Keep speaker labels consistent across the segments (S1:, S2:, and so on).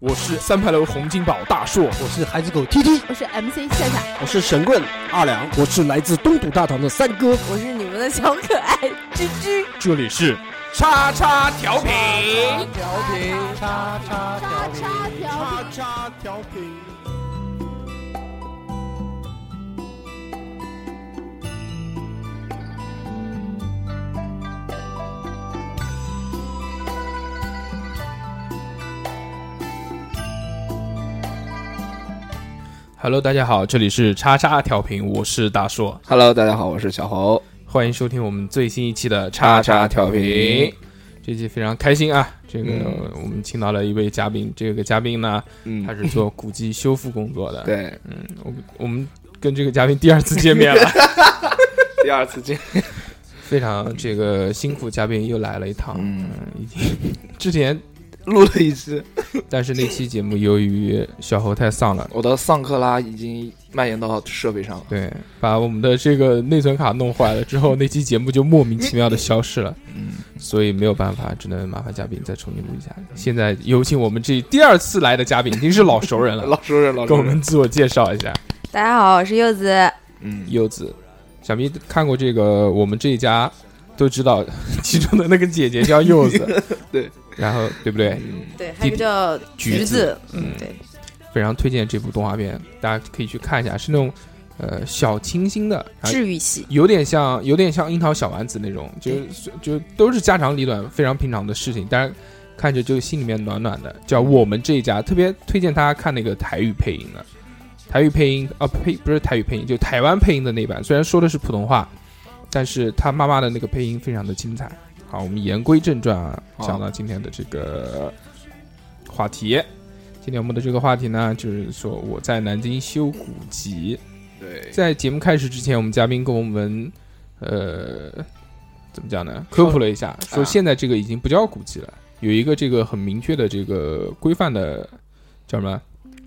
S1: 我是三牌楼洪金宝大硕，
S2: 我是孩子狗 T T，
S3: 我是 MC 夏夏，
S4: 我是神棍二两，
S5: 我是来自东土大唐的三哥，
S3: 我是你们的小可爱居居，
S1: 这里是叉叉调频，
S2: 调频，叉叉
S3: 叉叉调
S2: 叉叉调频。
S1: Hello，大家好，这里是叉叉调频，我是大硕，
S4: Hello，大家好，我是小猴。
S1: 欢迎收听我们最新一期的叉
S4: 叉
S1: 叉
S4: 叉
S1: 调
S4: 调
S1: 频
S4: 频。
S1: 这期非常开心啊！这个
S4: 嗯
S1: 我们请到了一位嘉宾，这个嘉宾呢，
S4: 嗯
S1: 他是做古籍修复工作的。，
S4: 对，
S1: 我我们跟这个嘉宾第二次见面 了，
S4: 第二次见。
S1: 非常这个辛苦，嘉宾又来了一趟。嗯
S4: 嗯，
S1: 已经之前，
S4: 录了一期，
S1: 但是那期节目由于小猴太丧了，
S4: 我的丧克拉已经蔓延到设备上了。
S1: 对，把我们的这个内存卡弄坏了之后，那期节目就莫名其妙的消失了，所以没有办法，只能麻烦嘉宾再重新录一下。现在有请我们这第二次来的嘉宾，已经是老熟 人了，
S4: 老熟人，老
S1: 跟我
S4: 熟
S1: 们
S4: 人。
S1: 自我介绍一下。
S3: 大家好，我是柚子，
S4: 嗯，
S1: 柚子，想必看过这个我们这一家都知道，其中的那个姐姐叫柚子，
S4: 对，
S1: 然后对不对？
S3: 对，还有一个叫
S1: 橘子
S3: 橘子，嗯，对，
S1: 非常推荐这部动画片，大家可以去看一下，是那种呃小清新的，然后
S3: 治愈系，
S1: 有点像，有点像樱桃小丸子那种，就是就都是家长里短、非常平常的事情，但是看着就心里面暖暖的。叫我们这一家，特别推荐大家看那个台语配音的，台语配音啊配不是台语配音，就台湾配音的那版，虽然说的是普通话，但是他妈妈的那个配音非常的精彩。好，我们言归正传啊，
S4: 好
S1: 讲到今天的这个话题。今天我们的这个话题呢，就是说我在南京修古籍。
S4: 对，
S1: 在节目开始之前，我们嘉宾跟我们，呃，怎么讲呢？科普了一下，说现在这个已经不叫古籍
S4: 啊
S1: 了，有一个这个很明确的这个规范的叫什么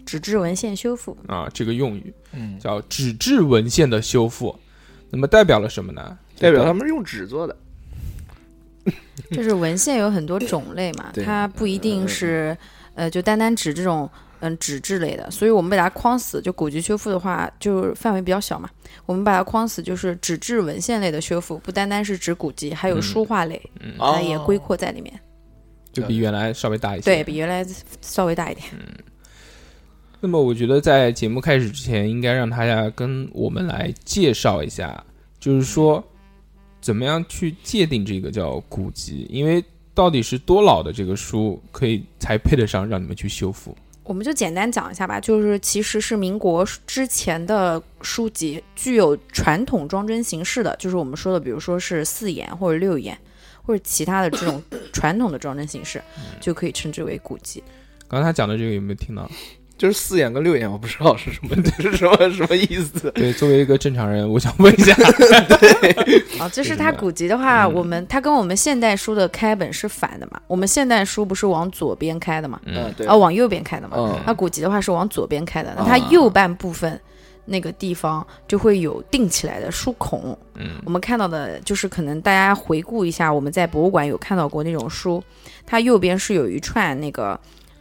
S3: 纸质文献修复，
S1: 啊？这个用语
S4: 嗯，
S1: 叫纸质文献的修复。那么代表了什么呢？
S4: 代表他们是用纸做的。
S3: 就是文献有很多种类嘛，
S4: 对
S3: 它不一定是呃就单单指这种嗯纸质类的，所以我们把它框死，就古籍修复的话，就是范围比较小嘛，我们把它框死就是纸质文献类的修复，不单单是指古籍，还有
S1: 嗯
S3: 书画类，把
S4: 哦
S3: 它也归括在里面，
S1: 就比原来稍微大一些。
S3: 对比原来稍微大一点。
S1: 那么我觉得在节目开始之前，应该让大家跟我们来介绍一下，就是说怎么样去界定这个叫古籍，因为到底是多老的这个书可以才配得上让你们去修复？
S3: 我们就简单讲一下吧，就是其实是民国之前的书籍具有传统装帧形式的，就是我们说的，比如说是四言或者六言，或者其他的这种传统的装帧形式，就可以称之为古籍。
S1: 刚才他讲的这个有没有听到？
S4: 就是四眼跟六眼，我不知道是什么， 是什么什么意思。
S1: 对，作为一个正常人，我想问一下，
S3: 啊，就是是
S1: 它
S3: 它
S1: 古
S3: 古籍的话，
S1: 嗯
S3: 我们它跟我们现代书的开本是反的嘛？我们现代书不是往左边开的嘛？
S4: 嗯，对
S3: 啊，，往右边开的嘛？
S4: 嗯
S3: 它古籍的话是往左边开的，那
S4: 啊
S3: 它右半部分那个地方就会有钉起来的书孔。
S1: 嗯，
S3: 我们看到的就是可能大家回顾一下，我们在博物馆有看到过那种书，它右边是有一串那个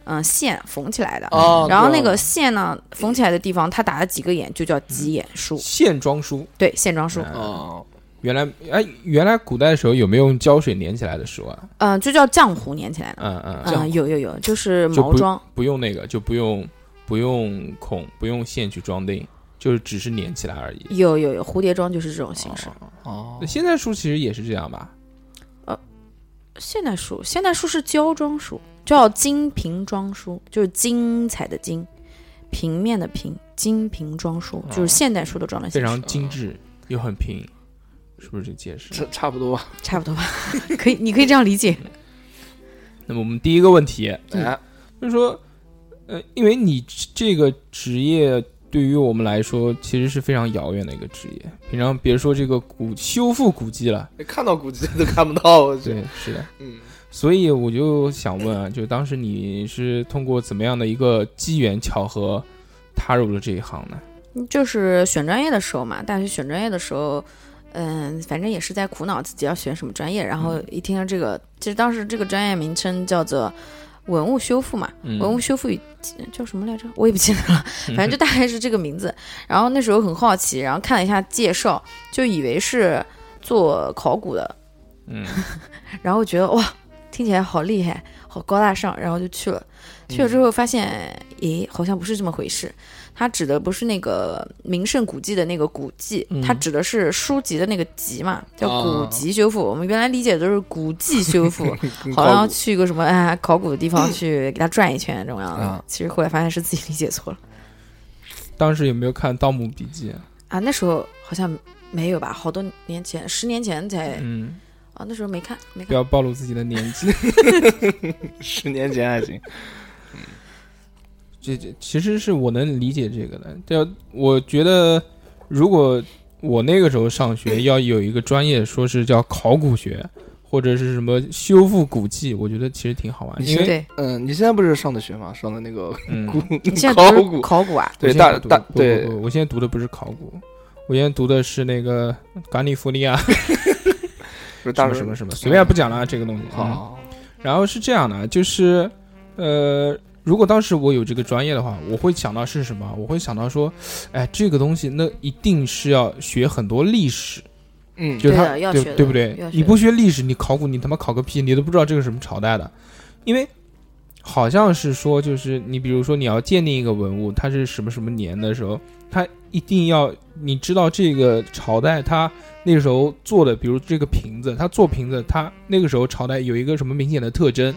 S3: 嗯、线缝起来的。
S4: 哦，
S3: 然后那
S4: 对
S3: 个
S4: 哦
S3: 线呢，缝起来的地方，它打了几个眼，就叫几眼 书，
S1: 线装书，
S3: 对，线装书，
S1: 嗯
S4: 哦，
S1: 原来哎，原来古代的时候有没有用胶水粘起来的书啊？
S3: 嗯、就叫浆糊粘起来的，
S1: 嗯嗯，
S3: 嗯、有有有，就是
S1: 就
S3: 毛
S1: 不
S3: 装，
S1: 不用那个，就不用不用孔，不用线去装订，就是只是粘起来而已。
S3: 有有有蝴蝶装，就是这种形式。
S4: 哦
S1: 那，现在书其实也是这样吧？
S3: 现代书，现代书是胶装书，叫金瓶装书，就是精彩的金，平面的平，金瓶装书，就是现代书的装的
S1: 哦非
S3: 形式，
S1: 常精致又很平，是嗯不是这个解释
S4: 差？差不多吧。
S3: 差不多吧， 可以，你可以这样理解。
S1: 那么我们第一个问题
S4: 哎，
S1: 就是说，呃，因为你这个职业对于我们来说其实是非常遥远的一个职业，平常别说这个古修复古迹了，
S4: 哎看到古籍都看不到，我去。
S1: 对，是的。
S4: 嗯，
S1: 所以我就想问啊，就当时你是通过怎么样的一个机缘巧合踏入了这一行呢？
S3: 就是选专业的时候嘛，大学选专业的时候，嗯，反正也是
S1: 嗯
S3: 在苦恼自己要选什么专业，然后一听到这个，其实当时这个专业名称叫做文物修复嘛，
S1: 嗯
S3: 文物修复与叫什么来着？我也不记得了，反正就大概是这个名字。然后那时候很好奇，然后看了一下介绍，就以为是做考古的，
S1: 嗯，
S3: 然后觉得哇，听起来好厉害，好高大上，然后就去了。去了之后发现，诶，好像不是这么回事。它指的不是那个名胜古迹的那个古迹，它指的是书籍的那个籍嘛，叫古
S4: 嗯哦
S3: 籍修复。我们原来理解的都是古迹修复，
S4: 跟
S3: 好像
S4: 考古
S3: 去一个什么哎考古的地方去给它转一圈这种样的
S4: 啊。
S3: 其实后来发现是自己理解错了
S1: 当时有没有看《盗墓笔记》？
S3: 啊，那时候好像没有吧，好多年前，十年前才
S1: 嗯，
S3: 啊，那时候没看没
S1: 不
S3: 看。
S1: 要暴露自己的年纪。
S4: 十年前还行，
S1: 这这其实是我能理解这个的。这我觉得，如果我那个时候上学，要有一个专业说是叫考古学，或者是什么修复古迹，我觉得其实挺好玩。
S4: 你
S1: 因为
S3: 对，
S4: 嗯，你现在不是上的学吗？上的那个
S1: 嗯，
S4: 古
S3: 你现在
S4: 考
S3: 读
S4: 古，
S3: 考古啊？
S1: 我
S4: 对
S1: 现
S4: 大
S1: 在读
S4: 大
S1: 不不
S4: 对
S1: 不，我现在读的不是考古，我现在读的是那个加利福尼亚
S4: 不是
S1: 什
S4: 大
S1: 么什么什么，随便不讲了啊，这个东西。
S4: 好
S1: 嗯
S4: 好，好
S1: 然后是这样的，就是，呃，如果当时我有这个专业的话，我会想到是什么？我会想到说，哎，这个东西那一定是要学很多历史，
S4: 嗯，
S1: 就是
S3: 对
S1: 它
S3: 的要
S1: 对
S3: 学的
S1: 对不对
S3: 要？学
S1: 你不学历史，你考古你他妈考个屁，你都不知道这个什么朝代的，因为。好像是说，就是你比如说你要鉴定一个文物，它是什么什么年的时候，它一定要你知道这个朝代它那时候做的，比如这个瓶子，它做瓶子，它那个时候朝代有一个什么明显的特征，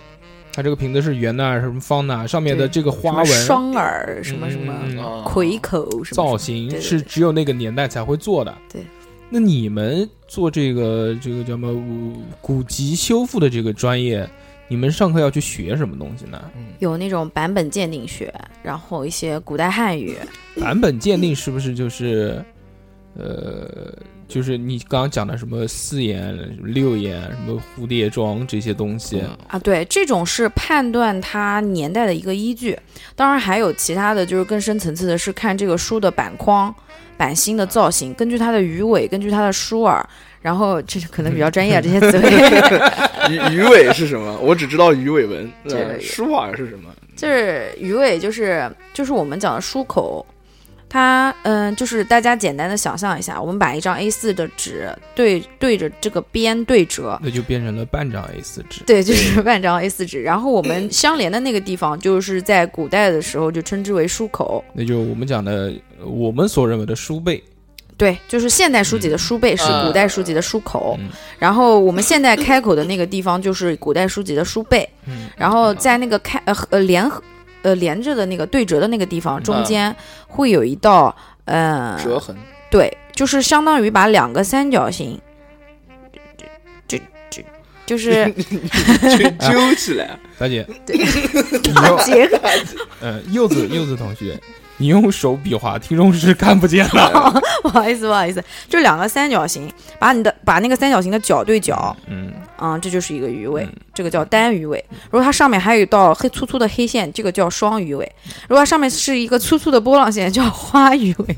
S1: 它这个瓶子是圆的啊，什么方的啊，上面的
S3: 对
S1: 这个
S3: 什
S1: 花
S3: 么
S1: 纹、啊
S3: 双耳什么什么
S1: 嗯嗯嗯
S4: 啊
S3: 葵口什么
S1: 造
S3: 什
S1: 型
S3: 么
S1: 是只有那个年代才会做的。
S3: 对，
S1: 那你们做这个这个叫什么古古籍修复的这个专业，你们上课要去学什么东西呢？
S3: 有那种版本鉴定学，然后一些古代汉语，
S1: 版本鉴定是不是就是，呃，就是你刚刚讲的什么四眼、六眼、什么蝴蝶装这些东西？
S4: 嗯
S3: 啊，对，这种是判断它年代的一个依据。当然还有其他的，就是更深层次的是看这个书的版框、版芯的造型，根据它的鱼尾，根据它的书饵，然后这可能比较专业啊，这些词汇，
S4: 鱼鱼尾是什么？我只知道鱼尾纹，
S3: 这
S4: 呃舒瓦是什么？
S3: 就是鱼尾，就是就是我们讲的书口。它嗯，就是大家简单的想象一下，我们把一张 A4 的纸对对着这个边对折，
S1: 那就变成了半张 A 四纸。
S3: 对，就是半张 A 4纸。然后我们相连的那个地方，就是在古代的时候就称之为书口。
S1: 那就是我们讲的，呃我们所认为的书背。
S3: 对，就是现代书籍的书背是
S4: 嗯
S3: 古代书籍的书口，
S1: 嗯
S3: 然后我们现在开口的那个地方就是古代书籍的书背，
S1: 嗯
S3: 然后在那个开呃和呃连和呃连着的那个对折的那个地方
S1: 嗯
S3: 中间会有一道嗯、呃
S4: 折痕，
S3: 对，就是相当于把两个三角形，这这这就是
S4: 揪揪起来，
S1: 大姐，
S3: 打 结合。
S1: 呃，柚子柚子同学，你用手比划，听众是看不见的。
S3: 不好意思，不好意思，就两个三角形，把你的把那个三角形的角对角，
S1: 嗯，
S3: 啊、这就是一个鱼尾，
S1: 嗯
S3: 这个叫单鱼尾。如果它上面还有一道黑粗粗的黑线，这个叫双鱼尾；如果它上面是一个粗粗的波浪线，叫花鱼尾。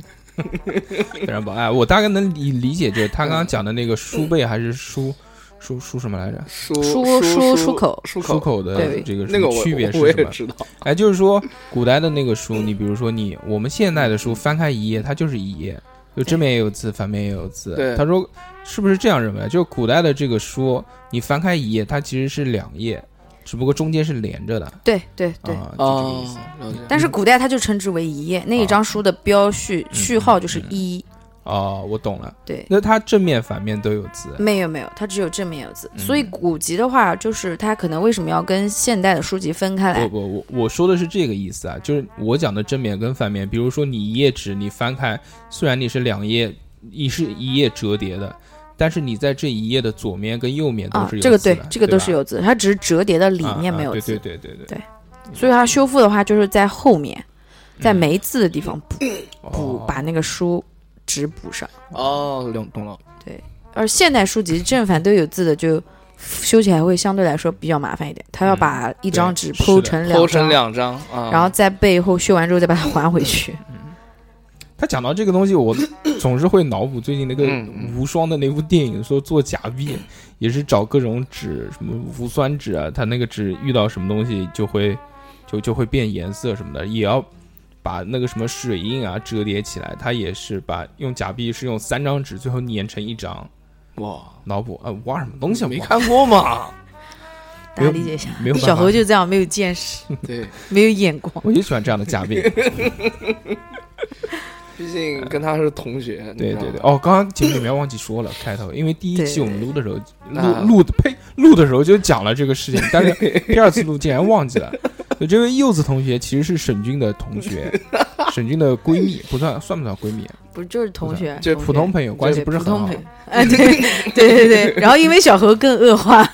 S1: 非常棒。哎，我大概能理理解，就是他刚刚讲的那个
S4: 嗯
S1: 书背还是书书书什么来着？
S4: 舒
S3: 舒舒
S4: 舒
S3: 舒口
S4: 舒
S1: 出
S4: 口，
S1: 口的
S3: 对
S1: 这个
S4: 那个我
S1: 区别
S4: 我
S1: 是什
S4: 也
S1: 么？
S4: 知道，
S1: 哎，就是说古代的那个书，你比如说你我们现代的书，翻开一页，它就是一页，就正面也有字，反面也有字。
S4: 对
S1: 他说是不是这样认为？就是古代的这个书，你翻开一页，它其实是两页，只不过中间是连着的。
S3: 对对对。
S1: 啊，就这个意
S4: 哦
S1: 思。，
S4: 了解。
S3: 但
S1: 嗯
S3: 是古代它就称之为一页，那一张书的标序序号
S1: 嗯
S3: 就是一。
S1: 哦，我懂了。
S3: 对，
S1: 那它正面反面都有字。
S3: 没有没有，它只有正面有字。
S1: 嗯
S3: 所以古籍的话，就是它可能为什么要跟现代的书籍分开
S1: 不
S3: 来？
S1: 不，我我说的是这个意思啊，就是我讲的正面跟反面，比如说你一页纸你翻开，虽然你是两页，你是一页折叠的，但是你在这一页的左面跟右面都
S3: 啊
S1: 是，有
S3: 这个
S1: 字的、
S3: 对，这个都
S1: 吧
S3: 是有字，它只是折叠的里
S1: 啊
S3: 面
S1: 啊
S3: 没有字。
S1: 对对对对对，嗯
S3: 所以它修复的话，就是在后面，在没字的地方补补
S1: 哦、
S3: 把那个书纸补上。
S4: 哦，懂懂了。
S3: 而现代书籍正反都有字的就。修起来会相对来说比较麻烦一点，他要把一张纸
S1: 嗯对
S3: 剖成两
S4: 剖成
S3: 张，
S4: 两张啊，
S3: 然后在背后修完之后再把它还回去。
S1: 他讲到这个东西， 我总是会脑补最近那个
S4: 嗯嗯
S1: 无双的那部电影，说做假币也是找各种纸，什么无酸纸啊，它那个纸遇到什么东西就会就就会变颜色什么的，也要把那个什么水印啊折叠起来，它也是把用假币是用三张纸最后粘成一张，
S4: 哇，
S1: 脑补啊挖什么东西啊
S4: 没
S1: 挖
S4: 看过嘛？
S3: 大家理解一下。
S1: 没有办法
S3: 小何就这样，没有见识，
S4: 对，
S3: 没有眼光。
S1: 我就喜欢这样的假币。
S4: 毕竟跟他是同学，
S1: 对对对，
S4: 哦，
S1: 哦，刚刚节目里面忘记说了，开头，因为第一期
S3: 对
S1: 我们录的时候，
S4: 啊
S1: 录录的呸，录的时候就讲了这个事情，但是第二次录竟然忘记了。就这位柚子同学其实是沈军的同 学，沈军的闺蜜，不算算不算闺蜜， 啊
S3: 不就是同学，
S4: 就
S3: 同学
S1: 普通朋友关系
S3: 对
S1: 不是
S3: 普
S1: 很
S3: 通
S1: 好
S3: 朋。 友。哎，对对对对。然后因为小何更恶化，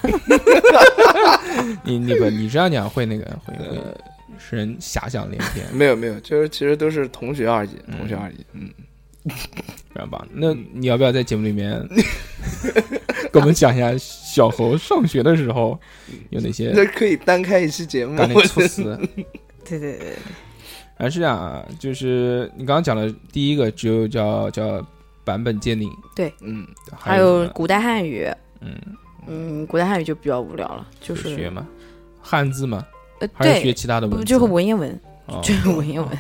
S1: 你你不你这样讲会那个会
S3: 呃
S1: 会使人遐想连篇，
S4: 没有没有，就是其实都是同学而已，同学而已。嗯，
S1: 知道吧？那你要不要在节目里 面跟我们讲一下小侯上学的时候有哪些
S4: 那可以单开一期节目
S1: 干。的
S4: 我
S1: 猝
S4: 觉得
S1: 死？
S3: 对对对，
S1: 还是这样啊，就是你刚刚讲的第一个只有叫叫版本鉴定，
S4: 嗯，
S3: 还
S1: 有
S3: 有
S1: 什么
S3: 古代汉语，
S1: 嗯，
S3: 嗯，古代汉语就比较无聊了，就是
S1: 学嘛，汉字嘛，
S3: 呃，
S1: 还是学
S3: 对，
S1: 其他的文
S3: 不
S1: 字？
S3: 就是文言文，
S1: 哦
S3: 就是文言文。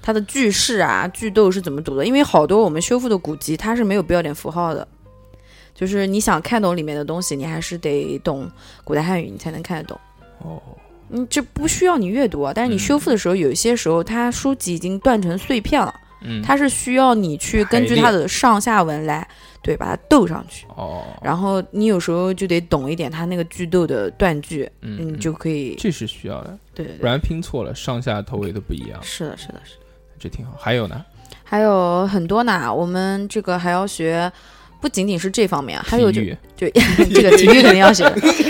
S3: 它的句式啊、句读是怎么读的？因为好多我们修复的古籍它是没有标点符号的，就是你想看懂里面的东西，你还是得懂古代汉语，你才能看得懂。
S1: 哦，
S3: 嗯，这不需要你阅读啊，但是你
S1: 嗯
S3: 修复的时候，有一些时候它书籍已经断成碎片了，
S1: 嗯，
S3: 它是需要你去根据它的上下文来，对，把它斗上去。
S1: 哦，
S3: 然后你有时候就得懂一点它那个句斗的断句，
S1: 嗯
S3: 你
S1: 嗯
S3: 就可以，
S1: 这是需要的，
S3: 对对
S1: 不
S3: 对，
S1: 然拼错了上下头尾都不一样，
S3: 是的，是的，是的。
S1: 这挺好。还有呢，
S3: 还有很多呢，我们这个还要学，不仅仅是这方面，啊还有就
S1: 体育
S3: 这个体育肯定 要学，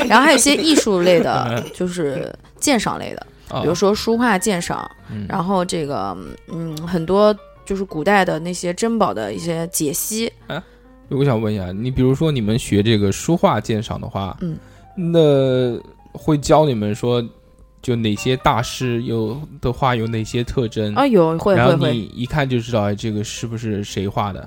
S3: 然后还有一些艺术类
S1: 嗯
S3: 的，就是鉴赏类的，
S1: 啊，
S3: 呃比如说书画鉴赏，
S1: 嗯
S3: 然后这个嗯很多就是古代的那些珍宝的一些解析，
S1: 我想问一下，你比如说你们学这个书画鉴赏的话，
S3: 嗯，
S1: 那会教你们说，就哪些大师有的画有哪些特征？
S3: 啊有会
S1: 嗯然
S3: 会
S1: 后
S3: 会，
S1: 你一看就知道哎这个是不是谁画的，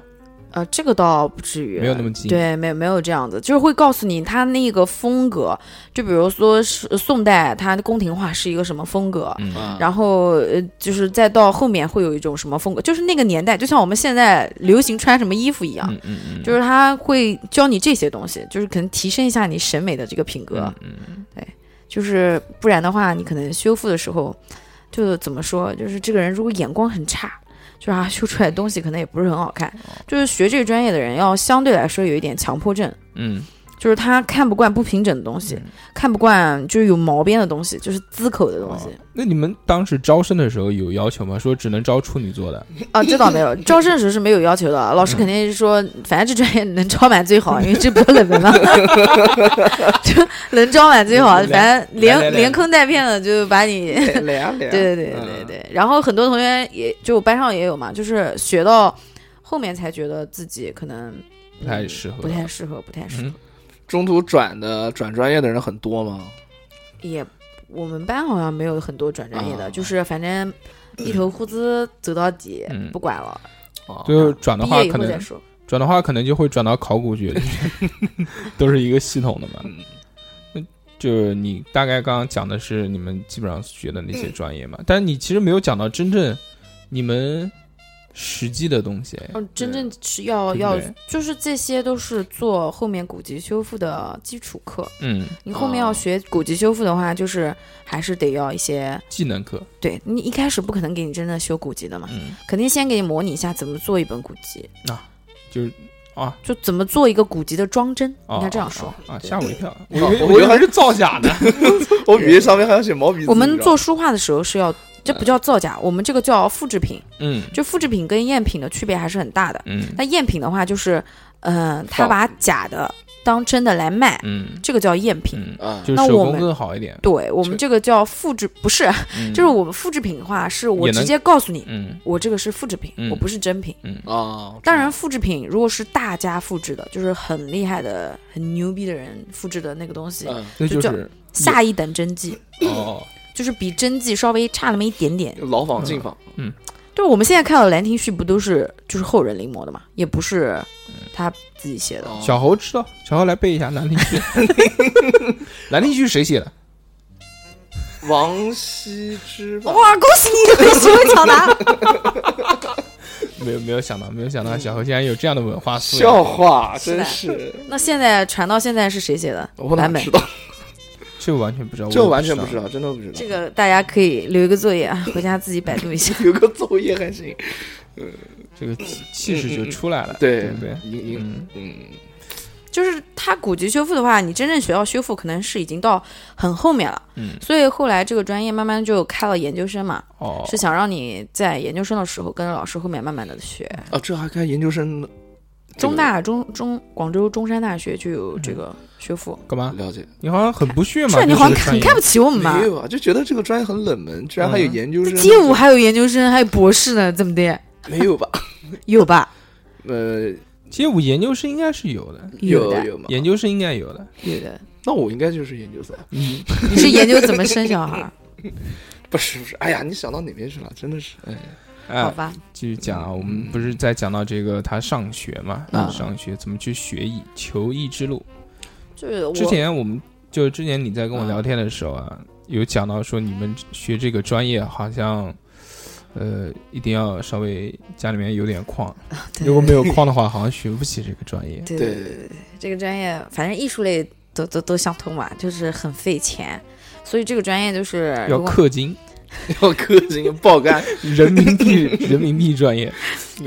S3: 呃这个倒不至于，
S1: 没有那么近。，
S3: 对，没有没有这样子，就是会告诉你他那个风格，就比如说是宋代，他的宫廷画是一个什么风格，
S1: 嗯，
S3: 然后呃，就是再到后面会有一种什么风格，就是那个年代，就像我们现在流行穿什么衣服一样，
S1: 嗯嗯嗯，
S3: 就是他会教你这些东西，就是可能提升一下你审美的这个品格，
S1: 嗯嗯
S3: 就是不然的话，你可能修复的时候，就怎么说，就是这个人如果眼光很差，就是他修出来的东西可能也不是很 好看，
S1: 哦
S3: 就是学这个专业的人要相对来说有一点强迫症。
S1: 嗯，
S3: 就是他看不惯不平整的东西，看不惯就是有毛边的东西，就是滋口的东西
S1: 哦。那你们当时招生的时候有要求吗？说只能招处女座的？
S3: 啊，这倒 没有，招生时候是没有要求的，老师肯定是说，反正这专业能招满 最好，因为这不冷门嘛， 就能招满最好，
S1: 来
S3: 反正
S1: 来来
S3: 连
S1: 来
S3: 连坑带骗的就把你。
S4: 来呀来呀，
S3: 对对对
S1: 嗯
S3: 对对，然后很多同学也就我班上也有嘛，就是学到后面才觉得自己可能嗯
S1: 不太适合
S3: 不太适合，不太适合。
S1: 嗯，
S4: 中途转的转专业的人很多吗？
S3: 也，我们班好像没有很多转专业的，
S4: 啊
S3: 就是反正一头胡子走到底，
S1: 嗯
S3: 不管了。
S4: 啊，
S1: 就是转的
S3: 哦毕
S1: 话
S3: 业以
S1: 可
S3: 后再
S1: 能
S3: 说。
S1: 转的话可能就会转到考古 学里，都是一个系统的嘛。
S4: 嗯
S1: 那就是你大概刚刚讲的是你们基本上学的那些专业嘛，
S3: 嗯
S1: 但是你其实没有讲到真正你们实际的东西。
S3: 嗯，真正是要
S1: 对不
S3: 要
S1: 对，
S3: 就是这些都是做后面古籍修复的基础课。
S1: 嗯，
S3: 你后面要
S4: 哦
S3: 学古籍修复的话，就是还是得要一些，
S1: 技能课。
S3: 对你一开始不可能给你真的修古籍的嘛，
S1: 嗯，
S3: 肯定先给你模拟一下怎么做一本古籍，
S1: 就是啊，
S3: 就怎么做一个古籍的装帧，
S1: 哦
S3: 应该这样说。
S1: 啊，
S3: 对
S1: 吓我一跳，我以
S4: 哦
S1: 为
S4: 我
S1: 我以
S4: 以
S1: 为
S4: 为
S1: 还是造假呢。
S4: 我笔记上面还要写毛笔字。
S3: 我们
S4: 你知道
S3: 做书画的时候是
S1: 呃
S3: 要，这不叫造假，我们这个叫复制品。
S1: 嗯
S3: 就复制品跟赝品的区别还是很大的。
S1: 嗯
S3: 那赝品的话，就是，呃，他
S4: 仿
S3: 把假的当真的来卖，
S1: 嗯
S3: 这个叫赝品。
S1: 嗯，
S4: 啊，
S1: 就是
S3: 那
S1: 手
S3: 我
S1: 工
S3: 们
S1: 更好一点。
S3: 对我们这个叫复制，不是，
S1: 嗯
S3: 就是我们复制品的话，是我
S1: 也能
S3: 直接告诉你，
S1: 嗯
S3: 我这个是复制品，
S1: 嗯
S3: 我不是真品。
S1: 嗯
S4: 啊，
S3: 当然，复制品如果是大家复制的，就是很厉害的、很牛逼的人复制的那个东西，
S4: 嗯，
S1: 那
S3: 就叫嗯
S1: 是
S3: 下一等真迹，
S1: 哦，
S3: 就是比真迹稍微差那么一点点。
S4: 就老仿净仿，
S3: 对就是我们现在看到的《兰亭序》不都是就是后人临摹的嘛，也不是他自己写的。
S1: 嗯哦
S4: 啊
S1: 小猴知道，小猴来背一下《兰亭 序》。兰亭序谁写的？
S4: 王羲之吧，
S3: 哇，恭喜你会学会抢答！
S1: 没有没有想到，没有想到小猴竟然有这样的文化素
S4: 笑
S1: 养。
S4: 话
S3: 是
S4: 真
S3: 的
S4: 是，
S3: 那现在传到现在是谁写的
S4: 我哪
S3: 版本
S4: 知？道？
S1: 这我完全不知道，
S4: 这
S1: 我
S4: 我
S1: 也
S4: 完全不
S1: 不
S4: 知。道，真的不知道。
S3: 这个大家可以留一个作业啊，回家自己百度一 下。
S4: 有个作业还行，
S1: 这个气气势就出来了，
S4: 嗯对
S1: 不对？
S4: 赢赢
S1: 嗯，
S4: 嗯，
S3: 就是它古籍修复的话，你真正学到修复可能是已经到很后面了。
S1: 嗯
S3: 所以后来这个专业慢慢就开了研究生嘛，
S1: 哦，
S3: 是想让你在研究生的时候跟着老师后面慢慢的学。
S4: 啊，这还开研究生呢，这
S3: 中
S4: 个
S3: 大中中广州中山大学就有这个修复，
S1: 干嘛？
S4: 了解，
S1: 你好像很不屑嘛？
S3: 这你
S1: 对
S3: 好
S1: 这
S3: 像
S1: 个专
S3: 很
S1: 业
S3: 看不起我们吧
S4: 没？有啊，就觉得这个专业很冷门，居然还有
S3: 嗯
S4: 研究生，
S3: 街舞还有研究生，还有博士呢，怎么的？
S4: 没有吧？
S3: 有吧？
S4: 呃，
S1: 街舞研究生应该是有的，
S3: 有的，
S4: 有吗？
S1: 研究生应该有的。
S3: 有的。
S4: 那我应该就是研究生，
S3: 你是研究怎么生小孩？
S4: 不是不是，哎呀，你想到哪边去了？真的是，哎 呀，
S3: 好
S1: 哎，
S3: 吧，
S1: 继续讲啊，我们不是在讲到这个他上学嘛？
S3: 嗯
S1: 上学怎么去学艺，求艺之路。
S3: 就是我
S1: 之前我们就之前你在跟我聊天的时候啊，有讲到说你们学这个专业好像，呃，一定要稍微家里面有点矿，
S3: 对
S1: 如果没有矿的话，好像学不起这个专 业。
S3: 对
S4: 对
S3: 对对，对这个专业反正艺术类都都都相通嘛，就是很费钱，所以这个专业就是
S1: 要
S3: 如果
S1: 氪 金，
S4: 要氪金爆肝，
S1: 人民币人民币专 业，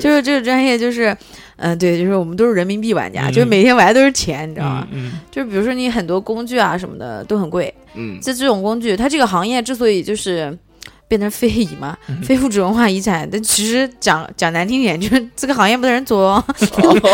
S3: 就是这个专业就是，嗯、对，就是我们都是人民币玩家，
S1: 嗯
S3: 就是每天玩的都是钱，你知道吗？
S1: 嗯嗯
S3: 就是比如说你很多工具啊什么的都很贵，
S4: 嗯，
S3: 就这种工具，它这个行业之所以就是变成非遗嘛，
S1: 嗯
S3: 非物质文化遗产，但其实讲讲难听点，就是这个行业没得人做 哦，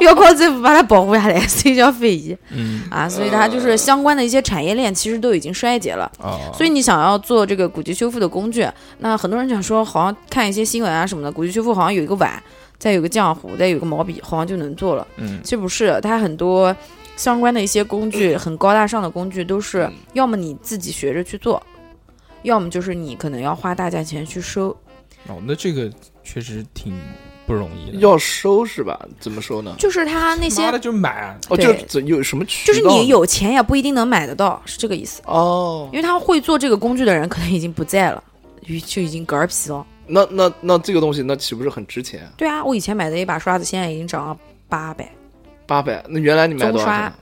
S3: 要靠政府把它保护下来，所以叫非遗
S1: 嗯
S3: 啊。所以它就是相关的一些产业链其实都已经衰竭了。
S1: 哦，
S3: 所以你想要做这个古籍修复的工具，那很多人想说，好像看一些新闻啊什么的，古籍修复好像有一个碗，再有个浆糊，再有个毛笔，好像就能做了。
S1: 嗯
S3: 这不是，它很多相关的一些工具，很高大上的工具，都是
S4: 嗯
S3: 要么你自己学着去做，要么就是你可能要花大价钱去收。
S1: 哦，那这个确实挺不容易的。
S4: 要收是吧？怎么说呢？
S3: 就是它那
S1: 妈
S3: 些
S1: 的，就买啊，
S4: 哦，
S3: 对
S4: 这怎有什么
S3: 就
S4: 渠道
S3: 是
S4: 呢？
S3: 你有钱也不一定能买得到，是这个意思。
S4: 哦
S3: 因，为他会做这个工具的人可能已经不在了，于就已经嗝儿屁了。
S4: 那那那这个东西那岂不是很值钱？
S3: 对啊，我以前买的一把刷子，现在已经涨了八百，
S4: 八百，那原来你买
S3: 中
S4: 多少
S3: 刷
S4: 钱？啊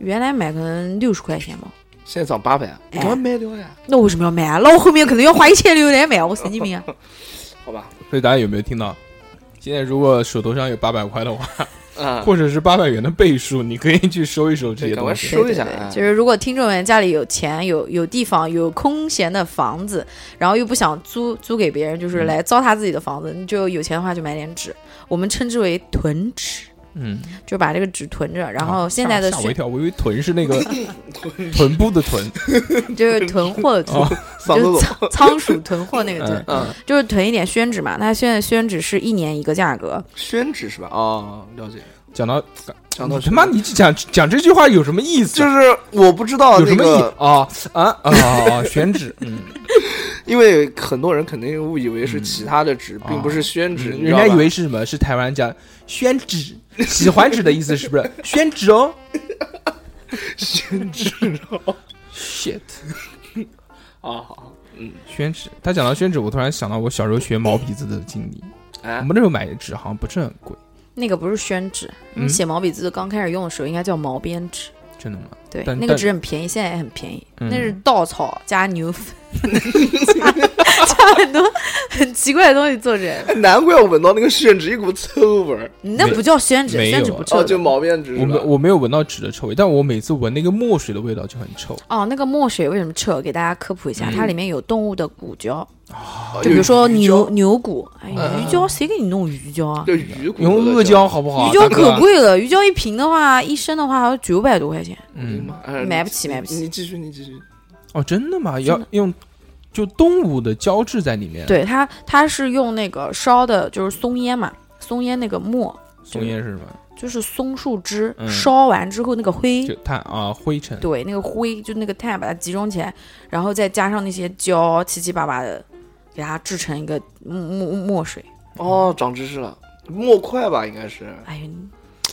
S3: 原来买可能六十块钱 吧。
S4: 现在涨八百，啊你
S3: 哎
S4: 干嘛卖掉呀？
S3: 那我为什么要买啊？那我后面可能要花一千六来买，我神经病啊！
S4: 好吧，
S1: 所以大家有没有听到？现在如果手头上有八百块的话，
S4: 啊，
S1: 或者是八百元的倍数，你可以去收一收这些
S4: 对赶快
S1: 东西。
S4: 收一下
S3: 对对
S4: 哎
S3: 对就是如果听众们家里有钱、有有地方、有空闲的房子，然后又不想租租给别人，就是
S1: 嗯
S3: 来糟蹋自己的房子，你就有钱的话就买点纸，我们称之为囤纸，
S1: 嗯，
S3: 就把这个纸囤着。然
S1: 啊
S3: 后现在的
S1: 吓吓我
S3: 选
S1: 一跳，我以为臀是那个 臀部的臀。
S3: 就是囤货 的囤，
S1: 哦
S4: 嗓
S3: 就
S4: 子
S3: 是
S4: 走，
S3: 仓仓鼠囤货那 个囤，
S1: 嗯
S4: 嗯，
S3: 就是囤一点宣纸嘛。那现在宣纸是一年一个价格，
S4: 宣纸是吧？哦，了解。
S1: 讲到
S4: 讲到
S1: 你他妈，你讲讲这句话有什么意思？
S4: 就是我不知道
S1: 有什
S4: 那
S1: 么意
S4: 个，
S1: 啊啊啊啊！选 址，嗯，
S4: 因为很多人肯定误以为是其他的纸，并不是宣纸，你
S1: 嗯
S4: 知
S1: 人
S4: 道吧
S1: 家以为是什么？是台湾讲宣纸，喜欢纸的意思是 不是？宣纸哦
S4: 宣纸哦。
S1: ，shit，
S4: 啊，好，嗯，
S1: 宣纸。他讲到宣纸，我突然想到我小时候学毛笔字的经历。我
S4: 哎
S1: 们，那时候买纸好像不是很贵，
S3: 那个不是宣纸，
S1: 嗯
S3: 你写毛笔字刚开始用的时候应该叫毛边纸。
S1: 真的吗？
S3: 对，
S1: 但
S3: 那个
S1: 但
S3: 纸很便宜，现在也很便宜，
S1: 嗯
S3: 那是稻草加牛粪，加加很多很奇怪的东西做成。
S4: 哎难怪我闻到那个宣纸一股臭味儿，
S3: 你那
S1: 没
S3: 不叫宣纸，
S1: 没
S3: 宣
S1: 有啊
S3: 纸不臭
S4: 哦，
S3: 的。
S4: 就毛面纸
S1: 我
S4: 是
S1: 没
S4: 吧？
S1: 我没有闻到纸的臭味，但我每次闻那个墨水的味道就很臭。
S3: 哦，那个墨水为什么臭？给大家科普一
S1: 嗯
S3: 下，它里面有动物的骨胶，
S4: 哦
S3: 就比如说，牛
S4: 有嗯
S3: 牛骨，哎，鱼胶谁给你弄鱼胶啊？
S4: 鱼就鱼骨
S1: 用
S4: 头
S1: 阿
S4: 的
S1: 胶，好不好？
S3: 鱼胶
S1: 大哥
S3: 可贵了，鱼胶一瓶的话，一升的话还要九百多块钱。
S1: 嗯，
S4: 哎
S3: 买不起买不起
S4: 你继续，你继续。
S1: 哦，真的吗？
S3: 真
S1: 要
S3: 的
S1: 用就动物的胶质在里面，，
S3: 对，它它是用那个烧的，就是松烟嘛，松烟那个墨，
S1: 松烟是什么？
S3: 就是松树枝
S1: 嗯
S3: 烧完之后那个灰，
S1: 就碳啊，灰尘。，
S3: 对，那个灰就那个碳把它集中起来，然后再加上那些胶，七七八八的，给它制成一个墨墨墨水。
S4: 哦，长知识了，墨块吧，应该是。
S3: 哎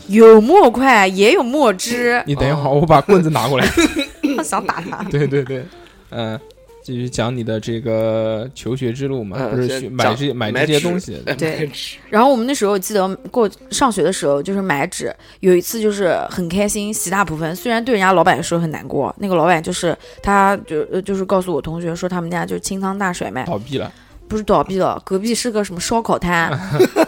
S3: 呦，有墨块啊也有墨汁
S1: 你等一会儿，我把棍子拿过来。
S3: 想打他。
S1: 对对对，嗯、继续讲你的这个求学之路嘛，
S4: 嗯
S1: 不是
S4: 先
S1: 去
S4: 讲
S1: 买这买这些东西，
S4: 哎
S3: 对
S4: 买纸
S3: 然后我们那时候记得过上学的时候，就是买纸，有一次就是很开心，喜大普奔。虽然对人家老板说很难过，那个老板就是他就呃就是告诉我同学说他们家就清仓大甩卖，
S1: 倒闭了。
S3: 不是倒闭了，隔壁是个什么烧烤摊，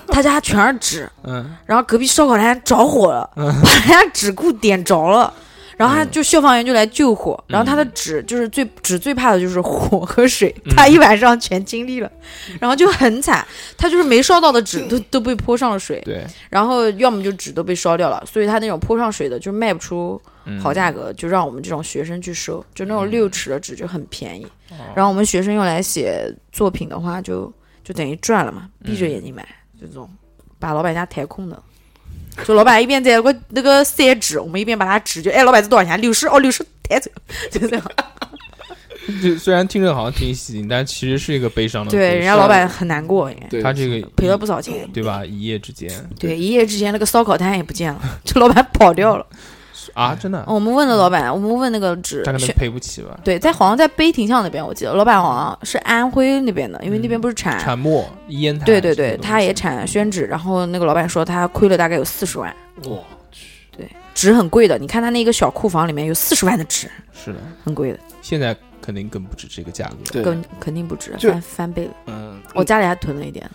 S3: 他家全是纸，
S1: 嗯，
S3: 然后隔壁烧烤摊着火了，把人家纸库点着了。然后他就消防员就来救火，然后他的纸就是最纸最怕的就是火和水，他一晚上全经历了，然后就很惨，他就是没烧到的纸都都被泼上了水，
S1: 对，
S3: 然后要么就纸都被烧掉了，所以他那种泼上水的就卖不出
S1: 嗯
S3: 好价格，就让我们这种学生去收，就那种六尺的纸就很便宜，然后我们学生用来写作品的话就，就等于赚了嘛，闭着眼睛买，就这种把老板家抬空的。就老板一边在我那个塞纸，我们一边把他纸就哎，老板这多少钱？六十哦，六十抬走， 就这样。
S1: 这虽然听着好像挺喜庆，但其实是一个悲伤的故事。
S3: 对，人家老板很难过，哎
S4: 对，
S1: 他这个
S3: 赔了不少钱。
S1: 对吧？一夜之间
S3: 对，一夜之间那个烧烤摊也不见了， 这老板跑掉了。哦
S1: 啊，真的，
S3: 我们问了老板，我们问那个纸
S1: 他可能
S3: 选
S1: 赔不起吧？
S3: 对，在好像在碑亭巷那边，我记得老板好像是安徽那边的，因为那边不是产，
S1: 产墨烟台，
S3: 对对对，他也。产宣纸，然后那个老板说他亏了大概有四十万，
S4: 哇，
S3: 纸很贵的，你看他那个小库房里面有四十万的纸，
S1: 是的，
S3: 很贵的，
S1: 现在肯定更不止这个价格。
S4: 对，
S3: 更肯定不止
S4: 就
S3: 翻翻倍了，
S4: 嗯，
S3: 我家里还囤了一点，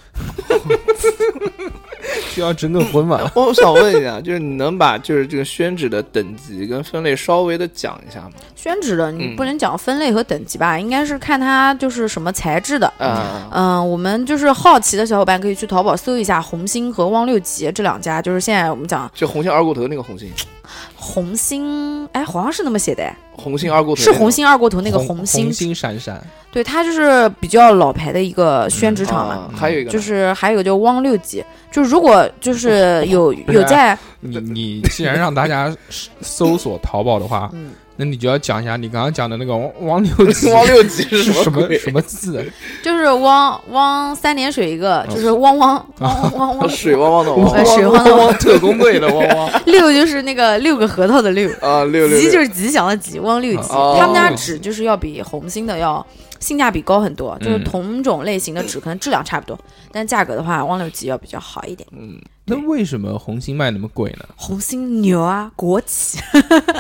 S1: 需要整个婚嘛？
S4: 我想问一下，就是你能把就是这个宣纸的等级跟分类稍微的讲一下吗？
S3: 宣纸的你
S4: 嗯
S3: 不能讲分类和等级吧，应该是看它就是什么材质的，
S4: 啊，
S3: 嗯，我们就是好奇的小伙伴可以去淘宝搜一下红星和汪六杰这两家，就是现在我们讲
S4: 就红星二锅头那个红星，
S3: 红星，哎，好像是那么写的，哎
S4: 红星二锅头
S3: 是
S4: 那个
S3: 红星二锅 头那个
S1: 红
S3: 星
S1: 红星闪闪，
S3: 对，它就是比较老牌的一个宣纸厂嘛。
S4: 啊还有一个呢
S3: 就是还有一个叫汪六级，就如果
S4: 哦
S3: 就是有
S1: 不是
S3: 有
S4: 啊
S3: 在，
S1: 你你既然让大家搜索淘宝的话，
S3: 嗯，
S1: 那你就要讲一下你刚刚讲的那个王王六 吉
S4: 王六级是
S1: 是什么
S4: 鬼
S1: 什么字？啊
S3: 就是汪汪三点水一
S4: 哦
S3: 个，就是汪汪汪汪汪
S4: 水汪汪的汪
S3: 呃水汪汪
S4: 汪特工队的汪汪
S3: 六就是那个六个核桃的六，
S4: 啊，六六
S3: 吉就
S4: 六
S3: 是吉祥的吉，汪六级。
S4: 哦
S3: 他们家纸就是要比红星的要性价比高很多，就是
S1: 嗯
S3: 同种类型的纸可能质量差不多，但价格的话，汪六级要比较好一点。
S4: 嗯，
S1: 那为什么红星卖那么贵呢？
S3: 红星牛啊，国企，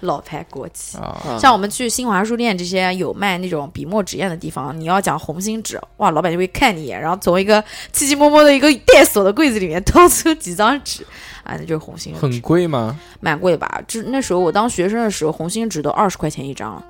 S3: 老牌国企。
S1: 啊，
S4: 啊
S3: 像我们去新华书店这些有卖那种笔墨纸砚的地方，你要讲红星纸，哇，老板就会看你一眼，然后从一个奇奇摸摸的一个带锁的柜子里面掏出几张纸， 啊，那就是红星纸，
S1: 很贵吗？
S3: 蛮贵吧？这那时候我当学生的时候，红星纸都二十块钱一张了，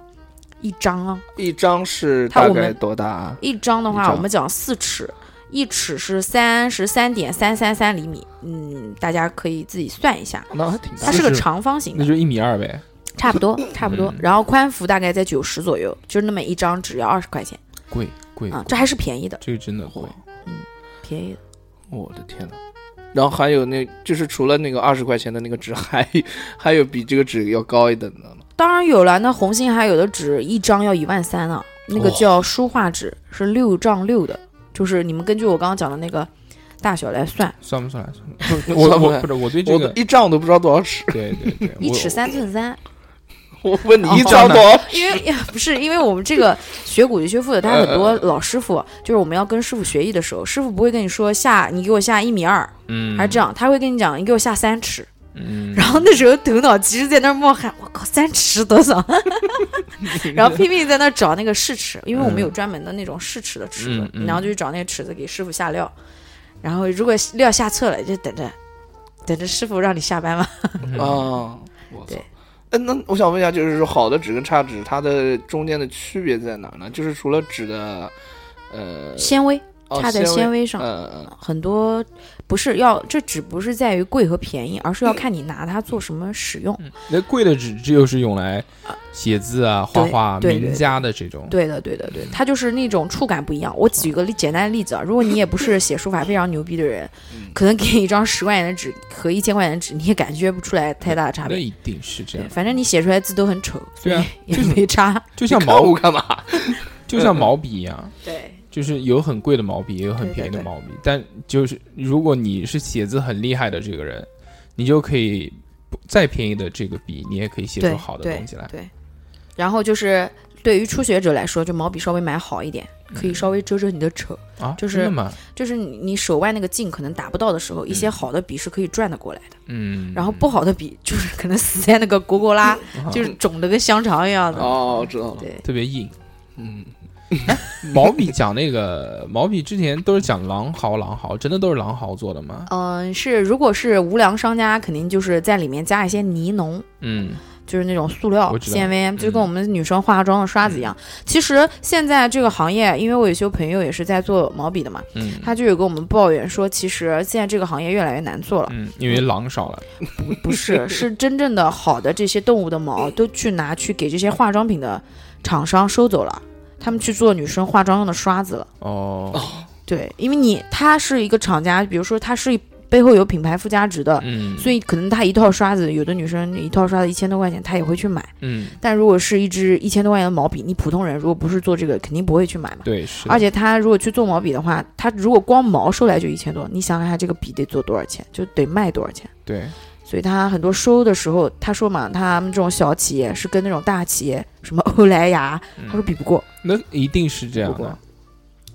S3: 一张啊，
S4: 一张是
S3: 他
S4: 大
S3: 我
S4: 概
S3: 们
S4: 多大啊？
S3: 一张的
S4: 一
S3: 话，
S4: 张
S3: 我们讲四尺，一尺是三十三点三三三厘米，嗯，大家可以自己算一下，
S4: 那还挺
S3: 它
S4: 大
S3: 是个
S1: 40
S3: 长方形的
S1: 那。就一米二呗，
S3: 差不多，差不多。然后宽幅大概在九十左右，就是那么一张纸要二十块钱
S1: 贵贵，
S3: 啊、这还是便宜的，
S1: 这个真的贵。
S3: 便宜的。
S4: 我的天呐！然后还有那，就是除了那个二十块钱的那个纸，还 还有比这个纸要高一等的吗？
S3: 当然有了，那红星还有的纸一张要一万三呢，那个
S1: 哇
S3: 叫书画纸，是六丈六的，就是你们根据我刚刚讲的那个大小来算，
S1: 算不算来？算 不我
S4: 算不
S1: 我
S4: 来
S1: 不是我对这
S4: 我
S1: 个
S4: 一张都不知道多少尺。
S1: 对对对，
S3: 一
S1: 我
S3: 尺三寸三。
S4: 我问你
S3: 哦
S4: 一张多少？
S3: 因为 不是因为我们这个学古籍学赋的，他很多老师傅，就是我们要跟师傅学艺的时候，师傅不会跟你说下你给我下一米二，
S1: 嗯，
S3: 还是这样，他会跟你讲你给我下三尺。
S1: 嗯，
S3: 然后那时候头脑其实在那儿冒汗，我靠，三尺多少？ 然后拼命在那儿找那个试尺，因为我们有专门的那种试尺的尺子，
S1: 嗯嗯
S3: 然后就去找那个尺子给师傅下料。然后如果料下错了，就等着等着师傅让你下班吧。
S4: 啊！我操
S3: 对！
S4: 哎，那我想问一下，就是说好的纸跟差纸，它的中间的区别在哪儿呢？就是除了纸的，呃，
S3: 纤维
S4: 哦
S3: 插在纤
S4: 纤
S3: 维
S4: 嗯
S3: 上，
S4: 嗯
S3: 很多不是要这只不是在于贵和便宜，而是要看你拿它做什么使用。
S1: 那贵的纸只有是用来写字啊、画
S3: 对
S1: 画、
S3: 对对
S1: 名家的这种。
S3: 对的，对的，对的，它就是那种触感不一样。我举个例简单的例子啊，如果你也不是写书法非常牛逼的人，
S1: 嗯
S3: 可能给你一张十块钱的纸和一千块钱的纸，你也感觉不出来太大的差
S1: 那
S3: 别。
S1: 一定是这
S3: 对
S1: 样，，
S3: 反正你写出来字都很丑，所
S1: 对
S3: 以
S1: 啊
S3: 也没差。
S1: 就像
S4: 毛
S1: 毛
S4: 干嘛？
S1: 就像毛笔一样，
S3: 对，
S1: 就是有很贵的毛笔，也有很便宜的毛笔，但就是如果你是写字很厉害的这个人，你就可以不再便宜的这个笔，你也可以写
S3: 对
S1: 出好的
S3: 对
S1: 东西来。
S3: 对，然后就是对于初学者来说，就毛笔稍微买好一点，
S1: 嗯
S3: 可以稍微遮遮你的丑。
S1: 啊，
S3: 就是
S1: 真的吗？
S3: 就是你你手腕那个劲可能达不到的时候，一些
S1: 嗯
S3: 好的笔是可以转得过来的，
S1: 嗯，
S3: 然后不好的笔就是可能死在那个gorgor拉，
S1: 啊
S3: 就是肿的跟香肠一样的。
S4: 哦，我知道了，
S3: 对，
S1: 特别硬。哎
S4: 嗯，
S1: 毛笔讲那个毛笔之前都是讲狼毫，狼毫真的都是狼毫做的吗？
S3: 嗯，是如果是无良商家，肯定就是在里面加一些尼龙。
S1: 嗯，
S3: 就是那种塑料
S1: 我知道嗯
S3: 纤维，就跟我们女生化妆的刷子一样。其实现在这个行业，因为我有些朋友也是在做毛笔的嘛，
S1: 嗯
S3: 他就有跟我们抱怨说，其实现在这个行业越来越难做了。
S1: 嗯，因为狼少了，
S3: 不是，是真正的好的这些动物的
S1: 嗯
S3: 毛都去拿去给这些化妆品的厂商收走了，他们去做女生化妆用的刷子了。
S1: 哦，
S3: 对，因为你它是一个厂家，比如说它是背后有品牌附加值的。
S1: 嗯，
S3: 啊所
S1: 以，
S3: 以可能它一套刷子，有的女生一套刷子一千多块钱，她也会去买。
S1: 嗯，
S3: 但如果是一支一千多块钱的毛笔，你普通人如果不是做这个，肯定不会去买嘛。
S1: 对，是的，
S3: 而且他如果去做毛笔的话，他如果光毛收来就一千多，你想想他这个笔得做多少钱，就得卖多少钱。
S1: 对，
S3: 所以他很多收的时候，他说嘛，他们这种小企业是跟那种大企业，什么欧莱雅，他说
S1: 嗯
S3: 比不过，
S1: 那一定是这样
S3: 不
S1: 的
S3: 过，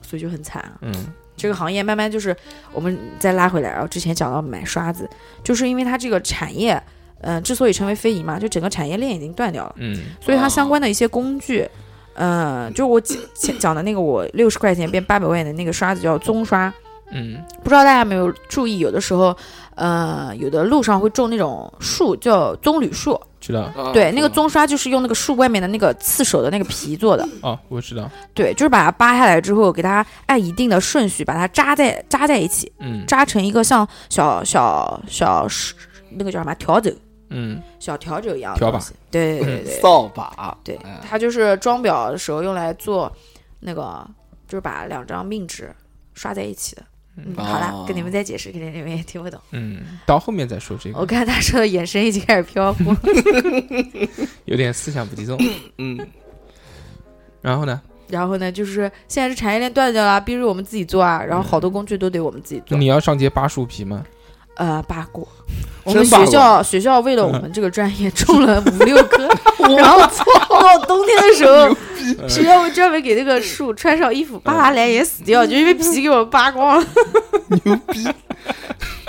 S3: 所以就很惨啊。
S1: 嗯，
S3: 这个行业慢慢就是我们再拉回来啊，之前讲到买刷子，就是因为它这个产业，嗯、之所以成为非遗嘛，就整个产业链已经断掉了。
S1: 嗯，
S3: 所以它相关的一些工具，嗯、就是我讲前讲的那个我六十块钱变八百块钱的那个刷子叫棕刷，
S1: 嗯，
S3: 不知道大家有没有注意，有的时候，呃，有的路上会种那种树叫棕榈树，
S1: 知道，
S4: 啊
S3: 对，那个
S4: 知道
S3: 棕刷就是用那个树外面的那个刺手的那个皮做的，
S1: 哦，我知道，
S3: 对，就是把它扒下来之后，给它按一定的顺序把它扎在扎在一起，
S1: 嗯，
S3: 扎成一个像小小小那个叫什么笤帚。
S1: 嗯，
S3: 小笤帚一样
S1: 笤
S3: 的东
S1: 把
S3: 西，对对对对，
S4: 扫把，
S3: 对
S4: 哎，
S3: 它就是装裱的时候用来做那个，就是把两张命纸刷在一起的。嗯，好啦
S4: 哦，
S3: 跟你们再解释，肯定你们也听不懂。
S1: 嗯，到后面再说这
S3: 我
S1: 个，
S3: 看他说的眼神已经开始飘忽。
S1: 有点思想不集中。
S4: 嗯，
S1: 然后呢，
S3: 然后呢，就是现在是产业链断掉了，逼着我们自己做啊。然后好多工具都得我们自己做
S1: 你。要上街扒树皮吗？
S3: 呃，八过，我
S4: 真
S3: 们
S4: 八
S3: 学
S4: 卦
S3: 校学校为了我们这个专业种了五六棵，然后到冬天的时候， 学校会专门给那个树穿上衣服，扒下来也死掉，就因为皮给我们扒光了。牛逼！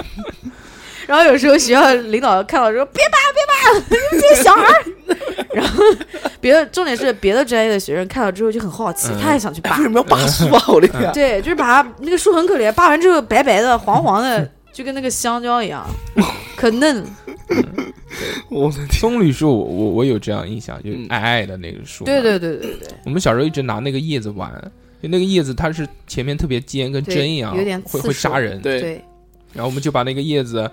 S3: 然后有时候学校领导看到说：“别扒，别扒，你们这些小孩儿。” 然后别的重点是别的专业的学生看到之后就很好奇，
S1: 嗯
S3: 他也想去扒
S4: 为。什么要拔树啊？我的 天，
S3: 对，就是把它那个树很可怜，扒完之后白白的、黄黄的，就跟那个香蕉一样，可嫩。
S4: 我的天，
S1: 棕榈树，我我我有这样印象，就
S4: 嗯
S1: 矮矮的那个树。
S3: 对，对对对对
S1: 我们小时候一直拿那个叶子玩，就那个叶子它是前面特别尖，跟针一样，
S3: 对有点
S1: 会
S3: 刺
S1: 会扎
S3: 手
S1: 人。
S4: 对
S3: 对，
S1: 然后我们就把那个叶子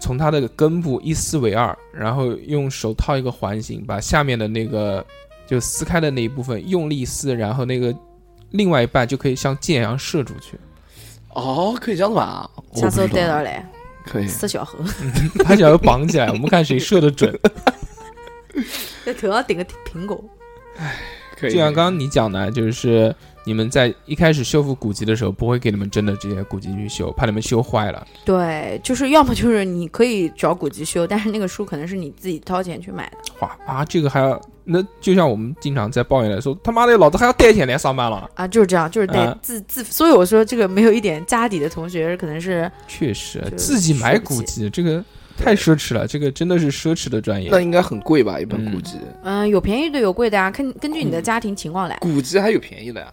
S1: 从它的根部一撕为二，然后用手套一个环形，把下面的那个就撕开的那一部分用力撕，然后那个另外一半就可以像箭一样射出去。
S4: 哦，可以这样子玩啊，
S3: 下次
S4: 我
S3: 我
S4: 不知
S3: 带
S4: 道嗯
S3: 到来
S4: 可以，
S3: 四小河，
S1: 把小要绑起来，我们看谁射的准。
S3: 在头上顶个苹果。
S4: 可
S1: 就
S4: 以，
S1: 像刚刚你讲的，就是你们在一开始修复古籍的时候，不会给你们真的这些古籍去修，怕你们修坏了。
S3: 对，就是要么就是你可以找古籍修，但是那个书可能是你自己掏钱去买的。
S1: 哇啊，这个还要那就像我们经常在抱怨的说，他妈的老子还要带钱来上班了。
S3: 啊，就是这样，就是带
S1: 嗯
S3: 自自，所以我说这个没有一点家底的同学，可能是
S1: 确实
S3: 就，是
S1: 自己买
S3: 收集
S1: 古籍这个太奢侈了，这个真的是奢侈的专业。
S4: 那应该很贵吧？一本
S1: 嗯
S4: 古籍，
S3: 嗯，有便宜的，有贵的啊，根根据你的
S4: 嗯
S3: 家庭情况来。
S4: 古籍还有便宜的呀？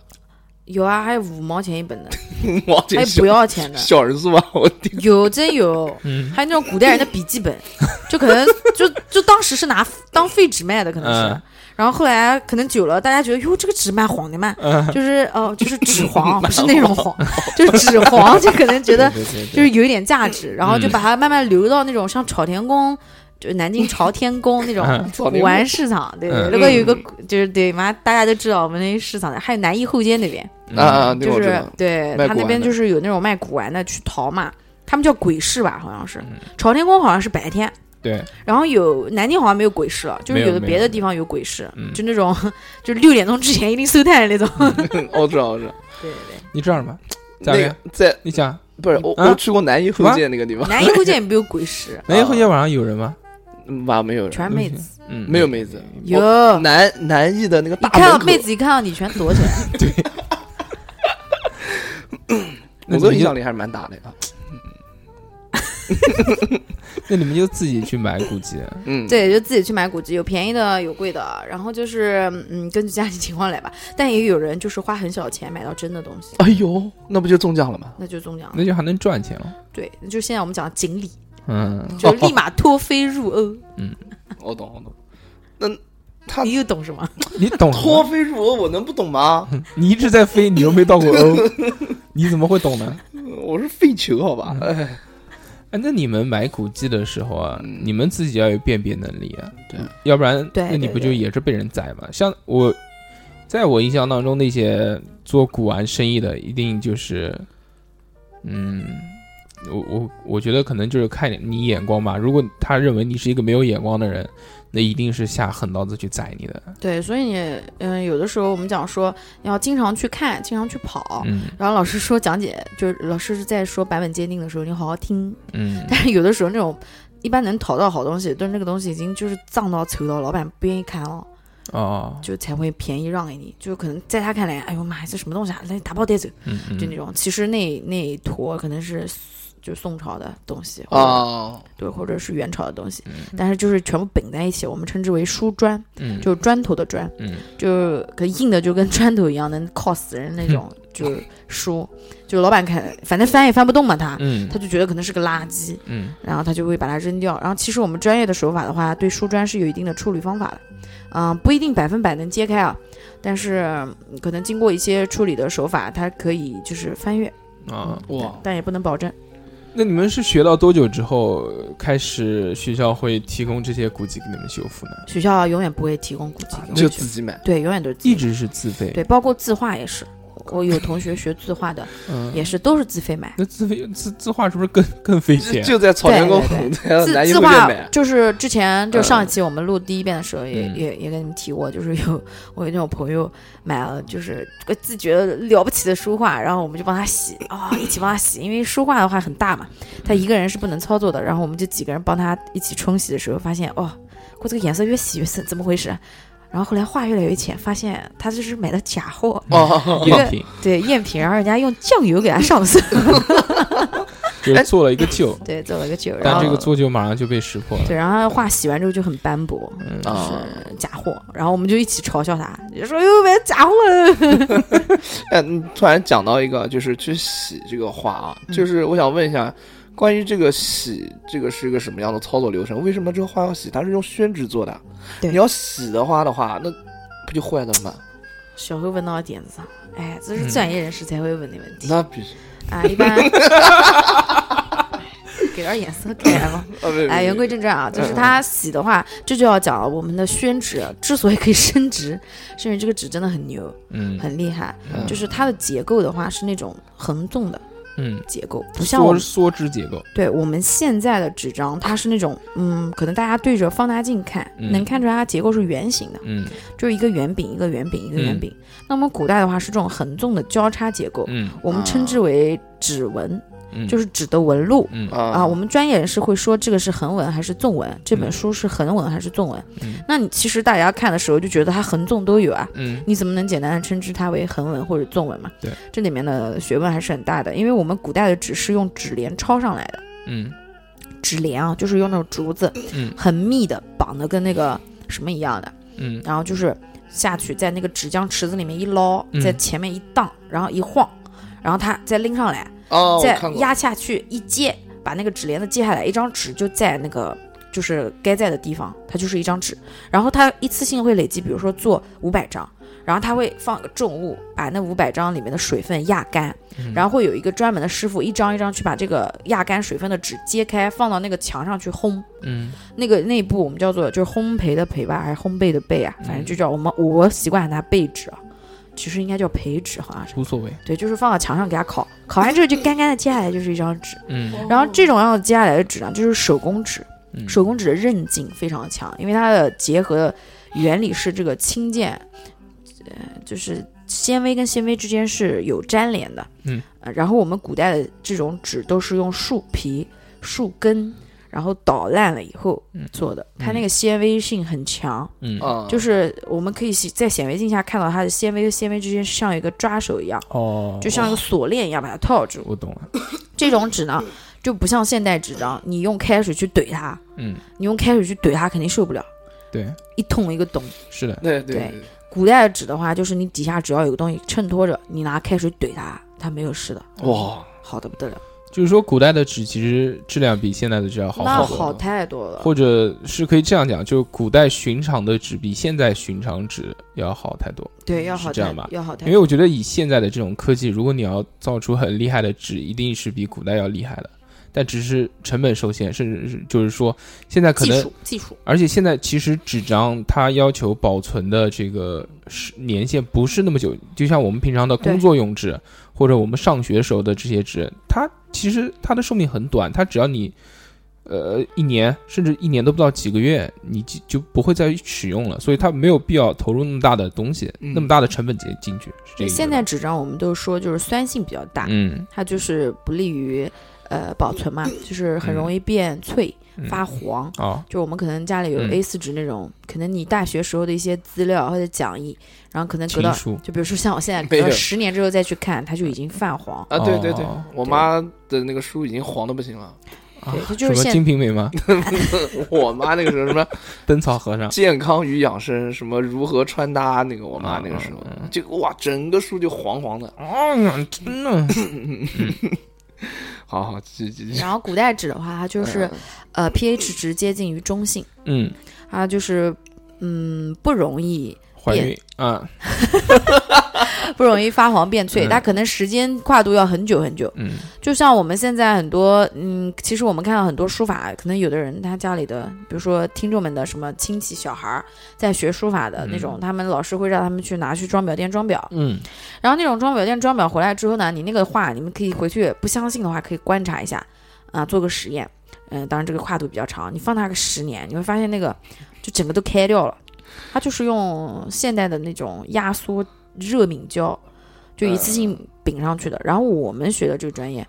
S3: 有啊，还有五毛钱一本的，
S4: 哇，
S3: 还
S4: 这
S3: 有
S4: 小
S3: 不要钱的，
S4: 小人书吧？我的天，
S3: 有真有。
S1: 嗯，
S3: 还有那种古代人的笔记本， 就可能就就当时是拿当废纸卖的，可能是。
S1: 嗯
S3: 然后后来可能久了，大家觉得哟，这个纸卖黄的嘛，
S1: 嗯
S3: 就是哦、就是纸 黄，不是那种黄，就是纸黄，就可能觉得
S1: 对对对
S3: 就是有一点价
S1: 嗯
S3: 值，然后就把它慢慢流到那种像朝天宫，就南京朝天宫那 种
S1: 嗯
S4: 草
S3: 古
S4: 莓
S3: 玩市场，对，
S1: 嗯
S3: 那个有一个就是对嘛，大家都知道我们那市场的，还有南艺后街那边，
S1: 嗯
S4: 啊啊，那个
S3: 就
S4: 我知
S3: 是
S4: 道，
S3: 对
S4: 卖
S3: 他
S4: 古
S3: 那
S4: 玩
S3: 边
S4: 的
S3: 就是有那种卖古玩的去淘嘛，他们叫鬼市吧，好像是。朝天宫好像是白天，
S1: 对，
S3: 然后有南京好像没有鬼市了，就是
S1: 没有
S3: 有的
S1: 没
S3: 别
S1: 有
S3: 的地方有鬼市，
S1: 嗯
S3: 就那种就六点钟之前一定收摊的那种。
S4: 我哦知道，我知道。
S3: 对对对，
S1: 你这样吧，咋
S4: 那
S1: 样
S4: 个在
S1: 你讲
S4: 不是我，
S1: 啊
S4: 我去过南一后街那个地 方，
S3: 南一附近也没有鬼市，
S1: 南京后街晚上有人吗？
S4: 嗯吧没有人，
S3: 全是妹子。
S1: 啊嗯，
S4: 没有妹子。
S3: 有，
S4: 我南南艺哦的那个
S3: 嗯你
S4: 大
S3: 看到啊
S4: 门口
S3: 妹，子一看到你全躲起来。
S1: 那你
S4: 我
S1: 们
S4: 的
S1: 就
S4: 影响力还是蛮大的呀。
S1: 那你们就自己去买，估 计
S4: 嗯，
S3: 对，就自己去买古籍，有便宜的，有贵的，然后就是嗯，根据家庭情况来吧。但也有人就是花很少的钱买到真的东西，
S4: 哎呦，那不就中奖了吗？
S3: 那就中奖了。
S1: 那就还能赚钱了。
S3: 对，就现在我们讲锦鲤，
S1: 嗯，
S3: 就立 马脱飞入 欧。
S4: 我懂，我懂。那他
S3: 你又懂什么？
S1: 你 懂什
S4: 脱
S1: 么？
S4: 飞入欧，我能不懂吗？
S1: 你一直在飞，你又没到过 欧，你怎么会懂呢？
S4: 我是废球，好吧？哎，
S1: 哎，那你们买古迹的时候啊，
S4: 嗯
S1: 你们自己要有辨别能力啊，
S4: 对，
S1: 要不然
S3: 对
S1: 那你
S3: 对
S1: 不就
S3: 对
S1: 也是被人宰吗？像我，在我印象当中，那些做古玩生意的，一定就是，嗯，我我我觉得可能就是看你眼光吧。如果他认为你是一个没有眼光的人，那一定是下狠刀子去宰你的。
S3: 对，所以你嗯，有的时候我们讲说要经常去看，经常去跑。
S1: 嗯
S3: 然后老师说讲解，就是老师是在说版本鉴定的时候，你好好听。
S1: 嗯，
S3: 但是有的时候那种一般能淘到好东西，但是那个东西已经就是脏到臭到，老板不愿意看了，
S1: 哦，
S3: 就才会便宜让给你。就可能在他看来，哎呦妈呀，这什么东西啊，来打包带走，
S1: 嗯嗯，
S3: 就那种。其实那那一坨可能是就宋朝的东西，
S4: 啊，
S3: 对，或者是元朝的东西，但是就是全部绑在一起，我们称之为书砖，
S1: 嗯
S3: 就是砖头的砖。
S1: 嗯
S3: 就可硬的就跟砖头一样，能靠死人那种，就是书，就老板看，反正翻也翻不动嘛他，
S1: 嗯
S3: 他就觉得可能是个垃圾，
S1: 嗯
S3: 然后他就会把它扔掉。然后其实我们专业的手法的话，对书砖是有一定的处理方法的，嗯、不一定百分百能揭开啊，但是嗯可能经过一些处理的手法，它可以就是翻阅，
S1: 啊，
S4: 哇，
S3: 但也不能保证。
S1: 那你们是学到多久之后呃开始学校会提供这些古迹给你们修复呢？
S3: 学校永远不会提供古籍给我
S4: 就
S3: 们
S4: 自己买。
S3: 对，永远都是自己
S1: 一直是自费，
S3: 对，包括字画也是。我有同学学字画的，
S1: 嗯，
S3: 也是都是自费买。
S1: 那自费自自画是不是更更费
S4: 就
S1: 钱？啊
S4: 就在草原宫
S3: 对对，
S4: 在
S3: 自
S4: 南一
S3: 自
S4: 后街
S3: 画
S4: 买。
S3: 就是之前就上一期我们录第一遍的时候也、
S1: 嗯
S3: 也也跟你们提过，就是有我有那种朋友买了就是个自觉得了不起的书画，然后我们就帮他洗啊、一起帮他洗，因为书画的话很大嘛，他一个人是不能操作的，然后我们就几个人帮他一起冲洗的时候，发现哦，我这个颜色越洗越深，怎么回事？然后后来画越来越浅，发现他这是买的假货，
S4: 哦，
S3: 对
S1: 赝品，
S3: 对赝品，然后人家用酱油给他上色，
S1: 就是做了一个旧，
S3: 对，做了 个酒，然
S1: 但
S3: 后
S1: 这个做旧马上就被识破了。
S3: 对，然后画洗完之后就很斑驳，
S1: 嗯
S4: 啊
S3: 是假货，然后我们就一起嘲笑他，就说又买假货了。
S4: 哎，你突然讲到一个，就是去洗这个画啊，
S3: 嗯
S4: 就是我想问一下，关于这个洗，这个是一个什么样的操作流程？为什么这个画要洗？它是用宣纸做的，啊
S3: 对
S4: 你要洗的话的话，那不就坏了吗？
S3: 小黑问到了点子上，哎，这
S1: 嗯
S3: 是专业人士才会问的问题、
S4: 那必须
S3: 啊，一般 给点颜色可爱吗？
S4: 啊，没有
S3: 哎，
S4: 没有
S3: 言归正传
S1: 嗯
S3: 啊，就是它洗的话，这就要讲我们的宣纸啊之所以可以升值，是因为这个纸真的很牛，
S1: 嗯
S3: 很厉害。
S1: 嗯
S3: 就是它的结构的话是那种横纵的
S1: 嗯，
S3: 结构，不像我
S1: 缩
S3: 们
S1: 缩枝结构，
S3: 对我们现在的纸张，它是那种，嗯，可能大家对着放大镜看，
S1: 嗯
S3: 能看出来它结构是圆形的，
S1: 嗯
S3: 就是一个圆饼，一个圆饼，一个圆
S1: 嗯
S3: 饼。那么古代的话是这种横纵的交叉结构，
S1: 嗯
S3: 我们称之为指纹，
S1: 嗯，
S3: 就是纸的纹路。
S1: 嗯
S4: 啊
S3: 啊，我们专业人士会说这个是横纹还是纵纹，这本书是横纹还是纵纹。
S1: 嗯
S3: 那你其实大家看的时候就觉得它横纵都有啊，
S1: 嗯
S3: 你怎么能简单的称之它为横纹或者纵纹嘛？
S1: 对，
S3: 这里面的学问还是很大的，因为我们古代的纸是用纸帘抄上来的。
S1: 嗯
S3: 纸帘啊，就是用那种竹子，
S1: 嗯
S3: 很密的绑的跟那个什么一样的，
S1: 嗯
S3: 然后就是下去在那个纸浆池子里面一捞，
S1: 嗯
S3: 在前面一荡，然后一晃，然后它再拎上来，
S4: 哦，我
S3: 再
S4: 看过
S3: 压下去一接，把那个纸帘子接下来，一张纸就在那个。就是该在的地方，它就是一张纸，然后它一次性会累积，比如说做五百张，然后它会放个重物，把那五百张里面的水分压干，
S1: 嗯
S3: 然后会有一个专门的师傅一张一张去把这个压干水分的纸揭开，放到那个墙上去烘。
S1: 嗯
S3: 那个那一步我们叫做就是烘焙的焙吧，还是烘焙的焙啊？反正就叫我们我习惯喊它焙纸啊，其实应该叫焙纸，好像是。
S1: 无所谓，
S3: 对，就是放到墙上给它烤，烤完之后就干干的，接下来就是一张纸。
S1: 嗯
S3: 然后这种样接下来的纸呢，就是手工纸，
S1: 嗯
S3: 手工纸的韧劲非常强，因为它的结合的原理是这个氢键，呃，就是纤维跟纤维之间是有粘连的。
S1: 嗯
S3: 呃，然后我们古代的这种纸都是用树皮、树根，然后捣烂了以后
S1: 嗯
S3: 做的，它那个纤维性很强。
S1: 嗯
S4: 啊，
S3: 就是我们可以显在显微镜下看到它的纤维和纤维之间是像一个抓手一样，
S1: 哦，
S3: 就像一个锁链一样把它套住。
S1: 我懂了，
S3: 这种纸呢，就不像现代纸张，你用开水去怼它，
S1: 嗯，
S3: 你用开水去怼它肯定受不了，
S1: 对，
S3: 一捅一个洞。
S1: 是的，
S4: 对对
S3: 对古代的纸的话，就是你底下只要有个东西衬托着，你拿开水怼它，它没有事的，
S4: 对，哇，
S3: 好的不得了，
S1: 就是说古代的纸其实质量比现在的纸要好
S3: 那
S1: 很多
S3: 好太多了。
S1: 或者是可以这样讲，就古代寻常的纸比现在寻常纸要好太多。
S3: 对，要好
S1: 是这
S3: 太
S1: 样吧
S3: 要好太
S1: 因为我觉得以现在的这种科技，如果你要造出很厉害的纸，一定是比古代要厉害的，但只是成本受限，甚至是就是说现在可
S3: 技
S1: 能，
S3: 术技术
S1: 而且现在其实纸张它要求保存的这个时年限不是那么久，就像我们平常的工作用纸或者我们上学时候的这些纸，它其实它的寿命很短，它只要你。呃，一年甚至一年都不到几个月，你就就不会再使用了，所以它没有必要投入那么大的东西，
S4: 嗯
S1: 那么大的成本进进去。是这个意思
S3: 现
S1: 吧
S3: 在纸张我们都说就是酸性比较大，
S1: 嗯，
S3: 它就是不利于呃保存嘛，就是很容易变脆、
S1: 嗯
S3: 发黄。
S1: 哦，
S3: 就我们可能家里有
S1: 嗯
S3: A 4纸那种，可能你大学时候的一些资料或者讲义，然后可能隔
S1: 情
S3: 到，
S1: 书，
S3: 就比如说像我现在
S4: 没
S3: 隔
S4: 有
S3: 了十年之后再去看，它就已经泛黄。
S4: 啊，对对对
S1: 哦，
S4: 我妈的那个书已经黄的不行了。
S3: 对，这
S1: 哦什
S3: 就是
S1: 么《
S3: 现
S1: 金瓶梅》吗？
S4: 我妈那个时候什么
S1: 灯草和尚，
S4: 健康与养生，什么如何穿搭，那个我妈那个时候
S1: 嗯嗯嗯
S4: 就哇，整个书就黄黄的。 嗯
S1: 嗯，真的，
S4: 好好，继续继续。
S3: 然后古代纸的话，它
S4: 嗯
S3: 就是呃 pH 值接近于中性，
S1: 嗯，
S3: 它就是嗯不容易
S1: 怀孕啊，
S3: 不容易发黄变脆，
S1: 嗯
S3: 它可能时间跨度要很久很久。
S1: 嗯
S3: 就像我们现在很多嗯，其实我们看到很多书法，可能有的人他家里的，比如说听众们的什么亲戚小孩儿在学书法的那种，他们老师会让他们去拿去装裱店装裱，
S1: 嗯
S3: 然后那种装裱店装裱回来之后呢，你那个画，你们可以回去不相信的话，可以观察一下，啊、做个实验。嗯、当然这个跨度比较长，你放大个十年，你会发现那个就整个都开掉了。它就是用现代的那种压缩热敏胶，就一次性饼上去的。然后我们学的这个专业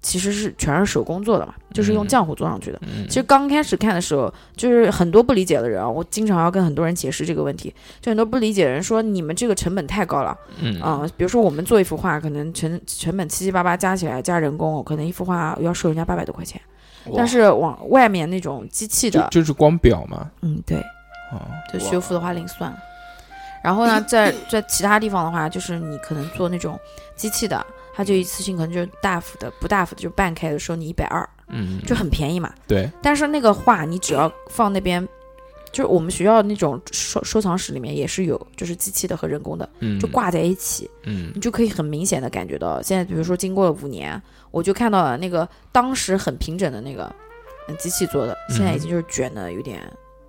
S3: 其实是全是手工做的嘛，就是用
S1: 嗯
S3: 浆糊做上去的。
S1: 嗯，
S3: 其实刚开始看的时候，就是很多不理解的人啊，我经常要跟很多人解释这个问题，就很多不理解的人说你们这个成本太高了。
S1: 嗯
S3: 啊、比如说我们做一幅画，可能成成本七七八八加起来加人工，可能一幅画要收人家八百多块钱。但是往外面那种机器
S1: 就
S3: 的，
S1: 就是光表嘛，
S3: 嗯，对，
S1: 哦，
S3: 就修复的话另算了。然后呢，在在其他地方的话，就是你可能做那种机器的，它就一次性可能就大幅的，不大幅的就半开的收你一百二，
S1: 嗯，
S3: 就很便宜嘛。
S1: 对，
S3: 但是那个画你只要放那边，就是我们学校那种收收藏室里面也是有，就是机器的和人工的，
S1: 嗯，
S3: 就，挂在一起。
S1: 嗯
S3: 你就可以很明显的感觉到，现在比如说经过了五年，我就看到了那个当时很平整的那个嗯机器做的，
S1: 嗯
S3: 现在已经就是卷的有点，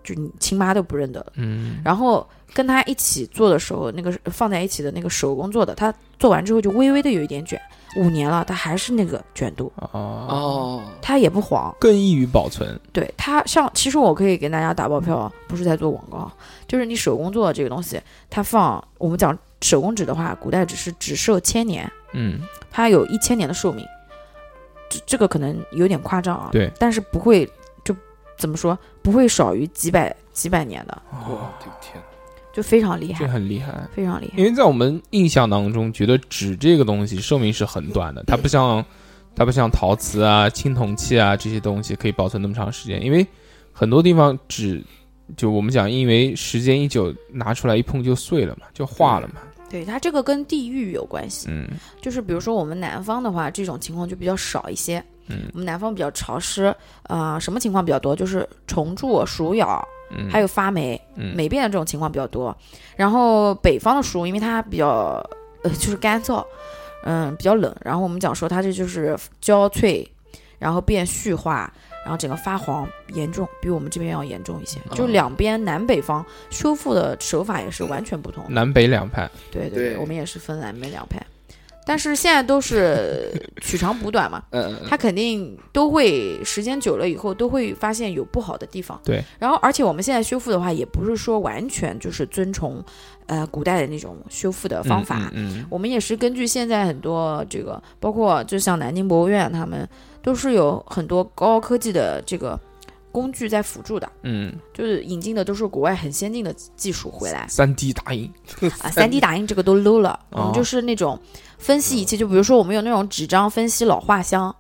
S3: 就你亲妈都不认得了。
S1: 嗯，
S3: 然后跟他一起做的时候，那个放在一起的那个手工做的，他做完之后就微微的有一点卷，五年了，它还是那个卷度，
S1: 哦，
S4: 哦，
S3: 它也不黄。
S1: 更易于保存，
S3: 对它像，其实我可以给大家打包票，啊不是在做广告，啊就是你手工做的这个东西，它放我们讲手工纸的话，古代只是只寿千年，
S1: 嗯，
S3: 它有一千年的寿命，这这个可能有点夸张啊。
S1: 对，
S3: 但是不会就怎么说，不会少于几百几百年的，
S4: 我
S1: 哦，
S4: 的天，
S3: 就非常厉
S1: 这
S3: 害，
S1: 很厉害。
S3: 非常厉害
S1: 因。为在我们印象当中，觉得纸这个东西寿命是很短的，它不像它不像陶瓷啊、青铜器啊这些东西可以保存那么长时间。因为很多地方纸，就我们讲，因为时间一久拿出来一碰就碎了嘛，就化了嘛。
S3: 对它这个跟地域有关系，
S1: 嗯
S3: 就是比如说我们南方的话，这种情况就比较少一些。
S1: 嗯
S3: 我们南方比较潮湿，啊，什么情况比较多？就是虫蛀、鼠咬，
S1: 嗯，
S3: 还有发霉、
S1: 嗯
S3: 霉变的这种情况比较多。然后北方的鼠，因为它比较呃 就是干燥，嗯，比较冷。然后我们讲说它这就是焦脆，然后变絮化，然后整个发黄严重，比我们这边要严重一些。就
S1: 哦
S3: 两边南北方修复的手法也是完全不同的。
S1: 南北两派，
S3: 对对
S4: 对
S3: 我们也是分南北两派。但是现在都是 取长补短嘛，
S4: 嗯嗯
S3: 它肯定都会时间久了以后都会发现有不好的地方。
S1: 对，
S3: 然后而且我们现在修复的话，也不是说完全就是遵从呃古代的那种修复的方法，
S1: 嗯，
S3: 我们也是根据现在很多这个，包括就像南京博物院，他们都是有很多高科技的这个工具在辅助的，
S1: 嗯嗯，
S3: 就是引进的都是国外很先进的技术回来
S1: 三 D 打印，
S3: 啊。三 D 打印这个都 low 了，我
S1: 哦
S3: 们就是那种分析
S4: 嗯
S3: 仪器，就比如说我们有那种纸张分析老画像。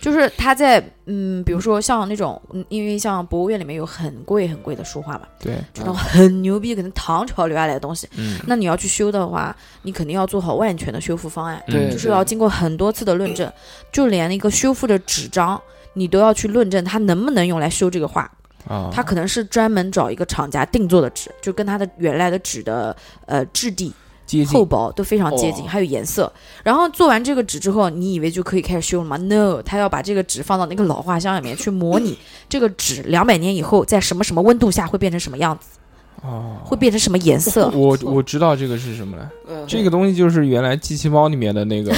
S3: 就是它在嗯，比如说像那种，嗯因为像博物院里面有很贵很贵的书画嘛，
S1: 对，
S3: 就那
S4: 嗯
S3: 种很牛逼，可能唐朝留下来的东西，
S1: 嗯，
S3: 那你要去修的话，你肯定要做好万全的修复方案。
S4: 对
S1: 嗯
S3: 就是要经过很多次的论证，就连一个修复的纸张，你都要去论证它能不能用来修这个画。
S1: 啊，
S4: 哦
S3: 它可能是专门找一个厂家定做的纸，就跟它的原来的纸的呃质地、
S1: 接
S3: 厚
S1: 近，
S3: 薄都非常接近，
S4: 哦
S3: 还有颜色。然后做完这个纸之后，你以为就可以开始修了吗？No，它要把这个纸放到那个老画箱里面去模 拟这个纸两百年以后在什么什么温度下会变成什么样子，
S1: 哦，
S3: 会变成什么颜 色。
S1: 我我知道这个是什么了，
S4: 嗯，
S1: 这个东西就是原来机器猫里面的那 个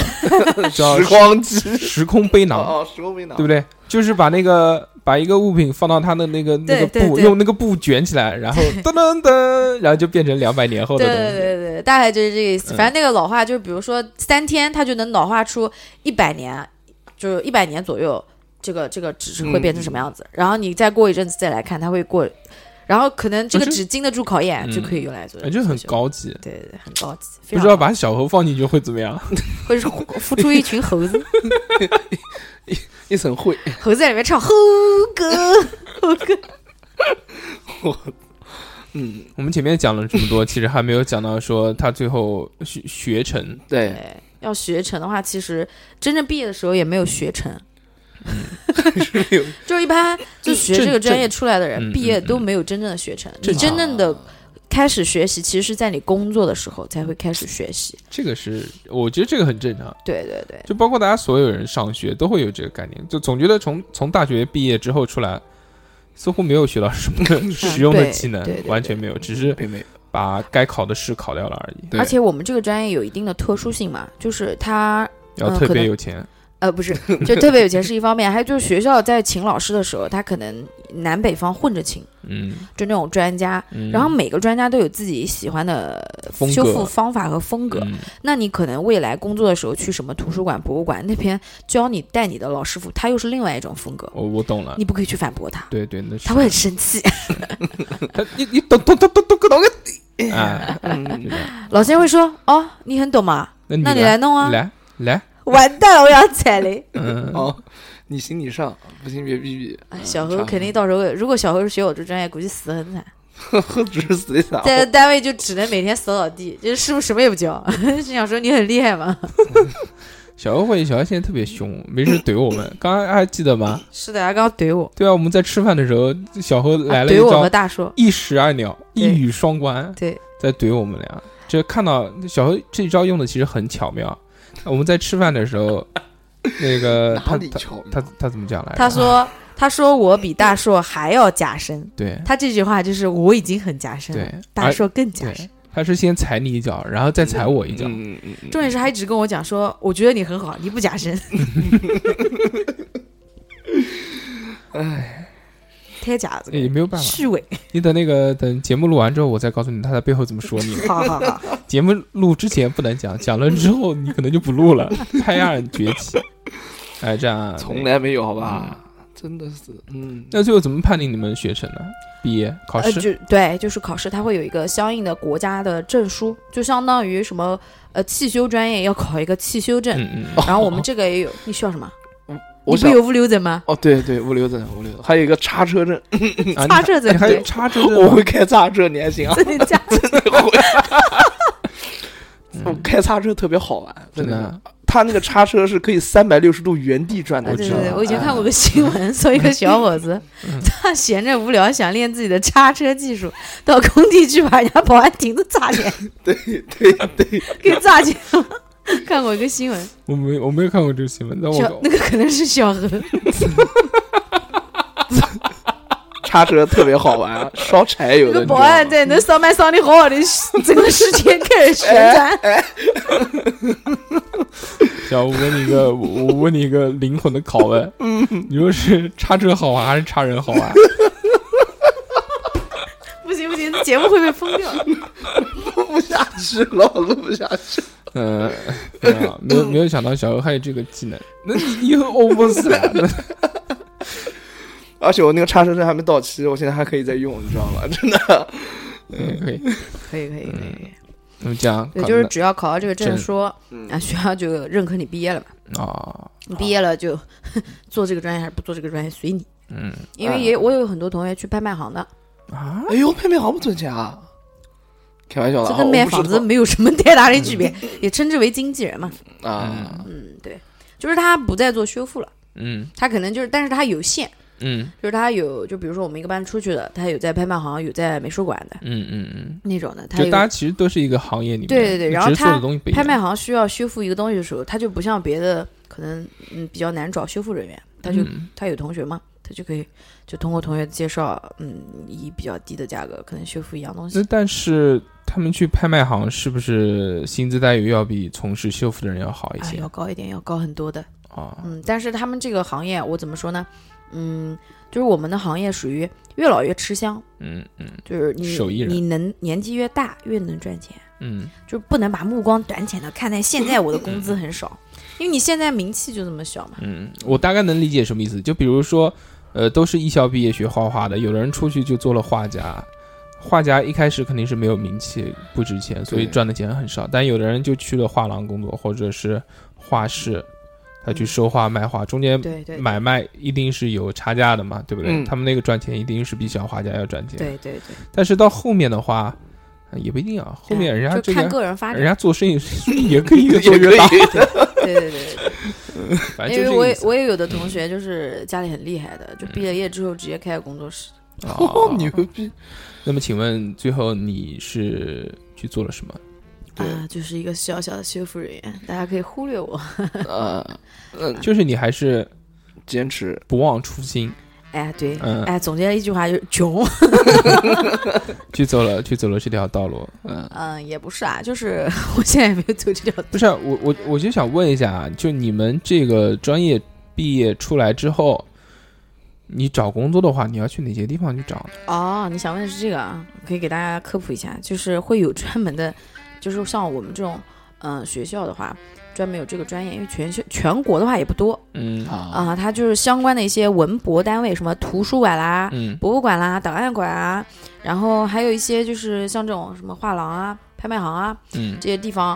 S1: 叫
S4: 时光机，
S1: 时空背囊，
S4: 哦，哦时光背囊，
S1: 对不对？就是把那个把一个物品放到它的那个那个
S3: 对对
S1: 布，
S3: 对
S1: 用那个布卷起来，然 后噔噔噔，然后就变成两百年后的
S3: 对
S1: 东
S3: 对
S1: 西。
S3: 对对，大概就是这个意思。
S1: 嗯
S3: 反正那个老化就是，比如说三天，它就能老化出一百年，就是一百年左右，这个这个纸是会变成什么样
S1: 嗯
S3: 子。然后你再过一阵子再来看，它会过，然后可能这个
S1: 不是
S3: 纸经得住考验，
S1: 嗯
S3: 就可以用来做。
S1: 感觉很。高级，
S3: 对对，对很高级，非
S1: 不
S3: 常
S1: 知道把小猴放进去会怎么样？
S3: 会孵出一群猴 子，
S4: 一层灰，
S3: 猴子在里面 唱猴歌，
S4: 嗯，
S1: 我们前面讲了这么多，其实还没有讲到说他最后学学成，
S4: 对，
S3: 对，要学成的话，其实真正毕业的时候也没有学成。嗯 就是一般就学这个专业出来的
S1: 嗯
S3: 人，毕业
S1: 嗯
S3: 都没有真正的学成。
S1: 正
S3: 你
S1: 常
S3: 真正的
S4: 啊
S3: 开始学习，其实是在你工作的时候才会开始学习。
S1: 这个是我觉得这个很正常。
S3: 对对对，
S1: 就包括大家所有人上学都会有这个概念，就总觉得从从大学毕业之后出来，似乎没有学到什么实用的
S3: 嗯对
S1: 技
S3: 对对
S1: 能，
S3: 对
S1: 完全没有，只是
S4: 并没有，
S1: 把该考的试考掉了而已。
S4: 对
S3: 而且我们这个专业有一定的特殊性嘛，就是它
S1: 要
S3: 嗯
S1: 特
S3: 可
S1: 别
S3: 能
S1: 有钱，
S3: 呃不是 就特别有钱是一方面，还有就是学校在请老师的时候，他可能南北方混着请，
S1: 嗯，
S3: 就那种专家，
S1: 嗯
S3: 然后每个专家都有自己喜欢的
S1: 风
S3: 修
S1: 格
S3: 复方法和风格。
S1: 嗯
S3: 那你可能未来工作的时候去什么图书馆、博物馆那边教你带你的老师傅，他又是另外一种风格，
S1: 我我懂了
S3: 你，不可以去反驳他，
S1: 对对，那是
S3: 他会很生气。
S1: 他你你懂懂懂懂懂懂个啊，
S4: 嗯，
S3: 老先生会说：“哦，你很懂嘛，
S1: 那你
S3: 那你
S1: 来
S3: 来弄啊。
S1: 来来，”
S3: 完蛋了，我要 踩雷。
S1: 嗯，
S4: 哦，你行你上，不行别逼 逼，
S3: 哎小何肯定到时候，如果小何学我这专业，估计死得很惨，
S4: 喝只是死一嗓，
S3: 在单位就只能每天扫扫地，这师傅什么也不教， 就想说你很厉害嘛。
S1: 小欧会小欧现在特别凶，没事怼我们，刚刚还记得吗？
S3: 是的，他刚刚怼我，
S1: 对啊，我们在吃饭的时候，小何
S3: 啊
S1: 来了一
S3: 怼我
S1: 招
S3: 和大叔，
S1: 一石二鸟，一
S3: 对
S1: 语双关，
S3: 对，
S1: 在怼我们俩。这看到小何这招用的其实很巧妙。我们在吃饭的时 候，那个
S4: 哪
S1: 他
S4: 里
S1: 他
S4: 巧妙
S1: 他他怎么讲来着？
S3: 他说。他说我比大硕还要加深，
S1: 对
S3: 他这句话就是我已经很加深了
S1: 对，，
S3: 大
S1: 而
S3: 硕更加深
S1: 对。，他是先踩你一脚，然后再踩我一脚。
S4: 嗯嗯嗯，
S3: 重点是还一直跟我讲说，我觉得你很好，你不加 深。哎，太假子
S1: 哎也
S3: 了，
S1: 没有办法，
S3: 虚伪。
S1: 你等那个等节目录完之后，我再告诉你他在背后怎么说 你。
S3: 好好好，
S1: 节目录之前不能讲，讲了之后你可能就不录 了，拍案崛起。哎，这样
S4: 从来没有好吧，真的是，啊嗯，
S1: 那最后怎么判定你们学成呢？毕业 考
S3: 呃，
S1: 试？
S3: 就对，就是考试，它会有一个相应的国家的证书，就相当于什么呃汽修专业要考一个汽修证，
S1: 嗯嗯，
S3: 然后我们这个也有，你需要什么？你
S4: 我
S3: 不
S4: 想。
S3: 有 物流证吗？
S4: 哦，对对，物流证，物流证，还有一个叉车证， 嗯
S1: 啊你
S3: 擦这
S1: 你
S3: 嘴
S1: 还
S3: 对，
S1: 插着
S4: 我会开叉车，你还行啊？
S3: 自己加
S4: 我开叉车特别好玩，真
S1: 嗯真的
S4: 的。啊他那个叉车是可以三百六十度原地转
S3: 啊，
S4: 的，
S1: 我
S3: 对
S1: 知
S3: 对对，
S1: 道
S3: 我以前看过个新闻，说一个嗯小伙子， 他闲着无聊想练自己的叉车技术，到工地去把人家保安亭子炸脸，
S4: 对对，
S3: 给炸起来了。看过一个新闻，
S1: 我没我没有看过这个新闻，但
S3: 小
S1: 我
S3: 那个可能是小何，
S4: 叉车特别好 玩，烧柴
S3: 那
S4: 油的。
S3: 个
S4: 你
S3: 保
S4: 知道吗
S3: 安在那上
S4: 哎
S3: 班上的好好的，整个世界开始旋转。
S1: 小吴问你一个，我我问你一个灵魂的拷 问，
S3: 嗯
S1: 你说是叉车好玩还是叉人好玩？
S3: 不行不行，节目会被封 掉。
S4: 录不下去了，我录不下去。
S1: 嗯，对啊没有没有想到小欧还有这个技能，那你以后欧不死了。
S4: 而且我那个叉车证还没到期，我现在还可以再用，你知道吗？ 真的。
S1: 嗯，可以。
S3: 可以可以可以，
S1: 那么讲，
S3: 对，就是只要考到这个证
S1: 证
S3: 说，
S4: 嗯
S3: 啊，学校就认可你毕业了嘛。
S1: 啊，
S3: 你毕业了就 做这个专业还是不做这个专业随你，
S1: 嗯
S3: 因为也我有很多同学去拍卖行的，
S1: 啊，
S4: 哎呦，拍卖行不存钱啊？开玩笑
S1: 哦
S4: 的
S3: 这
S4: 啊，
S3: 跟
S4: 我
S3: 卖
S4: 不知
S3: 房子
S4: 道
S3: 没有什么太
S1: 嗯
S3: 大的区别，也称之为经纪人嘛。
S4: 啊，
S3: 嗯，对，就是他不再做修复了，
S1: 嗯
S3: 他可能就是，但是他有限，
S1: 嗯
S3: 就是他有，就比如说我们一个班出去的，他有在拍卖行，有在美术馆的
S1: 嗯嗯嗯，
S3: 那种的，他
S1: 就大家
S3: 有
S1: 其实都是一个行业里面，
S3: 对对对
S1: 你
S3: 然后
S1: 只是做
S3: 他
S1: 的东西不一
S3: 拍
S1: 样。
S3: 卖行需要修复一个东西的时候，他就不像别的可能嗯比较难找修复人员，他就
S1: 嗯
S3: 他有同学嘛，他就可以就通过同学的介绍，嗯，以比较低的价格可能修复一样东
S1: 那
S3: 西。
S1: 但是他们去拍卖行是不是薪资待遇要比从事修复的人要好一
S3: 啊，
S1: 些
S3: 要高一点，要高很多的。
S1: 啊？
S3: 嗯，但是他们这个行业，我怎么说呢？嗯，就是我们的行业属于越老越吃香，
S1: 嗯嗯
S3: 就是你
S1: 手艺人
S3: 你能年纪越大越能赚钱，
S1: 嗯
S3: 就是不能把目光短浅的看待现在我的工资很少，因为你现在名气就这么小嘛。
S1: 嗯，我大概能理解什么意思。就比如说，呃，都是艺校毕业学画画的，有的人出去就做了画家。画家一开始肯定是没有名气，不值钱，所以
S4: 对
S1: 赚的钱很少。但有的人就去了画廊工作，或者是画室，他去收画卖画，中间
S3: 嗯对对
S1: 买卖一定是有差价的嘛，对不对？
S4: 嗯
S1: 他们那个赚钱一定是比小画家要赚钱。
S3: 对对对，
S1: 但是到后面的话，呃也不一定啊。后面人家
S3: 就
S1: 这
S3: 看
S1: 个，
S3: 个人发
S1: 人
S3: 展。
S1: 家做 生意也可以越
S4: 也
S1: 做越大，
S4: 可以
S3: 对对对对
S1: 反
S3: 对，
S1: 正就这
S3: 因为哎我
S1: 个意
S3: 也
S1: 思。嗯
S3: 我也有的同学就是家里很厉害的，就毕了业之后直接开了工作室。
S1: 哦
S4: 牛逼！
S1: 那么，请问最后你是去做了什么？
S4: 对
S3: 啊，就是一个小小的修复人员，大家可以忽略我。
S4: 呃，嗯，
S1: 就是你还是
S4: 坚持
S1: 不忘初心，
S3: 哎，对，
S1: 嗯
S3: 哎，总结了一句话就是穷。
S1: 去走了去走了这条道路。
S4: 嗯，
S3: 嗯，也不是啊，就是 我现在也没有走这条路。
S1: 不是啊、我我我就想问一下啊，就你们这个专业毕业出来之后，你找工作的话，你要去哪些地方去找呢？
S3: 哦，你想问的是这个啊？可以给大家科普一下，就是会有专门的，就是像我们这种嗯、学校的话，专门有这个专业，因为全校全国的话也不多
S1: 嗯
S4: 啊，
S3: 啊、它就是相关的一些文博单位，什么图书馆啦、
S1: 嗯
S3: 博物馆啦、档案馆啊，然后还有一些就是像这种什么画廊啊、拍卖行啊
S1: 嗯
S3: 这些地方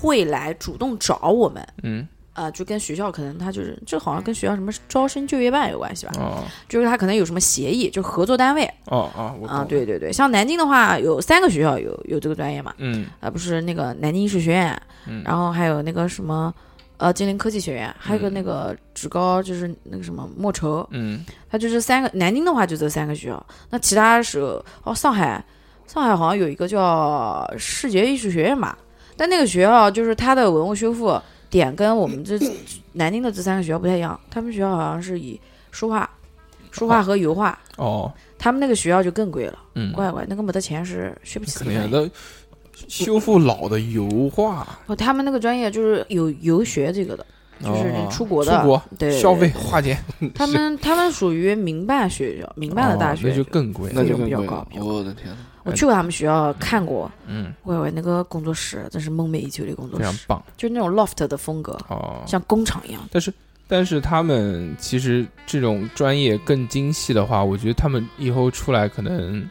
S3: 会来主动找我们。
S1: 嗯
S3: 啊、就跟学校可能他就是，这好像跟学校什么招生就业办有关系吧？
S1: 哦
S3: 就是他可能有什么协议，就合作单位
S1: 哦哦，我懂
S3: 啊，
S1: 了，
S3: 对对对，像南京的话，有三个学校有有这个专业嘛，
S1: 嗯
S3: 啊，不是那个南京艺术学院，
S1: 嗯，
S3: 然后还有那个什么，呃，金陵科技学院，还有个
S1: 嗯
S3: 那个职高，就是那个什么莫愁，
S1: 嗯
S3: 它就是三个，南京的话就这三个学校，那其他时候哦，上海，上海好像有一个叫视觉艺术学院吧，但那个学校就是它的文物修复点跟我们这 南京的这三个学校不太一样，他们学校好像是以书画、书画和油画。
S1: 哦
S3: 他们那个学校就更贵了，
S1: 嗯，
S3: 乖乖，那个没得钱是学不起
S1: 可
S3: 的
S1: 能
S3: 专业。
S1: 要都修复老的油画，
S3: 哦，他们那个专业就是有游学这个的，就是
S1: 哦
S3: 出国的
S1: 出国
S3: 对对
S1: 消费花钱，
S3: 他们他们属于民办学校，民办的大
S1: 哦
S3: 学。
S1: 那就更贵，
S4: 那就
S3: 费用
S4: 更
S3: 比较
S4: 贵
S3: 高
S4: 了
S3: 比较高
S4: 哦我的 天呐，
S3: 我去过他们学校看过，
S1: 嗯，
S3: 乖乖，那个工作室真是梦寐以求的工作
S1: 非常
S3: 室，
S1: 棒
S3: 就那种 loft 的风格，
S1: 哦。
S3: 像工厂一样。
S1: 但是但是他们其实这种专业更精细的话，我觉得他们以后出来可能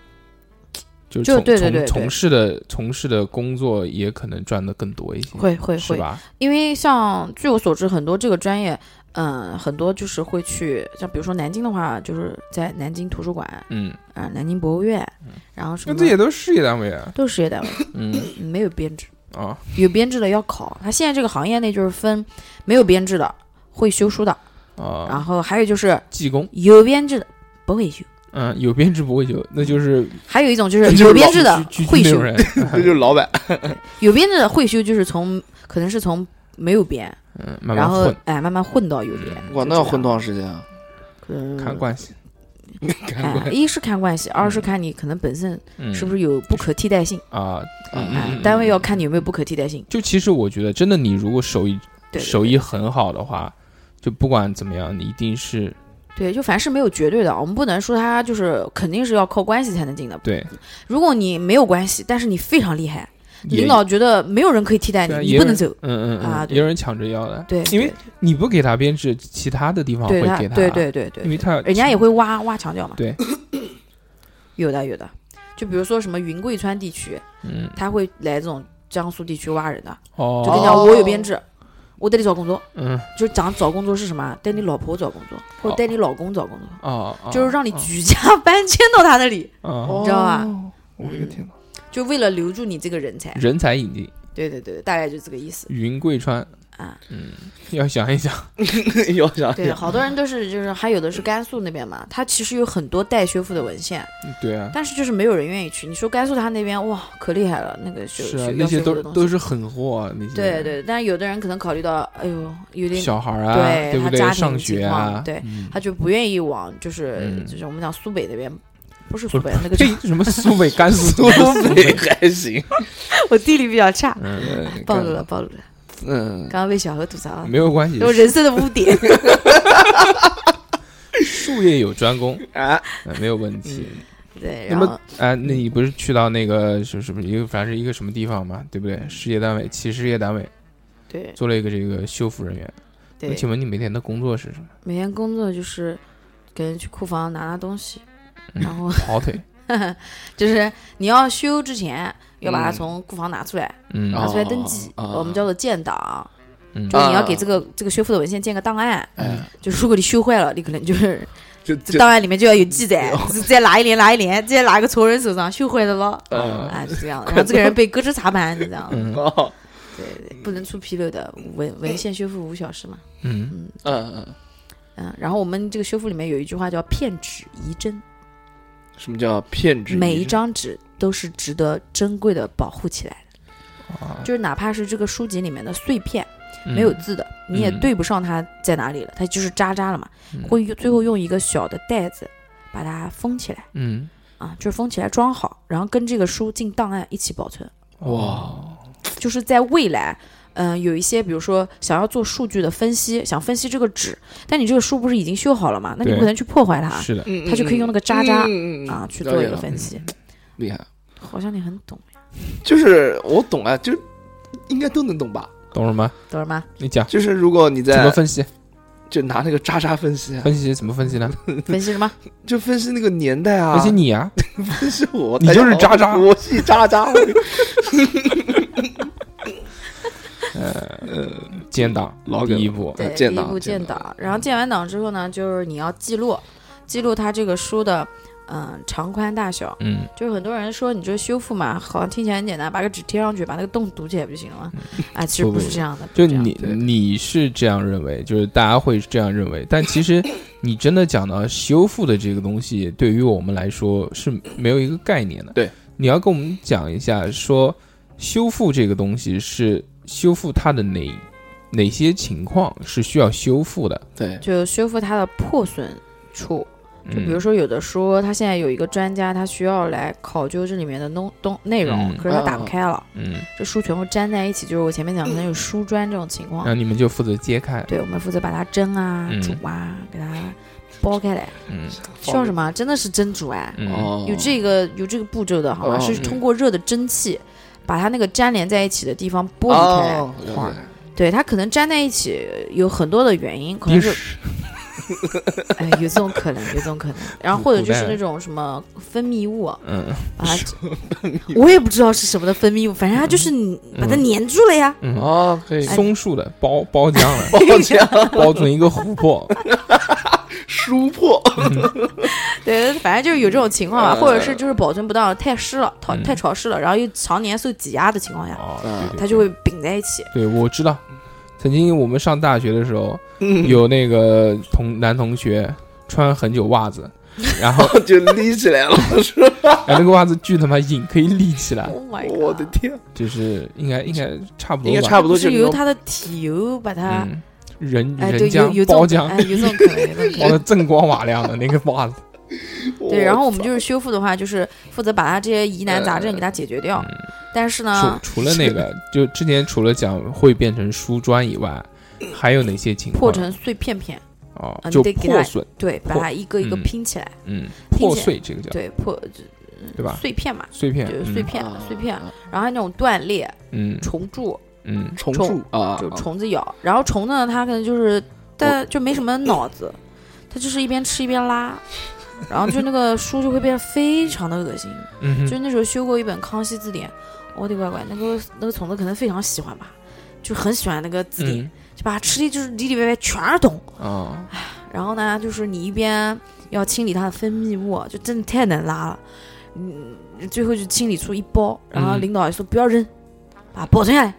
S1: 就
S3: 就
S1: 从
S3: 对对对对
S1: 从从事的从事的工作也可能赚的更多一些，
S3: 会会
S1: 是
S3: 会，
S1: 吧？
S3: 因为像据我所知，很多这个专业，嗯，很多就是会去，像比如说南京的话，就是在南京图书馆，
S1: 嗯，
S3: 啊、南京博物院，然后什
S1: 那
S3: 么
S1: 这也都是事业单位啊，
S3: 都是事业单位，
S1: 嗯
S3: 没有编制。
S1: 啊，
S3: 有编制的要考，他现在这个行业内就是分没有编制的会修书的，然
S1: 啊，
S3: 后还有就是
S1: 技工，
S3: 有编制的不会修，
S1: 嗯，有编制不会修，那就是
S3: 还有一种就是
S4: 就是
S3: 有编制的
S1: 居居
S3: 会
S1: 那
S3: 修
S1: 种，人，
S4: 这就是 老板，
S3: 有编制的会修就是从可能是从没有编，
S1: 嗯，慢
S3: 然
S1: 慢
S3: 后
S1: 混，嗯
S3: 哎慢慢混到有编，
S4: 哇，那要混多长时间 啊？
S3: 嗯
S1: 看关系，
S4: 看过
S3: 哎，一是看关系，二是看你可能本身
S1: 嗯，
S3: 是不是有不可替代性，
S1: 啊？
S4: 嗯
S3: 哎
S1: 嗯，
S3: 单位要看你有没有不可替代性。
S1: 就其实我觉得，真的，你如果手艺
S3: 对对
S1: 手艺很好的话，就不管怎么样，你一定是
S3: 对，就凡是没有绝对的，我们不能说他就是肯定是要靠关系才能进的。
S1: 对
S3: 如果你没有关系，但是你非常厉害，
S1: 也
S3: 领导觉得没有人可以替代
S1: 对啊
S3: 你，
S1: 也
S3: 你
S1: 有
S3: 不能走
S1: 人。嗯嗯
S3: 啊
S1: 嗯，
S3: 对
S1: 也有人抢着要的，
S3: 对，
S1: 因为你不给他编制，其他的地方
S3: 对
S1: 会
S3: 对他，
S1: 给他，
S3: 对对对
S1: 因
S3: 对，
S1: 为他
S3: 人家也会挖挖墙角嘛。
S1: 对，
S3: 有的有的，就比如说什么云贵川地区，
S1: 嗯
S3: 他会来这种江苏地区挖人的，
S1: 哦，
S3: 就跟你讲，我有编制，我带你找工作，
S1: 嗯
S3: 就是讲找工作是什么啊？带你老婆找工作，或者带你老公找工作，
S1: 哦，哦
S3: 就是让你举家搬迁到他那里，
S1: 哦
S4: 哦
S3: 你知道吧？
S4: 我的天哪！
S3: 就为了留住你这个人才。
S1: 人才引进
S3: 对对对，对大概就这个意思
S1: 云贵川，
S3: 啊。
S1: 嗯，要想一想，
S4: 要 想，
S3: 对，好多人都是就是，还有的是甘肃那边嘛，他其实有很多待修复的文献，
S1: 对啊，
S3: 但是就是没有人愿意去。你说甘肃他那边哇，可厉害了，那个修
S1: 是啊
S3: 修，
S1: 那
S3: 要
S1: 些
S3: 修复
S1: 都
S3: 的东西。
S1: 都是狠货啊，那些
S3: 对对，但是有的人可能考虑到，哎呦，有点
S1: 小孩儿啊，
S3: 对
S1: 不
S3: 他
S1: 对？
S3: 家庭
S1: 上
S3: 情
S1: 学
S3: 况
S1: 啊，
S3: 对
S1: 嗯，
S3: 他就不愿意往就是、
S1: 嗯
S3: 就是我们讲苏北那边，不是
S1: 不
S3: 苏
S1: 是
S3: 北那 个
S1: 这
S3: 叫，
S1: 什么苏北、甘肃
S4: 东北还 行，
S3: 我地理比较差，
S1: 嗯，
S3: 暴露了暴露了，
S4: 嗯，
S3: 刚刚被小何吐槽了，
S1: 没有关系
S3: 是，我人生的污点。
S1: 术业有专攻，
S4: 啊，
S1: 呃没有问题。
S3: 对，
S1: 那
S3: 然
S1: 么
S3: 后
S1: 啊，那你不是去到那个是是不是一个反正是一个什么地方嘛，对不
S3: 嗯
S1: 对？事业单位，企事业单位
S3: 对
S1: 做了一个这个修复人员。那
S3: 对，
S1: 请问你每天的工作是什么？
S3: 每天工作就是给人去库房拿拿东西，
S1: 嗯
S3: 然后
S1: 跑腿。
S3: 就是你要修之前要把它
S4: 嗯
S3: 从库房拿出来，
S1: 嗯
S3: 拿
S4: 哦
S3: 出来登记，
S4: 啊
S3: 我们叫做建档，
S1: 嗯
S3: 就，是你要给
S4: 啊
S3: 这个这个修复的文献建个档案，
S4: 哎，
S3: 就如果你修坏了，你可能就是
S4: 就
S3: 这
S4: 就
S3: 档案里面就要有记载，是在哪一年哪一年，在哪个仇人手上修坏的咯。
S4: 嗯
S1: 呃
S3: 啊，是这样的，然后这个人被革职查办，就这样，
S1: 嗯
S4: 哦，
S3: 对， 不能出纰漏的，文文献修复五小时嘛，
S1: 嗯，
S3: 嗯
S4: 嗯嗯，
S3: 嗯，然后我们这个修复里面有一句话叫“片纸遗珍
S4: 什么叫骗”，纸？
S3: 每一张纸都是值得珍贵的保护起来的，就是哪怕是这个书籍里面的碎片，没有字的，你也
S1: 嗯嗯
S3: 对不上它在哪里了，它就是渣渣了嘛，
S1: 嗯
S3: 会用最后用一个小的袋子把它封起来。
S1: 嗯，
S3: 啊，就是封起来装好，然后跟这个书进档案一起保存。
S1: 哇，
S3: 就是在未来，嗯、有一些比如说想要做数据的分析，想分析这个纸，但你这个书不是已经修好了吗？那你
S1: 对
S3: 不可能去破坏它
S1: 是的，
S4: 嗯，
S3: 他就可以用那个渣渣
S4: 嗯嗯嗯
S3: 啊，去
S4: 了
S3: 做一
S4: 解
S3: 个
S4: 了
S3: 分析。
S4: 厉害，
S3: 好像你很懂，
S4: 就是我懂啊，就应该都能懂吧？
S1: 懂什么？
S3: 懂了吗？
S1: 你讲
S4: 就是如果你
S1: 怎么
S4: 在
S1: 分析？
S4: 就拿那个渣渣分析啊，
S1: 分析怎么分析呢？
S3: 分析什么？
S4: 就分析那个年代啊，
S1: 分析你啊，
S4: 分析我，
S1: 你就是渣渣
S4: 大家好我是渣渣，
S1: 建档
S4: 老
S1: 第
S4: 梗
S1: 一步，
S3: 对，
S4: 建
S3: 第一
S4: 档
S3: 步
S4: 建
S3: 建档，然后建完档之后呢，就是你要记录，记录它这个书的。嗯，长宽大小，
S1: 嗯，
S3: 就是很多人说你这修复嘛，好像听起来很简单，把个纸贴上去，把那个洞堵起来不就行了 吗？啊，其实
S1: 不
S3: 不
S1: 不
S3: 是这样的，不
S1: 就是
S3: 这样
S1: 你
S4: 对
S1: 你是这样认为，就是大家会这样认 为，但其实你真的讲到修复的这个东西，对于我们来说是没有一个概念的。
S4: 对，
S1: 你要跟我们讲一下，说修复这个东西是修复它的哪哪些情况是需要修复的？
S4: 对，
S3: 就修复它的破损处，就比
S1: 说，
S3: 如说，有的书它现在有一个专家，他需要来考究这里面的东东内容，
S1: 嗯
S3: 可是他打不开了，
S1: 嗯，
S3: 这书全部粘在一起，就是我前面讲 的那种书砖这种情况。
S1: 然后你们就负责揭开，
S3: 对，我们负责把它蒸啊、
S1: 嗯
S3: 煮啊，给它剥开来，
S1: 嗯
S3: 需要什么？啊真的是蒸煮哎，
S1: 嗯，
S4: 哦，
S3: 有这个有这个步骤的，好吧？
S4: 哦
S3: 是
S4: 嗯
S3: 通过热的蒸汽。把它那个粘连在一起的地方剥
S4: 哦
S3: 离开来，
S4: 了解
S3: 对它可能粘在一起有很多的原因，可
S1: 历
S3: 能是
S1: 史，
S3: 哎有这种可能，有这种可能，然后或者
S1: 古
S3: 就
S1: 代
S3: 是那种什么分泌物，
S1: 嗯
S3: 啊，我也不知道是什么的分泌物，反正它就是
S4: 嗯
S3: 你把它粘住了呀。
S1: 嗯，
S4: 哦，
S3: 哎
S4: 可以，
S1: 松树的包包浆了，
S4: 抱 歉啊，
S1: 包成一个琥 珀，
S4: 疏破，
S3: 对，反正就是有这种情况吧，啊
S4: 嗯
S3: 或者是就是保存不当，太湿了，太
S1: 嗯
S3: 太潮湿了，然后又常年受挤压的情况下，
S1: 哦，
S4: 嗯
S1: 对对
S3: 它就会饼在一起。
S1: 对，我知道。曾经我们上大学的时候，
S4: 嗯
S1: 有那个同男同学穿很久袜 子，然后
S4: 就立起 来了，是吧？
S1: 哎那个袜子巨他妈硬，可以立起来，
S3: Oh my
S4: 我的
S3: god！
S4: 天，
S1: 就是应该应该差不多
S4: 哎
S1: 吧，
S4: 应该差不多
S3: 是
S4: 就
S3: 由
S4: 那
S3: 它的体油把它，
S1: 嗯，人
S3: 啊哎，
S1: 人
S3: 对，有有
S1: 浆
S3: 这
S1: 包浆
S3: 种可，哎，有这种可能，有这种可
S1: 包的锃
S3: 能。
S1: 光瓦亮的那个袜子，
S4: 种，
S3: 对，然后我们
S4: 操
S3: 就是修复的话，就是负责把它这些疑难杂症给它解决掉。但是呢，
S1: 除除了那个，就之前除了讲会变成书砖以外，
S4: 嗯
S1: 还有哪些情况？
S3: 破成碎片片，
S1: 哦
S3: 啊，你
S1: 就
S3: 得给
S1: 破
S3: 它
S1: 损，
S3: 对，把
S1: 嗯破
S3: 它一个一个
S1: 嗯
S3: 拼起来，
S1: 嗯，
S3: 并
S1: 破
S3: 且
S1: 碎这个叫
S3: 对，破嗯
S1: 对吧？
S3: 碎片嘛，
S1: 碎片
S3: 对，，碎片
S4: 啊，
S3: 碎片，然后还有那种断裂、
S1: 嗯
S3: 虫蛀，
S1: 嗯
S4: 虫
S3: 虫
S4: 蛀啊，
S3: 就
S4: 啊
S3: 虫子咬，然后虫子呢，它可能就是但就没什么脑子，它就是一边吃一边拉，然后就那个书就会变得非常的恶心。
S1: 嗯
S3: 就
S1: 哼，
S3: 那时候修过一本《康熙字典》，我的乖乖，那个那个虫子可能非常喜欢吧，就很喜欢那个字典，
S1: 嗯
S3: 就把它吃的就是里里外外全是懂。
S1: 啊，
S3: 然后呢，就是你一边要清理它的分泌物，就真的太难拉了，嗯，最后就清理出一包，然后
S1: 嗯
S3: 领导还说不要扔，把它保存 下来，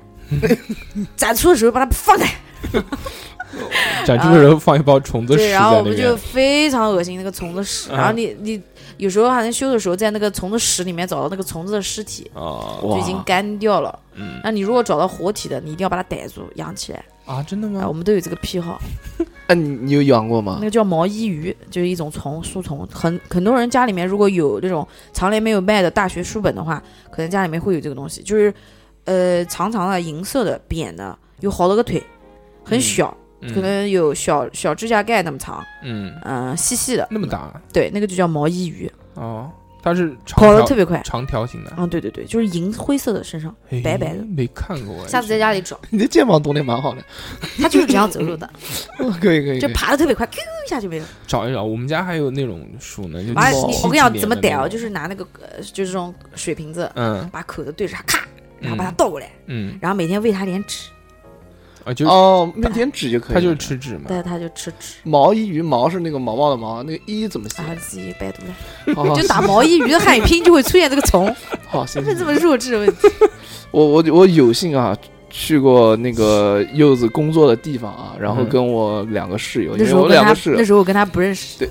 S3: 展出的时候把它放开。
S1: 展出的时候放一包虫子
S3: 呃对，
S1: 屎在
S3: 然后我
S1: 那
S3: 们就
S1: 边，
S3: 非常恶心那个虫子屎，然后
S1: 啊
S3: 你你有时候还能修的时候，在那个虫子屎里面找到那个虫子的尸体，
S1: 啊
S4: 哇
S3: 就已经干掉了。
S1: 嗯
S3: 那你如果找到活体的，你一定要把它逮住养起来。
S1: 啊，真的
S3: 啊，我
S1: 吗？
S3: 们都有这个癖好。
S1: 啊
S4: 哎，你你有养过吗
S3: 那？个叫毛衣鱼，就是一种虫，树虫。很很多人家里面如果有这种常年没有卖的大学书本的话，可能家里面会有这个东西，就是呃长长的银色的扁的，有好多个腿，很
S1: 嗯
S3: 小，可能有小小指甲盖那么长，
S1: 嗯，嗯
S3: 嗯、细细的。
S1: 那么大啊
S3: 对，那个就叫毛衣鱼，
S1: 哦，它是长
S3: 烤的特
S1: 条
S3: 别快。
S1: 长条形的，
S3: 嗯，对对对，就是银灰色的身上，
S1: 哎
S3: 白白的
S1: 没看过哎，
S3: 下次在家里找，
S4: 你的肩膀动的蛮 好的，
S3: 它就是这样走 路的，
S4: 可以可以。
S3: 就
S4: 可以
S3: 爬的特别快，咻一下就没了。
S1: 找一找，我们家还有那种树呢，就
S3: 完了，
S1: 七
S3: 你
S1: 七
S3: 我跟你讲
S1: 年
S3: 怎么
S1: 的
S3: 逮
S1: 那
S3: 啊，
S1: 种
S3: 就是拿那个呃，就是这种水瓶子，
S1: 嗯
S3: 把口子对着它，咔，然后把它
S1: 嗯
S3: 倒过来，
S1: 嗯
S3: 然后每天喂它点纸，
S1: 啊，就
S4: 哦，面点纸就可
S1: 它
S4: 以了。
S1: 就是吃纸
S4: 啊
S1: 嘛，
S3: 但是它就吃纸。
S4: 毛衣鱼，毛是那个毛毛的毛，那个衣怎么写？
S3: 啊，自己百度了，
S4: 哦
S3: 就打毛衣鱼的汉语拼音就会出现这个虫，
S4: 好，行
S3: 为
S4: 行
S3: 这
S4: 行
S3: 么弱智的问题？
S4: 我我我有幸啊。去过那个柚子工作的地方啊，然后
S1: 嗯
S4: 跟我两个室友，
S3: 那
S4: 因
S3: 时
S4: 为
S3: 候
S4: 我
S3: 跟
S4: 两
S3: 他
S4: 个室友
S3: 那时候我跟他不认识
S4: 对，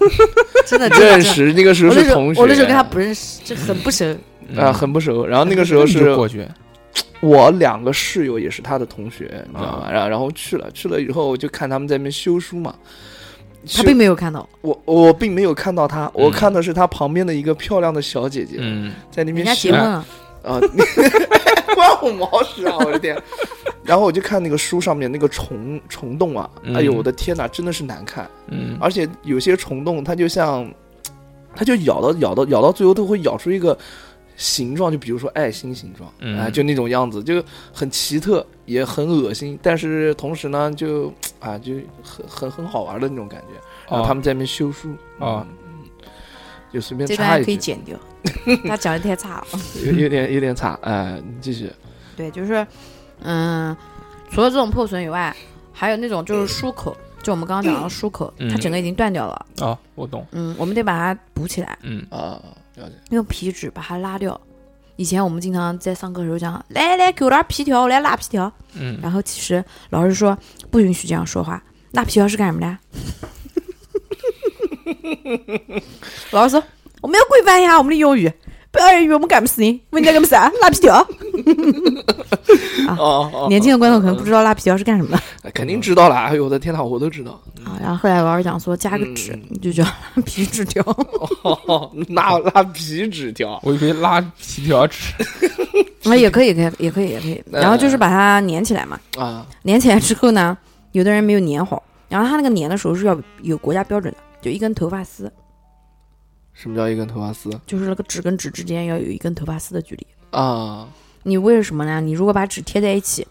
S3: 真 的真的
S4: 认
S3: 真的。
S4: 识，那个时
S3: 我
S4: 候
S3: 那
S4: 是
S3: 时候
S4: 同学，
S3: 我那时候跟他不认识，就很不熟。
S1: 嗯
S4: 啊很不熟。然后那个时候
S1: 你就是过去，
S4: 我两个室友也是他的同学，你知道
S1: 啊
S4: 吧？然后然后去了，去了以后我就看他们在那边修书嘛。
S3: 他
S4: 修
S3: 并没有看到，
S4: 我我并没有看到他，我看的是他旁边的一个漂亮的小姐姐
S1: 嗯
S4: 在那
S3: 人
S4: 边
S3: 家结
S4: 修
S3: 婚了，
S4: 啊，你关我毛事啊！我的天。然后我就看那个书上面那个虫虫洞啊，
S1: 嗯
S4: 哎呦我的天哪，真的是难看，
S1: 嗯
S4: 而且有些虫洞它就像，它就咬到咬到咬到最后都会咬出一个形状，就比如说爱心形状，
S1: 嗯
S4: 啊，就那种样子，就很奇特，也很恶心，但是同时呢，就啊就很很很好玩的那种感觉。然
S1: 哦
S4: 后他们在那边修书
S1: 哦，
S4: 嗯就随便
S3: 这
S4: 插
S3: 段
S4: 一
S3: 可以
S4: 句，
S3: 剪掉， 他讲的太差了。
S4: 有有点有点差，哎，你继续。
S3: 对，就是，嗯，除了这种破损以外，还有那种就是疏口，就我们刚刚讲的疏口，它
S1: 嗯
S3: 整个已经断掉了，
S1: 啊，我懂，
S3: 嗯，我们得把它补起来，
S1: 嗯
S4: 啊，了解。
S3: 用皮纸把它拉掉。以前我们经常在上课的时候讲，来来，给我拉皮条，我来拉皮条。
S1: 嗯，
S3: 然后其实老师说不允许这样说话，拉皮条是干什么的？ 老师说我们要规范一下我们的用语，不要以为我们干不死人，问人家干不死啊，拉皮条。
S4: 哦，哦
S3: 年轻的观众可能不知道拉皮条是干什么的。
S4: 哦肯定知道了。哎呦我的天呐，我都知道。
S3: 啊，然后后来老师讲说加个纸，
S4: 嗯
S3: 你就叫拉 皮纸条。
S4: 哦，拉拉皮纸条，
S1: 我以为拉皮条纸，
S3: 啊，也可以，可以，也可以，也可以。然后就是把它粘起来嘛，
S4: 啊，
S3: 粘起来之后呢，有的人没有粘好，然后他那个粘的时候是要有国家标准的，就一根头发丝，
S4: 什么叫一根头发丝
S3: 就是那个纸跟纸之间要有一根头发丝的距离。
S4: 啊？
S3: 你为什么呢？你如果把纸贴在一起，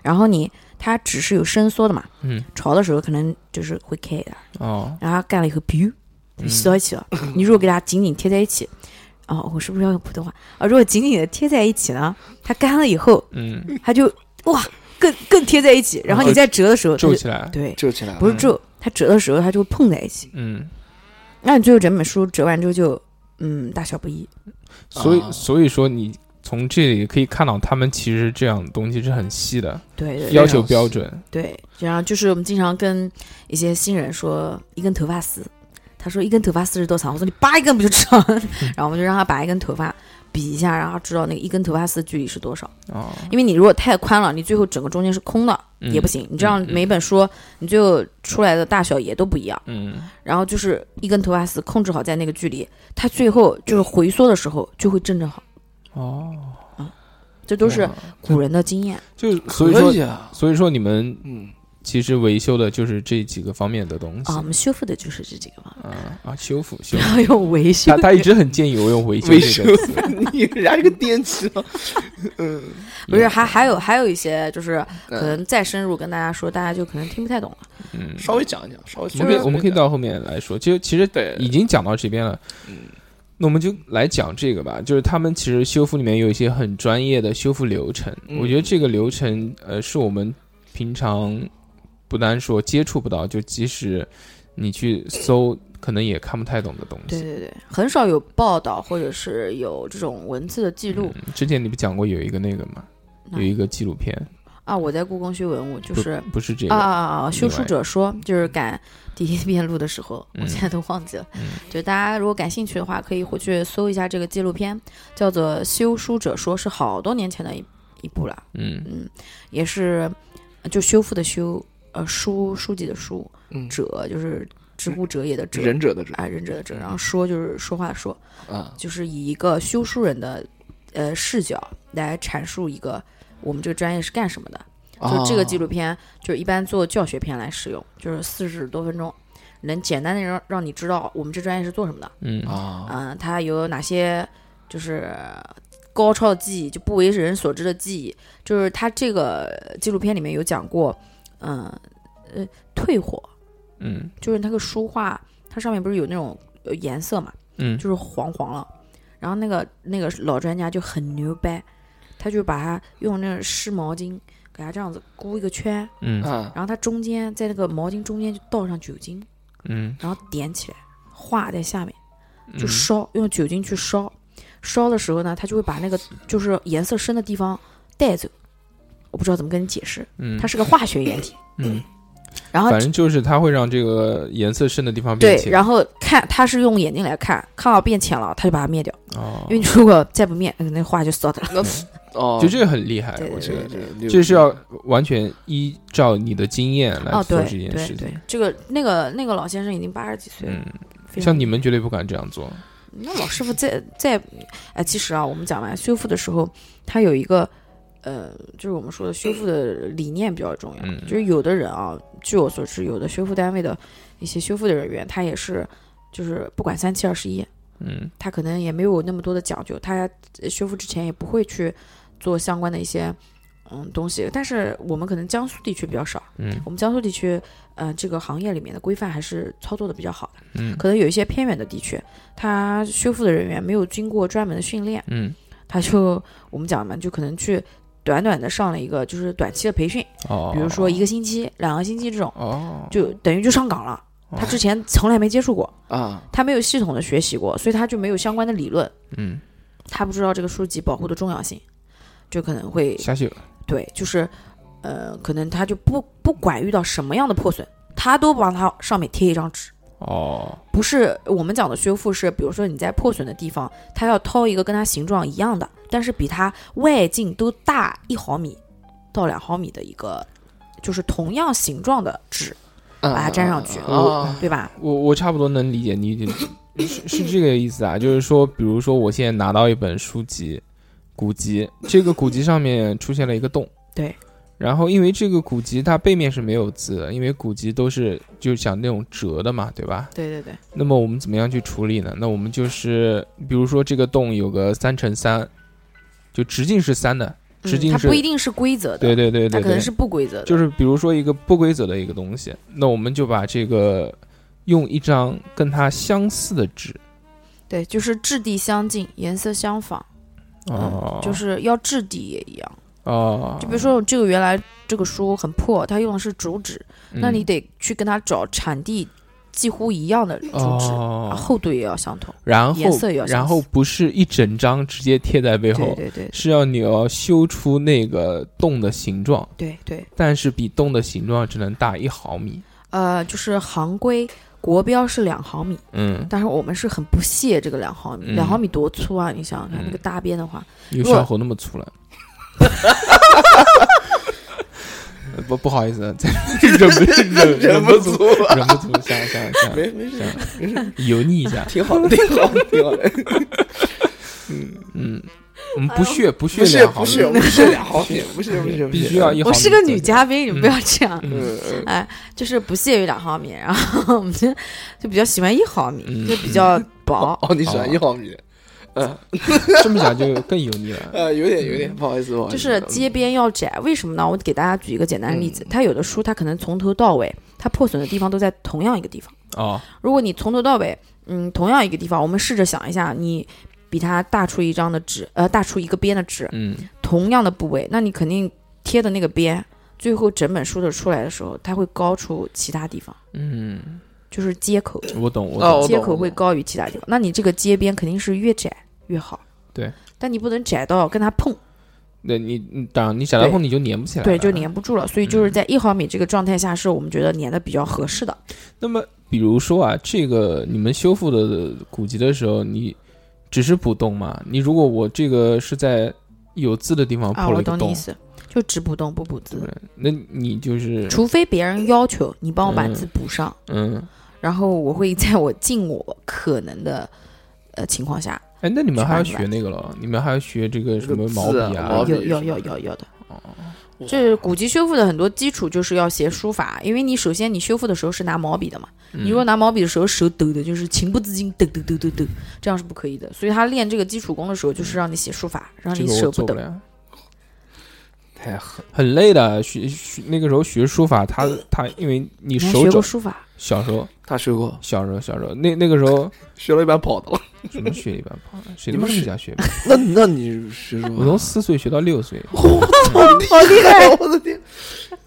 S3: 然后你它纸是有伸缩的嘛，
S1: 嗯，
S3: 潮的时候可能就是会开的，
S1: 哦，
S3: 然后干了以后，biu，就
S1: 嗯
S3: 吸到一起了。你如果给它紧紧贴在一起，哦，我是不是要用普通话啊？如果紧紧的贴在一起呢，它干了以后，
S1: 嗯，
S3: 它就哇，更更贴在一起。然后你再折的时候，它
S1: 皱
S3: 就
S1: 起来，
S3: 对，
S4: 皱起来了，
S3: 不是皱，它折的时候它就会碰在一起。
S1: 嗯，
S3: 那你最后整本书折完之后就，嗯，大小不一。
S1: 所以
S4: 啊
S1: 所以说你从这里可以看到，他们其实这样东西是很细的，
S3: 对对
S1: 要求标准，
S3: 对，然后就是我们经常跟一些新人说一根头发丝，他说一根头发丝是多长？我说你拔一根不就知道了？ 然后我们就让他拔一根头发比一下，然后知道那个一根头发丝距离是多少。
S1: 哦，
S3: 因为你如果太宽了，你最后整个中间是空的、
S1: 嗯
S3: 也不行。你这样
S1: 嗯嗯
S3: 每本书、你最后出来的大小也都不一样。
S1: 嗯，
S3: 然后就是一根头发丝控制好在那个距离，它最后就是回缩的时候就会正正好。
S1: 哦，嗯
S3: 啊这都是古人的经验。
S1: 就所以说
S4: 可以啊，
S1: 所以说你们
S4: 嗯，
S1: 其实维修的就是这几个方面的东西
S3: 啊，我们修复的就是这几个嘛，
S1: 啊啊，修复修
S3: 不
S1: 复。
S3: 要用维修
S1: 他。他一直很建议我用维修
S4: 维
S1: 这个词，
S4: 你人家这个电器啊，
S1: 嗯
S3: 不是，还还有还有一些就是可
S4: 嗯
S3: 能再深入跟大家说，大家就可能听不太懂了。
S1: 嗯，
S4: 稍微讲一讲，稍微
S1: 我们可以我们可以到后面来说，就其实
S4: 对
S1: 已经讲到这边了，
S4: 嗯
S1: 那我们就来讲这个吧。就是他们其实修复里面有一些很专业的修复流程，
S4: 嗯
S1: 我觉得这个流程呃是我们平常不单说接触不到，就即使你去搜，可能也看不太懂的东
S3: 对
S1: 西。
S3: 对对，很少有报道或者是有这种文字的记录
S1: 嗯之前你不讲过有一个那个吗？
S3: 哪
S1: 有一个纪录片，
S3: 啊。我在故宫修文物，就
S1: 不
S3: 是
S1: 不是这
S3: 啊
S1: 个，
S3: 啊啊啊！修
S1: 另
S3: 书
S1: 外
S3: 者说，就是赶第一遍录的时候，我
S1: 嗯
S3: 现在都忘记了。
S1: 嗯
S3: 就大家如果感兴趣的话，可以回去搜一下这个纪录片，叫做《修书者说》，是好多年前的一一部了，
S1: 嗯
S3: 也是呃就修复的修，呃书书籍的书，
S4: 嗯
S3: 者就是知乎者也的者。
S4: 忍者的者
S3: 啊，忍者的者，然后说就是说话的说，
S4: 啊，
S3: 就是以一个修书人的呃视角来阐述一个我们这个专业是干什么的。
S1: 啊
S3: 就这个纪
S4: 录
S3: 录片，就是一般做教学片来使用，就是四十多分钟，能简单的让让你知道我们这专业是做什么的。
S1: 嗯
S4: 啊，
S3: 嗯、它有哪些就是高超的技艺，就不为人所知的技艺。就是它这个纪录片里面有讲过，嗯呃退火，
S1: 嗯
S3: 就是那个书画，它上面不是有那种呃颜色嘛，
S1: 嗯
S3: 就是黄黄了。然后那个那个老专家就很牛掰，他就把它用那个湿毛巾给它这样子箍一个圈，
S1: 嗯
S4: 啊，
S3: 然后它中间在那个毛巾中间就倒上酒精，
S1: 嗯，
S3: 然后点起来，画在下面，
S1: 嗯
S3: 就烧，用酒精去烧。烧的时候呢，它就会把那个就是颜色深的地方带走。我不知道怎么跟你解释，
S1: 嗯
S3: 它是个化学原体。
S1: 嗯，
S3: 然后
S1: 反正就是它会让这个颜色深的地方变
S3: 对，
S1: 浅。
S3: 然后看它是用眼睛来看，看好变浅了，它就把它灭掉。
S1: 哦
S3: 因为你如果再不灭，那那画就烧掉了。
S4: 那哦，
S1: 就这个很厉害
S3: 对，对
S1: 我觉
S4: 这
S1: 得
S4: 个这个
S1: 这是要完全依照你的经验来
S3: 哦，
S1: 做
S3: 对
S1: 这件
S3: 对
S1: 事情
S3: 对。，这个那个那个老先生已经八十几岁了
S1: 嗯，，
S3: 非常
S1: 像你们绝对不敢这样做。
S3: 那老师傅在在，哎，其实啊，我们讲完修复的时候，他有一个，呃，就是我们说的修复的理念比较重要。
S1: 嗯
S3: 就是有的人啊，据我所知，有的修复单位的一些修复的人员，他也是，就是不管三七二十一，
S1: 嗯
S3: 他可能也没有那么多的讲究，他呃修复之前也不会去做相关的一些嗯东西。但是我们可能江苏地区比较少，
S1: 嗯
S3: 我们江苏地区，呃，这个行业里面的规范还是操作的比较好的。
S1: 嗯
S3: 可能有一些偏远的地区，它修复的人员没有经过专门的训练，
S1: 嗯，
S3: 他就我们讲嘛，就可能去短短的上了一个就是短期的培训，
S1: 哦，
S3: 比如说一个星期、两个星期这种，
S1: 哦，
S3: 就等于就上岗了。他之前从来没接触过，
S4: 啊，
S3: 他没有系统的学习过，所以他就没有相关的理论，
S1: 嗯
S3: 他不知道这个书籍保护的重要性，就可能会
S1: 瞎秀，
S3: 对，就是，呃，可能他就不不管遇到什么样的破损，他都帮他上面贴一张纸。
S1: 哦
S3: 不是我们讲的修复是，比如说你在破损的地方，他要掏一个跟它形状一样的，但是比它外径都大一毫米到两毫米的一个，就是同样形状的纸，把它粘上去
S1: 哦
S4: 啊，
S3: 对吧？
S1: 我我差不多能理解你你是是这个意思啊，就是说，比如说我现在拿到一本书籍，古籍，这个古籍上面出现了一个洞，
S3: 对。
S1: 然后，因为这个古籍它背面是没有字的，因为古籍都是就像那种折的嘛，对吧？
S3: 对对对，
S1: 那么我们怎么样去处理呢？那我们就是，比如说这个洞有个三乘三，就直径是三的，直径
S3: 嗯它
S1: 是，
S3: 不一定是规则的，
S1: 对对对对
S3: 它可能
S1: 对，
S3: 是不规则的，
S1: 就是比如说一个不规则的一个东西，那我们就把这个用一张跟它相似的纸，
S3: 对，就是质地相近，颜色相仿，
S1: 哦
S3: 嗯，，就是要质地也一样。
S1: 哦，
S3: 就比如说这个原来这个书很破，它用的是竹纸，
S1: 嗯，
S3: 那你得去跟他找产地几乎一样的竹纸，啊
S1: 哦，
S3: 厚度也要相同。
S1: 然
S3: 颜
S1: 后
S3: 色也要相似
S1: 然后不是一整张直接贴在背
S3: 对
S1: 后，
S3: 对对
S1: 是要你要修出那个洞的形状，
S3: 对对，
S1: 但是比洞的形状只能大一毫米，
S3: 呃，就是行规国标是两毫米，
S1: 嗯，
S3: 但是我们是很不屑这个两毫米。
S1: 嗯
S3: 两毫米多粗啊！你想想看，那个
S1: 嗯
S3: 大边的话，
S1: 有
S3: 如果
S1: 小猴那么粗了。呃 不不 好意思，在忍不忍
S4: 忍
S1: 不
S4: 不
S1: 住
S4: 住，
S1: 忍不住想想想
S4: 没没事，
S1: 油腻一下，
S4: 挺好的，挺好的，挺好的。
S1: 嗯，我们不
S3: 哎
S1: 屑 不屑
S4: 不屑
S1: 两毫
S4: 不
S1: 米，
S4: 屑不屑两毫米，不屑不屑，不屑
S1: 必须要。一毫米左右。
S3: 我是个女嘉宾，你们不要这样，
S1: 嗯，
S4: 嗯，嗯
S3: 哎，就是不屑于两毫米，然后我们就就比较喜欢一毫米，
S1: 嗯
S3: 就比较 薄。
S4: 哦，你喜欢一毫米？嗯，
S1: 这么讲就更油腻了。
S4: 呃，有点有点，不好意思，不好意思。嗯
S3: 就是街边要窄，为什么呢？我给大家举一个简单的例子，它有的书它可能从头到尾，它破损的地方都在同样一个地方。
S1: 哦，
S3: 如果你从头到尾，嗯，同样一个地方，我们试着想一下，你比它大出一张的纸，呃，大出一个边的纸，
S1: 嗯，
S3: 同样的部位，那你肯定贴的那个边，最后整本书的出来的时候，它会高出其他地方，
S1: 嗯，
S3: 就是接口，
S1: 我懂，我
S4: 哦
S1: 懂。
S4: 我懂
S3: 接口会高于其他地方。那你这个接边肯定是越窄越好。
S1: 对，
S3: 但你不能窄到跟它碰，
S1: 那你你当然你小蓝后你就粘不起来了，
S3: 对，就粘不住了。所以
S1: 嗯
S3: 就是在一毫米这个状态下，是我们觉得粘的比较合适的。
S1: 那么比如说啊，这个你们修复的古籍的时候，你只是补洞嘛？你如果我这个是在有字的地方
S3: 啊，
S1: 哦破了
S3: 我
S1: 一个
S3: 懂你
S1: 洞
S3: 意，思，就只补洞不补字
S1: 对，那你就是
S3: 除非别人要求你帮我把
S1: 嗯
S3: 字补上，
S1: 嗯，
S3: 然后我会在我尽我可能的呃情况下，
S1: 哎，那你们还要学
S3: 全
S1: 那个了？你们还要学这个什么毛
S4: 这个
S1: 笔
S4: 字啊
S1: 啊哦
S4: 毛？笔
S3: 要要
S4: 是
S3: 要要要的。
S4: 哇
S3: 这古籍修复的很多基础就是要写书法，因为你首先你修复的时候是拿毛笔的嘛，
S1: 嗯
S3: 你如果拿毛笔的时候手抖的，就是情不自禁抖抖抖抖抖，这样是不可以的。所以他练这个基础功的时候，就是让你写书法，让
S1: 嗯这
S3: 你
S1: 个我
S3: 手不
S1: 做
S3: 抖
S1: 不。了。
S4: 太狠，
S1: 很累的，学学那个时候学书法，他他因为你
S3: 你还
S1: 手
S3: 学
S1: 肘
S3: 过书法？
S1: 小时候
S4: 他学过，
S1: 小时候小时候那那个时候
S4: 学了一半跑的了。
S1: 什么学一般跑了，谁
S4: 你
S1: 他妈
S4: 们
S1: 跟你
S4: 是
S1: 讲学？
S4: 那那你学什
S1: 我
S4: 么？
S1: 从四岁学到六岁，
S4: 好厉害！我的天，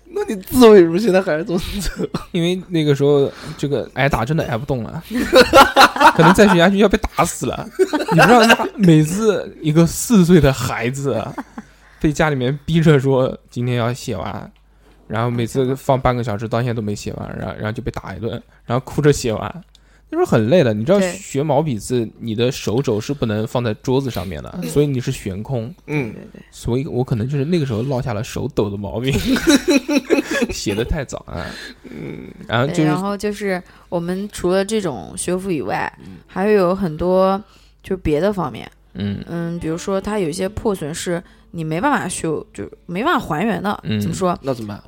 S4: 那你字为什么现在还是这么字？
S1: 因为那个时候这个挨打真的挨不动了， 可能再学下去要被打死了。你不知道他每次一个四岁的孩子被家里面逼着说今天要写完，然后每次放半个小时，到现在都没写完，然后然后就被打一顿，然后哭着写完。那时候很累的，你知道
S3: 对
S1: 学毛笔字，你的手肘是不能放在桌子上面的，所以你是悬空。
S4: 嗯，
S1: 所以我可能就是那个时候落下了手抖的毛 病，写的太早啊。嗯，然后
S3: 对，
S1: 就是
S3: 然后就是我们除了这种修复以外，还有很多就别的方面，
S1: 嗯
S3: 嗯，比如说它有一些破损是你没办法修，就没办法还原的。
S1: 嗯
S3: 怎么说？
S4: 那怎么办？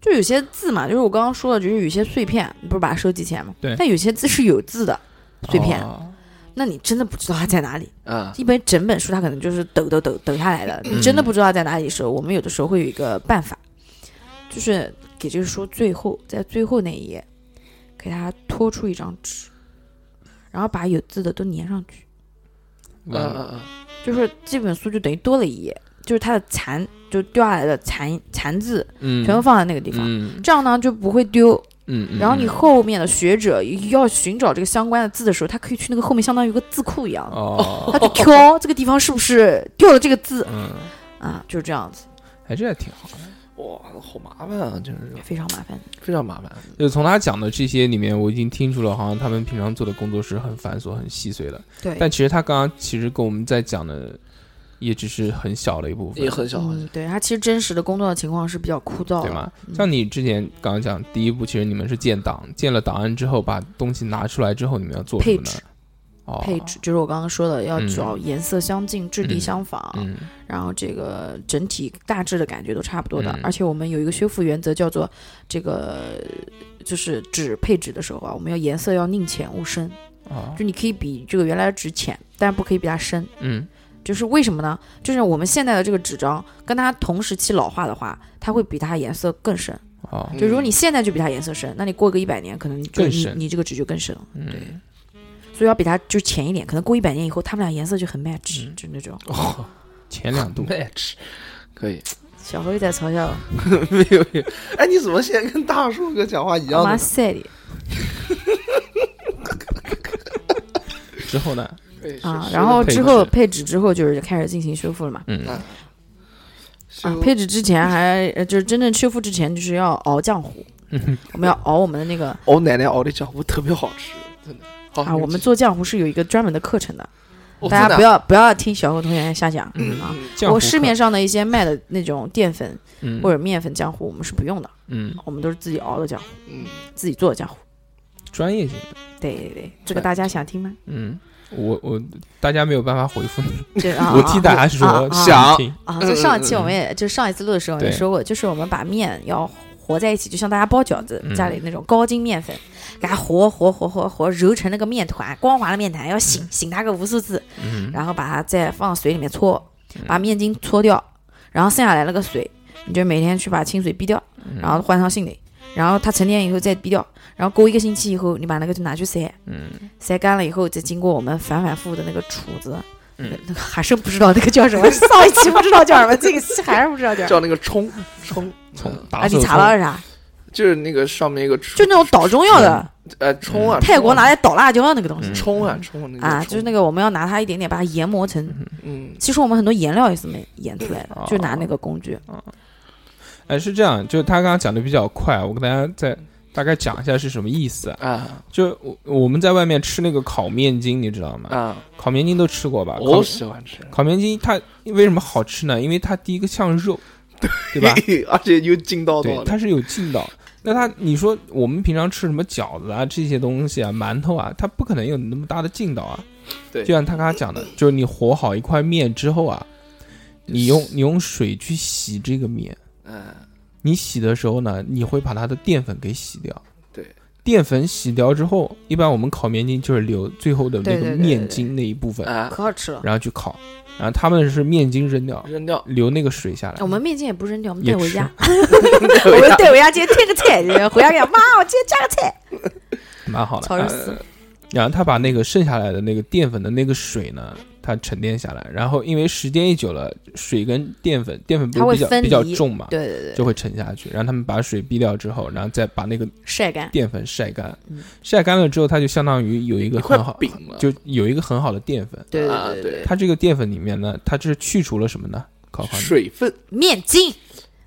S3: 就有些字嘛，就是我刚刚说的，就是有些碎片，你不是把它收集起来吗？
S1: 对
S3: 但有些字是有字的碎片，
S1: 哦
S3: 那你真的不知道它在哪里。
S4: 啊，
S3: 因为整本书它可能就是抖抖抖抖下来的，你真的不知道在哪里的时候，我们有的时候会有一个办法，就是给这个书最后在最后那一页，给它拖出一张纸，然后把有字的都粘上去，
S1: 完
S4: 啊
S1: 了
S3: 呃
S4: 啊啊！
S3: 就是这本书就等于多了一页，就是它的残就掉下来的残残字
S1: 嗯，
S3: 全部放在那个地方，
S1: 嗯
S3: 这样呢就不会丢。
S1: 嗯嗯，
S3: 然后你后面的学者要寻找这个相关的字的时候，他可以去那个后面相当于一个字库一样的，
S1: 哦，
S3: 他去挑这个地方是不是掉了这个字
S1: 嗯，
S3: 啊，就是这样子，
S1: 哎，这还挺好的。
S4: 哇，好麻烦啊，真是
S3: 非常麻烦。
S4: 非常麻烦。
S1: 就是从他讲的这些里面，我已经听出了，好像他们平常做的工作是很繁琐、很细碎的。
S3: 对
S1: 但其实他刚刚其实跟我们在讲的，也只是很小的一部分，
S4: 也很小，很小
S3: 嗯，对他其实真实的工作的情况是比较枯燥
S1: 对
S3: 的，
S1: 吗？像你之前刚刚讲，第一步其实你们是建档，建了档案之后，把东西拿出来之后，你们要做什么呢
S3: Page？
S1: 哦
S3: page 就是我刚刚说的，要
S1: 嗯
S3: 找颜色相近、质地相仿，
S1: 嗯
S3: 然后这个整体大致的感觉都差不多的。
S1: 嗯
S3: 而且我们有一个修复原则，叫做这个就是纸配置的时候啊，我们要颜色要宁浅勿深，
S1: 哦
S3: 就你可以比这个原来的纸浅，但不可以比它深。
S1: 嗯
S3: 就是为什么呢？就是我们现在的这个纸张跟它同时期老化的话，它会比它颜色更深。
S1: 哦
S3: 就如果你现在就比它颜色深，那你过个一百年，可能就
S1: 更
S3: 你
S1: 深
S3: 你这个纸就更深了。对，
S1: 嗯，
S3: 所以要比它就浅一点，可能过一百年以后，它们俩颜色就很 match，、
S1: 嗯
S3: 就那种。
S4: 哦
S1: 前两度
S4: match 可以，
S3: 小何又在嘲笑我
S4: 没有没有。哎，你怎么现在跟大树哥讲话一样
S3: 阿
S4: 的
S3: 玛
S4: 呢？
S3: 塞里
S1: 之后 呢？
S4: 哎
S3: 啊，然后
S1: 配
S3: 之后
S1: 置
S3: 配置之后就是开始进行修复了嘛。
S1: 嗯
S4: 啊
S3: 啊，配置之前还呃就是真正修复之前，就是要熬浆糊，
S1: 嗯
S3: 我
S1: 哦
S3: 们要熬我们的那个
S4: 熬哦奶奶熬的浆糊特别好吃，真的。
S1: 哦
S4: 好
S3: 啊，我们做浆糊是有一个专门的课程的，
S4: 我
S3: 大
S4: 哦真
S3: 家
S4: 的啊嗯
S3: 不要不要听小何同学瞎讲啊。
S1: 啊嗯浆糊
S3: 我市面
S1: 课
S3: 上的一些卖的那种淀粉
S1: 嗯
S3: 或者面粉浆糊，我们是不用的，
S1: 嗯
S3: 我们都是自己熬的浆糊，
S4: 嗯
S3: 自己做的浆糊。
S1: 专业性的
S3: 对对对，这个大家想听吗？
S1: 嗯我我大家没有办法回复你，
S3: 对啊，
S1: 我替大嗯家说，
S3: 啊啊
S4: 想
S1: 请
S3: 啊，就上一期我们也就上一次录的时候也说过，就是我们把面要和在一起，就像大家包饺子
S1: 嗯
S3: 家里那种高筋面粉，给它和和和和和揉成那个面团，光滑的面团，要醒醒它个无数次，
S1: 嗯，
S3: 然后把它再放水里面搓，把面筋搓掉，然后剩下来那个水，你就每天去把清水逼掉，
S1: 嗯
S3: 然后换上新的，然后它沉淀以后再逼掉，然后过一个星期以后，你把那个就拿去晒，
S1: 嗯，
S3: 晒干了以后，再经过我们反反复复的那个杵子，
S1: 嗯
S3: 那那个还是不知道那个叫什么，上一期不知道叫什么，这一期还是不知道叫 什么。
S4: 叫那个冲冲嗯
S1: 从打
S3: 哎，
S1: 手
S3: 你查
S1: 冲
S3: 到了啥？
S4: 就是那个上面一个冲
S3: 就那种捣中药的，
S4: 呃冲啊，
S3: 泰国拿来捣辣椒那个东西
S1: 嗯
S4: 冲啊冲那个
S3: 啊，就是那个我们要拿它一点点把它研磨成。
S4: 嗯，
S3: 其实我们很多颜料也是没研出来的
S1: 哦，
S3: 就拿那个工具。
S1: 哎，是这样，就是他刚刚讲的比较快，我跟大家再大概讲一下是什么意思啊。
S4: 啊
S1: 就我我们在外面吃那个烤面筋，你知道吗？
S4: 啊，哦
S1: 烤面筋都吃过吧？
S4: 我
S1: 烤
S4: 喜欢吃，
S1: 烤面筋它为什么好吃呢？因为它第一个像肉，对吧？
S4: 而且又劲道
S1: 对，
S4: 道
S1: 它
S4: 的，
S1: 是有劲道。那它，你说我们平常吃什么饺子啊，这些东西啊，馒头啊，它不可能有那么大的劲道啊。
S4: 对
S1: 就像他刚刚讲的，就是你和好一块面之后啊，你用你用水去洗这个面，
S4: 嗯，
S1: 你洗的时候呢，你会把它的淀粉给洗掉。
S4: 对，
S1: 淀粉洗掉之后，一般我们烤面筋就是留最后的那
S3: 对
S1: 个
S3: 对对
S1: 面筋那一部分，
S4: 啊，
S3: 可好吃了，
S1: 然后去烤。然后他们是面筋扔掉，，
S4: 扔掉
S1: 留那个水下来。
S3: 我们面筋也不扔掉，我们
S1: 也
S3: 带回
S1: 吃
S3: 家。我们带回家今天添个菜， 回家给妈，我今天加个菜，
S1: 蛮好的。
S3: 炒肉
S1: 啊
S3: 丝。
S1: 然后他把那个剩下来的那个淀粉的那个水呢，它沉淀下来，然后因为时间一久了，水跟淀粉，淀粉不
S3: 它
S1: 是
S3: 会
S1: 比较
S3: 分离
S1: 比较重嘛，
S3: 对对对，
S1: 就会沉下去。然后他们把水逼掉之后，然后再把那个
S3: 晒干。
S1: 淀粉晒干，
S3: 嗯
S1: 晒干了之后，它就相当于有一个
S4: 一块
S1: 很好，
S4: 饼了，
S1: 就有一个很好的淀粉。
S3: 对
S4: 啊
S3: 对对对，
S1: 它这个淀粉里面呢，它是去除了什么呢？烤黄
S4: 水分
S3: 面筋，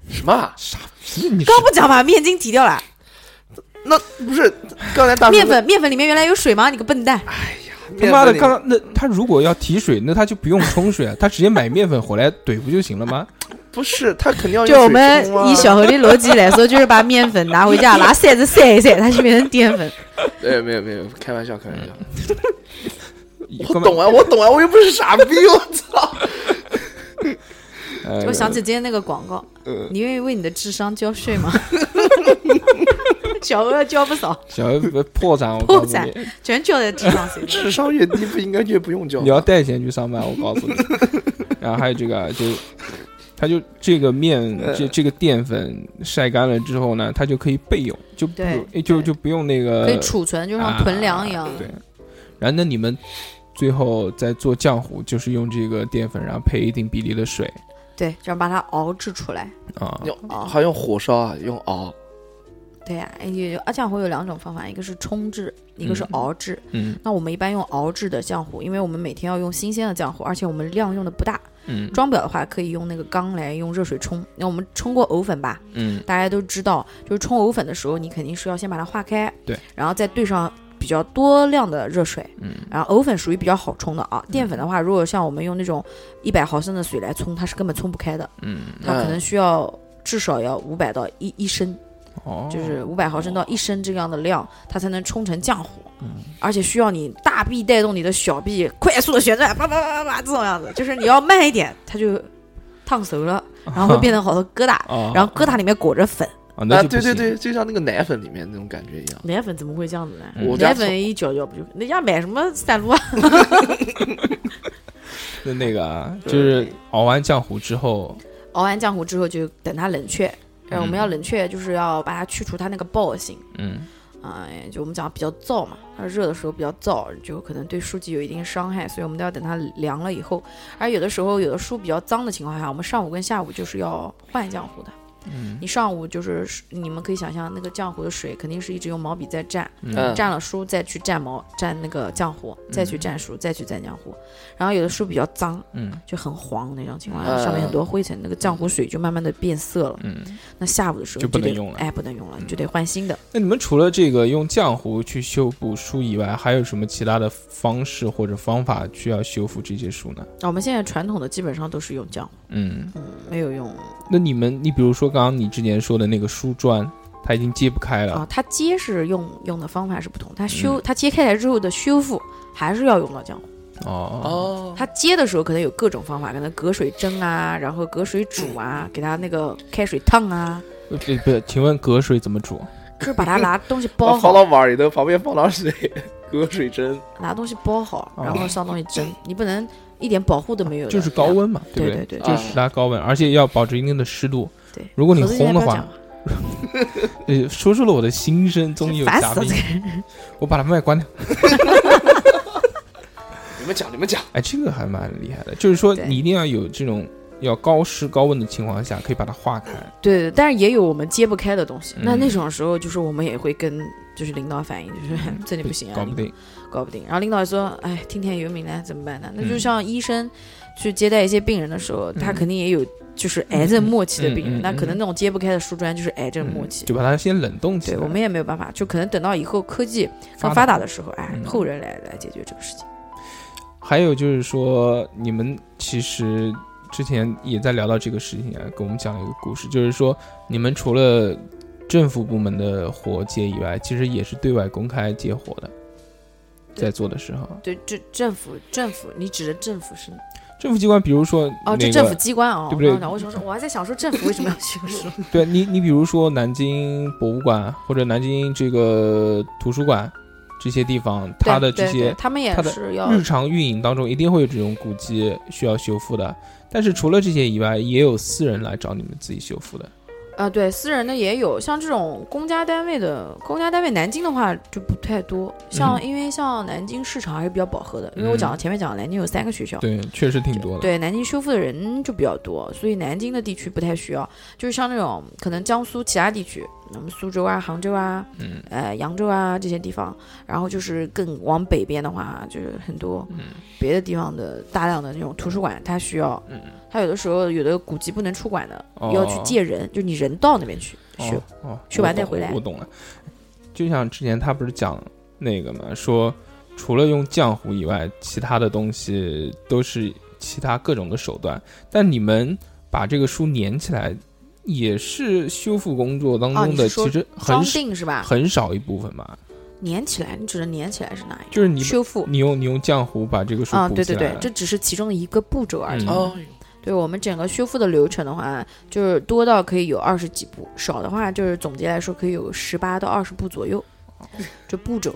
S4: 什么啊？
S1: 皮，你
S3: 刚不讲把面筋提掉了，
S4: 那 不是刚才大叔
S3: 面粉面粉里面原来有水吗？你个笨蛋！
S1: 他
S4: 面
S1: 妈的
S4: 粉里
S1: 刚刚那他如果要提水，那他就不用冲水啊， 他直接买面粉回来怼不就行了吗？
S4: 不是他肯定要用
S3: 就我
S4: 水
S3: 们
S4: 冲啊
S3: 以小何的逻辑来说，就是把面粉拿回 家，拿筛子筛一筛，它就变成淀粉。
S4: 没有没有没有，开玩笑开玩笑， 我
S1: 嗯根本
S4: 懂啊我懂啊，我又不是傻逼，我操！
S1: 呃
S3: 我想起今天那个广告，
S4: 嗯
S3: 你愿意为你的智商交税吗？ 小何交不少，
S1: 小 F 破产，我告
S3: 破
S1: 诉
S3: 产
S1: 你，
S3: 全交在智商税
S1: 呃
S4: 智商越低不应该越不用教
S1: 你，要带钱去上班，我告诉 你。然后还有这个，就它就这个面，
S4: 呃
S1: 这这个淀粉晒干了之后呢，它就可以备用，就不
S3: 对
S1: 哎就
S3: 对
S1: 就不用那个
S3: 可以储存，就像囤粮一样
S1: 啊。对，然后那你们最后再做浆糊，就是用这个淀粉，然后配一定比例的水
S3: 对，这样把它熬制出来。
S1: 啊。
S4: 用
S3: 哦
S4: 还用火烧啊，用熬，
S3: 对呀、啊，有啊，浆糊有两种方法，一个是冲制，一个是
S1: 嗯
S3: 熬制。
S1: 嗯
S3: 那我们一般用熬制的浆糊，因为我们每天要用新鲜的浆糊，而且我们量用的不大。
S1: 嗯
S3: 装不了的话，可以用那个缸来用热水冲。那我们冲过藕粉吧，
S1: 嗯
S3: 大家都知道，就是冲藕粉的时候，你肯定是要先把它化开，
S1: 对，
S3: 然后再兑上比较多量的热水。
S1: 嗯，
S3: 然后藕粉属于比较好冲的啊，淀粉的话，如果像我们用那种一百毫升的水来冲，它是根本冲不开的，
S1: 嗯，
S3: 它可能需要至少要五百到一一升，
S1: 哦，
S3: 就是五百毫升到一升这样的量，它才能冲成浆糊。
S4: 嗯
S3: 而且需要你大臂带动你的小臂快速的旋转，叭叭叭叭叭，这种样子，就是你要慢一点，它就烫熟了，然后会变成好多 疙瘩，
S1: 啊，
S4: 哦
S3: 然后疙瘩里面裹着粉。
S1: 啊，那
S4: 啊
S1: 就不
S4: 对对
S1: 行，
S4: 对，就像那个奶粉里面那种感觉一样，
S3: 奶粉怎么会这样子呢？
S1: 嗯
S4: 我家
S3: 奶粉一搅搅不就？人家买什么三鹿啊？
S1: 那那个啊，就是熬完浆糊之后，
S3: 熬完浆糊之后就等它冷却，然后我们
S1: 嗯
S3: 要冷却，就是要把它去除它那个暴性
S1: 嗯
S3: 啊、哎就我们讲比较燥嘛，它热的时候比较燥，就可能对书籍有一定伤害，所以我们都要等它凉了以后。而有的时候有的书比较脏的情况下，我们上午跟下午就是要换浆糊的。
S1: 嗯
S3: 你上午就是你们可以想象那个浆糊的水肯定是一直用毛笔在蘸，
S1: 嗯
S3: 蘸了书再去蘸毛蘸那个浆糊，再去蘸书，再去蘸浆糊。然后有的书比较脏，
S1: 嗯
S3: 就很黄那种情况下，
S4: 嗯
S3: 上面很多灰尘，那个浆糊水就慢慢的变色了。
S1: 嗯。
S3: 那下午的时候
S1: 就不能
S3: 得
S1: 用了嗯
S3: 哎，不能用了，你就得换新的。
S1: 那你们除了这个用浆糊去修补书以外，还有什么其他的方式或者方法需要修复这些书呢？
S3: 那我们现在传统的基本上都是用浆糊，
S1: 嗯，
S3: 没有用
S1: 那你们，你比如说刚刚你之前说的那个书砖，它已经揭不开了。
S3: 啊，它揭是用用的方法是不同，它修、
S1: 嗯
S3: 它揭开来之后的修复还是要用到浆糊。
S1: 哦
S4: 哦，
S3: 它揭的时候可能有各种方法，可能隔水蒸啊，然后隔水煮啊，给它那个开水烫啊，
S1: 哦，这不，请问隔水怎么煮？
S3: 就是把它拿东西包
S4: 我放
S3: 好，
S4: 到碗里头，旁边放点水，隔水蒸。
S3: 拿东西包好，
S1: 哦
S3: 然后上东西蒸，你不能一点保护都没有的。
S1: 就是高温嘛，不
S3: 对
S1: 对？
S3: 对对
S1: 就是拉高温，而且要保持一定的湿度。
S3: 对，
S1: 如果你
S3: 否则现在
S1: 烘的
S3: 不要
S1: 话
S3: 讲，了
S1: 呃，说出了我的心声，终于有
S3: 烦
S1: 嘉
S3: 死了
S1: 宾
S3: 这，个人。
S1: 我把他麦关掉。
S4: 你们讲，你们讲。
S1: 哎，这个还蛮厉害的，就是说
S3: 对
S1: 你一定要有这种要高湿高温的情况下，可以把它化开。
S3: 对对，但是也有我们揭不开的东西。那
S1: 嗯
S3: 那种时候，就是我们也会跟就是领导反映，就是 这里不行啊，
S1: 嗯搞
S3: 你
S1: 不定。
S3: 搞不定。然后领导说：“哎，听天由命呢，怎么办呢？”那就
S1: 嗯
S3: 像医生去接待一些病人的时候，他
S1: 嗯
S3: 肯定也有就是癌症末期的病人，
S1: 嗯嗯嗯嗯
S3: 那可能那种揭不开的书砖就是癌症末期。
S1: 就把它先冷冻起
S3: 对
S1: 来。
S3: 我们也没有办法，就可能等到以后科技更
S1: 发
S3: 发
S1: 达
S3: 达的时候，哎，
S1: 嗯
S3: 后人来来解决这个事情。
S1: 还有就是说，你们其实之前也在聊到这个事情啊，给我们讲了一个故事，就是说你们除了政府部门的活接以外，其实也是对外公开接活的，
S3: 对
S1: 在做的时候，
S3: 对，这政府政府，你指的政府是
S1: 政府机关，比如说
S3: 哦，
S1: 那
S3: 这
S1: 个
S3: 政府机关哦，
S1: 对不对
S3: 我刚刚讲为什么说我还在想说政府为什么要修书？
S1: 对你，你比如说南京博物馆或者南京这个图书馆这些地方，它的
S3: 对
S1: 这
S3: 对对
S1: 些
S3: 他们也
S1: 它的
S3: 是要
S1: 日常运营当中一定会有这种古迹需要修复的。但是除了这些以外，也有私人来找你们自己修复的。
S3: 啊，对，私人的也有，像这种公家单位的，公家单位南京的话就不太多。像、
S1: 嗯
S3: 因为像南京市场还是比较饱和的，因为我讲
S1: 嗯
S3: 前面讲了，南京有三个学校，
S1: 对，确实挺多的。
S3: 对南京修复的人就比较多，所以南京的地区不太需要。就是像那种可能江苏其他地区，那么苏州啊、杭州啊、
S1: 嗯
S3: 呃扬州啊这些地方，然后就是更往北边的话，就是很多
S1: 嗯
S3: 别的地方的大量的那种图书馆，它需要，
S1: 嗯，
S3: 它有的时候有的古迹不能出馆的，
S1: 哦
S3: 要去借人，就你人到那边去修。
S1: 哦哦，
S3: 修完
S1: 我
S3: 再
S1: 懂
S3: 回
S1: 了
S3: 来
S1: 我懂了，就像之前他不是讲那个嘛，说除了用浆糊以外，其他的东西都是其他各种的手段。但你们把这个书粘起来，也是修复工作当
S3: 哦
S1: 中
S3: 你
S1: 的，
S3: 是说
S1: 其实
S3: 装啊
S1: 很少
S3: 订是吧？
S1: 很少一部分嘛，
S3: 粘起来，你指的粘起来是哪一个？
S1: 就是你
S3: 修复
S1: 你用你用浆糊把这个书
S3: 啊、
S1: 补
S3: 对
S1: 起
S3: 对
S1: 来
S3: 对
S1: 了，
S3: 这只是其中的一个步骤而已。
S1: 嗯
S4: 哦，
S3: 对我们整个修复的流程的话，就是多到可以有二十几步，少的话就是总结来说可以有十八到二十步左右。
S1: 哦
S3: 这步骤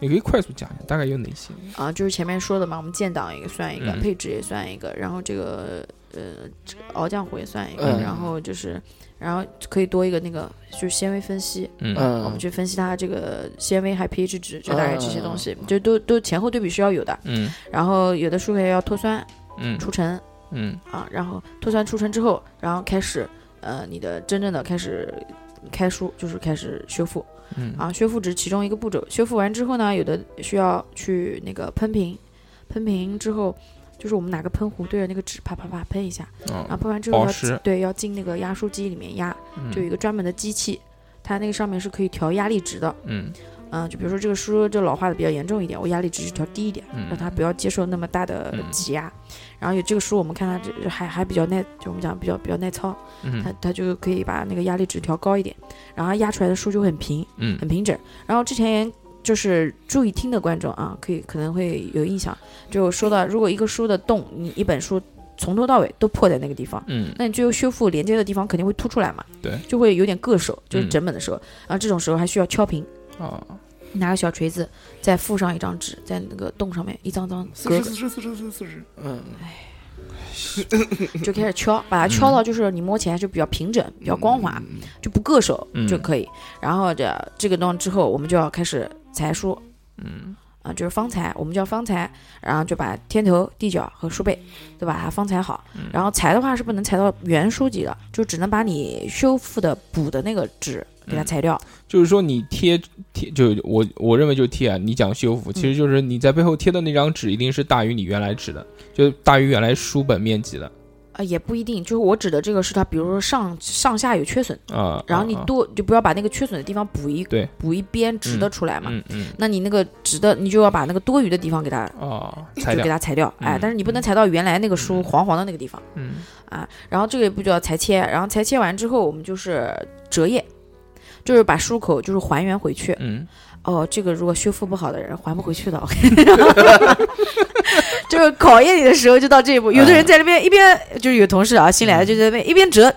S1: 你可以快速讲一下大概有哪些？
S3: 啊，就是前面说的嘛，我们建档一个算一个，
S1: 嗯
S3: 配置也算一个，然后这个呃这个熬浆糊也算一个，
S4: 嗯
S3: 然后就是然后可以多一个那个就是纤维分析，
S1: 嗯
S3: 我
S4: 嗯
S3: 们，去分析它这个纤维还 pH 值，就大概这些东西，
S4: 嗯
S3: 就都都前后对比是要有的。
S1: 嗯
S3: 然后有的书也要脱酸
S1: 嗯
S3: 除尘
S1: 嗯
S3: 啊，然后脱酸除尘之后，然后开始呃你的真正的开始开书，就是开始修复
S1: 嗯
S3: 啊，修复只是其中一个步骤。修复完之后呢，有的需要去那个喷平，喷平之后就是我们拿个喷壶对着那个纸啪啪啪喷一下，然后
S1: 啊，
S3: 喷完之
S1: 保
S3: 后要
S1: 湿嗯
S3: 进对要进那个压缩机里面压，就有一个专门的机器，它那个上面是可以调压力值的。
S1: 嗯
S3: 嗯，就比如说这个书就老化的比较严重一点，我压力值就调低一点，
S1: 嗯
S3: 让它不要接受那么大的
S1: 嗯
S3: 挤压。然后有这个书，我们看它这还还比较耐，就我们讲比较比较耐操，它
S1: 嗯
S3: 它就可以把那个压力值调高一点，然后压出来的书就会很平
S1: 嗯
S3: 很平整。然后之前就是注意听的观众啊，可以可能会有印象，就说到如果一个书的洞，你一本书从头到尾都破在那个地方，
S1: 嗯
S3: 那你最后修复连接的地方肯定会凸出来嘛，
S1: 对，
S3: 就会有点硌手，就是
S1: 嗯
S3: 整本的时候，然后这种时候还需要敲平。
S1: 啊，
S3: 拿个小锤子，再附上一张纸，在那个洞上面一张张
S4: 四
S3: 格
S4: 十
S3: 格
S4: 四十四十四十四十，嗯，
S3: 就开始敲，把它
S1: 嗯
S3: 敲到就是你摸起来就比较平整、比较光滑，
S4: 嗯，
S3: 就不硌手
S1: 嗯
S3: 就可以。然后这这个弄之后，我们就要开始裁书
S1: 嗯
S3: 啊，就是方裁，我们叫方裁，然后就把天头、地角和书背都把它方裁好。
S1: 嗯
S3: 然后裁的话是不能裁到原书籍的，就只能把你修复的补的那个纸给它
S1: 嗯
S3: 裁掉。
S1: 就是说你贴贴，就我我认为就是贴啊。你讲修复，其实就是你在背后贴的那张纸一定是大于你原来纸的，就大于原来书本面积的
S3: 啊，也不一定，就是我指的这个是它，比如说上上下有缺损，
S1: 啊。
S3: 然后你
S1: 啊啊
S3: 多就不要把那个缺损的地方补一
S1: 对
S3: 补一边直的出来嘛。
S1: 嗯嗯
S3: 那你那个直的，你就要把那个多余的地方给它
S1: 哦，裁
S3: 就给
S1: 掉
S3: 它裁掉，哎
S1: 嗯，
S3: 但是你不能裁到原来那个书黄黄的那个地方
S1: 嗯
S3: 啊。然后这个一步就要裁切，然后裁切完之后，我们就是折页。就是把漱口就是还原回去。
S1: 嗯，
S3: 哦，这个如果修复不好的人还不回去的， 就是考验你的时候就到这一步。有的
S1: 嗯
S3: 人在那边一边就是有同事啊，新来的就在那边一边折，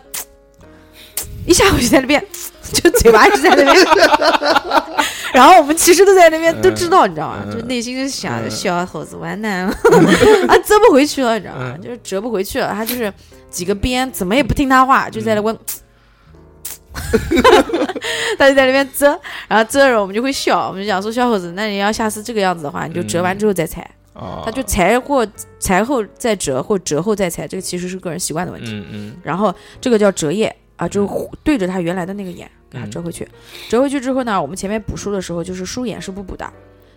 S3: 一下午就在那边，就嘴巴一直在 那边。然后我们其实都在那边都知道，你知道吗？
S1: 嗯
S3: 就内心就想着
S1: 嗯
S3: 小猴子完 蛋了，啊，折不回去了，你知道吗？
S1: 嗯
S3: 就是折不回去了，他就是几个边怎么也不听他话，就在
S1: 嗯
S3: 那问。他就在那边折，然后折着我们就会笑，我们就讲说小伙子，那你要下次这个样子的话，你就折完之后再裁，
S1: 哦，
S3: 他就裁或裁后再折，或折后再裁，这个其实是个人习惯的问题。
S1: 嗯嗯
S3: 然后这个叫折页啊，就是互对着他原来的那个眼给他
S1: 嗯
S3: 折回去，折回去之后呢，我们前面补书的时候就是书眼是不补的，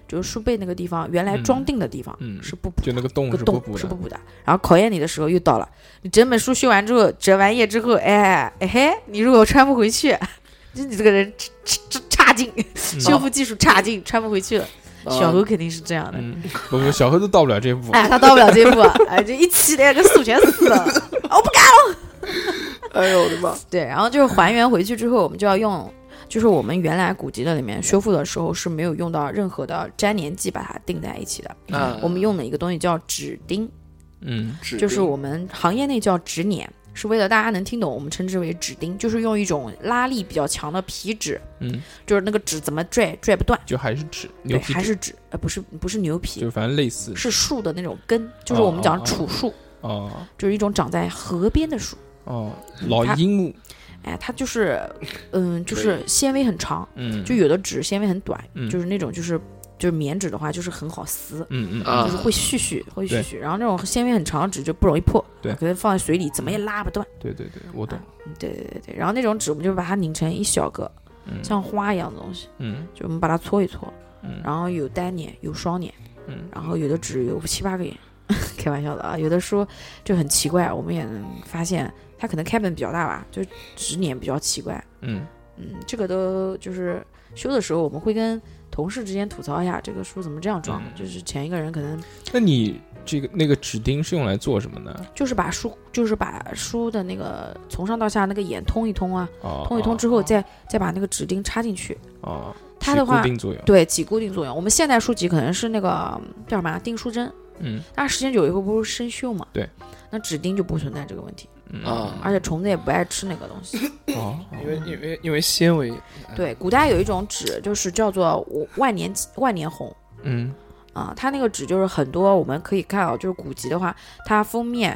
S3: 就是书背那个地方原来装订的地方
S1: 嗯，
S3: 是不补的。
S1: 就那个洞
S3: 个
S1: 是不
S3: 洞
S1: 补
S3: 是
S1: 的
S3: 不，补的。然后考验你的时候又到了，你整本书修完之后，折完页之后，哎哎嘿，你如果穿不回去， 就你这个人差差差劲，
S1: 嗯
S3: 修
S1: 哦
S3: 复技术差劲，穿不回去了。小
S4: 啊
S3: 猴肯定是这样的，
S1: 嗯，不不，小何都到不了这一步。
S3: 哎，他到不了这一步，哎，就一期待跟素全死了。
S4: 哎呦我的妈！
S3: 对，然后就是还原回去之后，我们就要用。就是我们原来古籍的里面修复的时候是没有用到任何的粘连剂把它定在一起的，
S4: 啊
S3: 我们用的一个东西叫纸钉，
S1: 嗯
S4: 指
S3: 就是
S4: 定
S3: 我们行业内叫纸捻，是为了大家能听懂，我们称之为纸钉，就是用一种拉力比较强的皮纸，
S1: 嗯，
S3: 就是那个纸怎么拽拽不断，
S1: 就还是纸牛
S3: 对，
S1: 皮
S3: 还
S1: 纸，
S3: 是纸，呃，不是不是牛皮，
S1: 就反正类似
S3: 是树的那种根，就是
S1: 哦
S3: 我们讲
S1: 哦哦
S3: 楚树，
S1: 哦
S3: 就是一种长在河边的树，
S1: 哦，老樱木，
S3: 哎，它就是，嗯，就是纤维很长，
S1: 嗯，
S3: 就有的纸纤维很短，
S1: 嗯
S3: 就是那种就是就是棉纸的话，就是很好撕。
S1: 嗯嗯
S4: 啊
S3: 就是会絮絮，会絮
S1: 对
S3: 絮，然后那种纤维很长的纸就不容易破，
S1: 对
S3: 可能放在水里怎么也拉不断。
S1: 对对对，我懂，
S3: 对对对对，然后那种纸我们就把它拧成一小个
S1: 嗯
S3: 像花一样的东西，
S1: 嗯
S3: 就我们把它搓一搓，
S1: 嗯，
S3: 然后有单捻，有双捻，
S1: 嗯
S3: 然后有的纸有七八个眼， 开玩笑的啊，有的书就很奇怪，我们也能发现它可能开本比较大吧，就纸捻比较奇怪，
S1: 嗯
S3: 嗯，这个都就是修的时候我们会跟同事之间吐槽一下，这个书怎么这样装，
S1: 嗯
S3: 就是前一个人可能
S1: 那你这个那个纸钉是用来做什么呢？
S3: 就是把书就是把书的那个从上到下那个眼通一通啊，
S1: 哦，
S3: 通一通之后再再把那个纸钉插进去。
S1: 哦，
S3: 它的话
S1: 起固定作用，
S3: 对起固定作用。我们现代书籍可能是那个嗯叫什么啊订书针，
S1: 嗯
S3: 但时间久以后不是生锈嘛？
S1: 对，
S3: 那指定就不存在这个问题，
S1: 嗯
S4: 啊
S3: 而且虫子也不爱吃那个东西。
S1: 哦，
S4: 因为因为因为纤维
S3: 对，古代有一种纸，就是叫做我万年万年红
S1: 嗯
S3: 啊、它那个纸就是很多我们可以看到，哦就是古籍的话，它封面。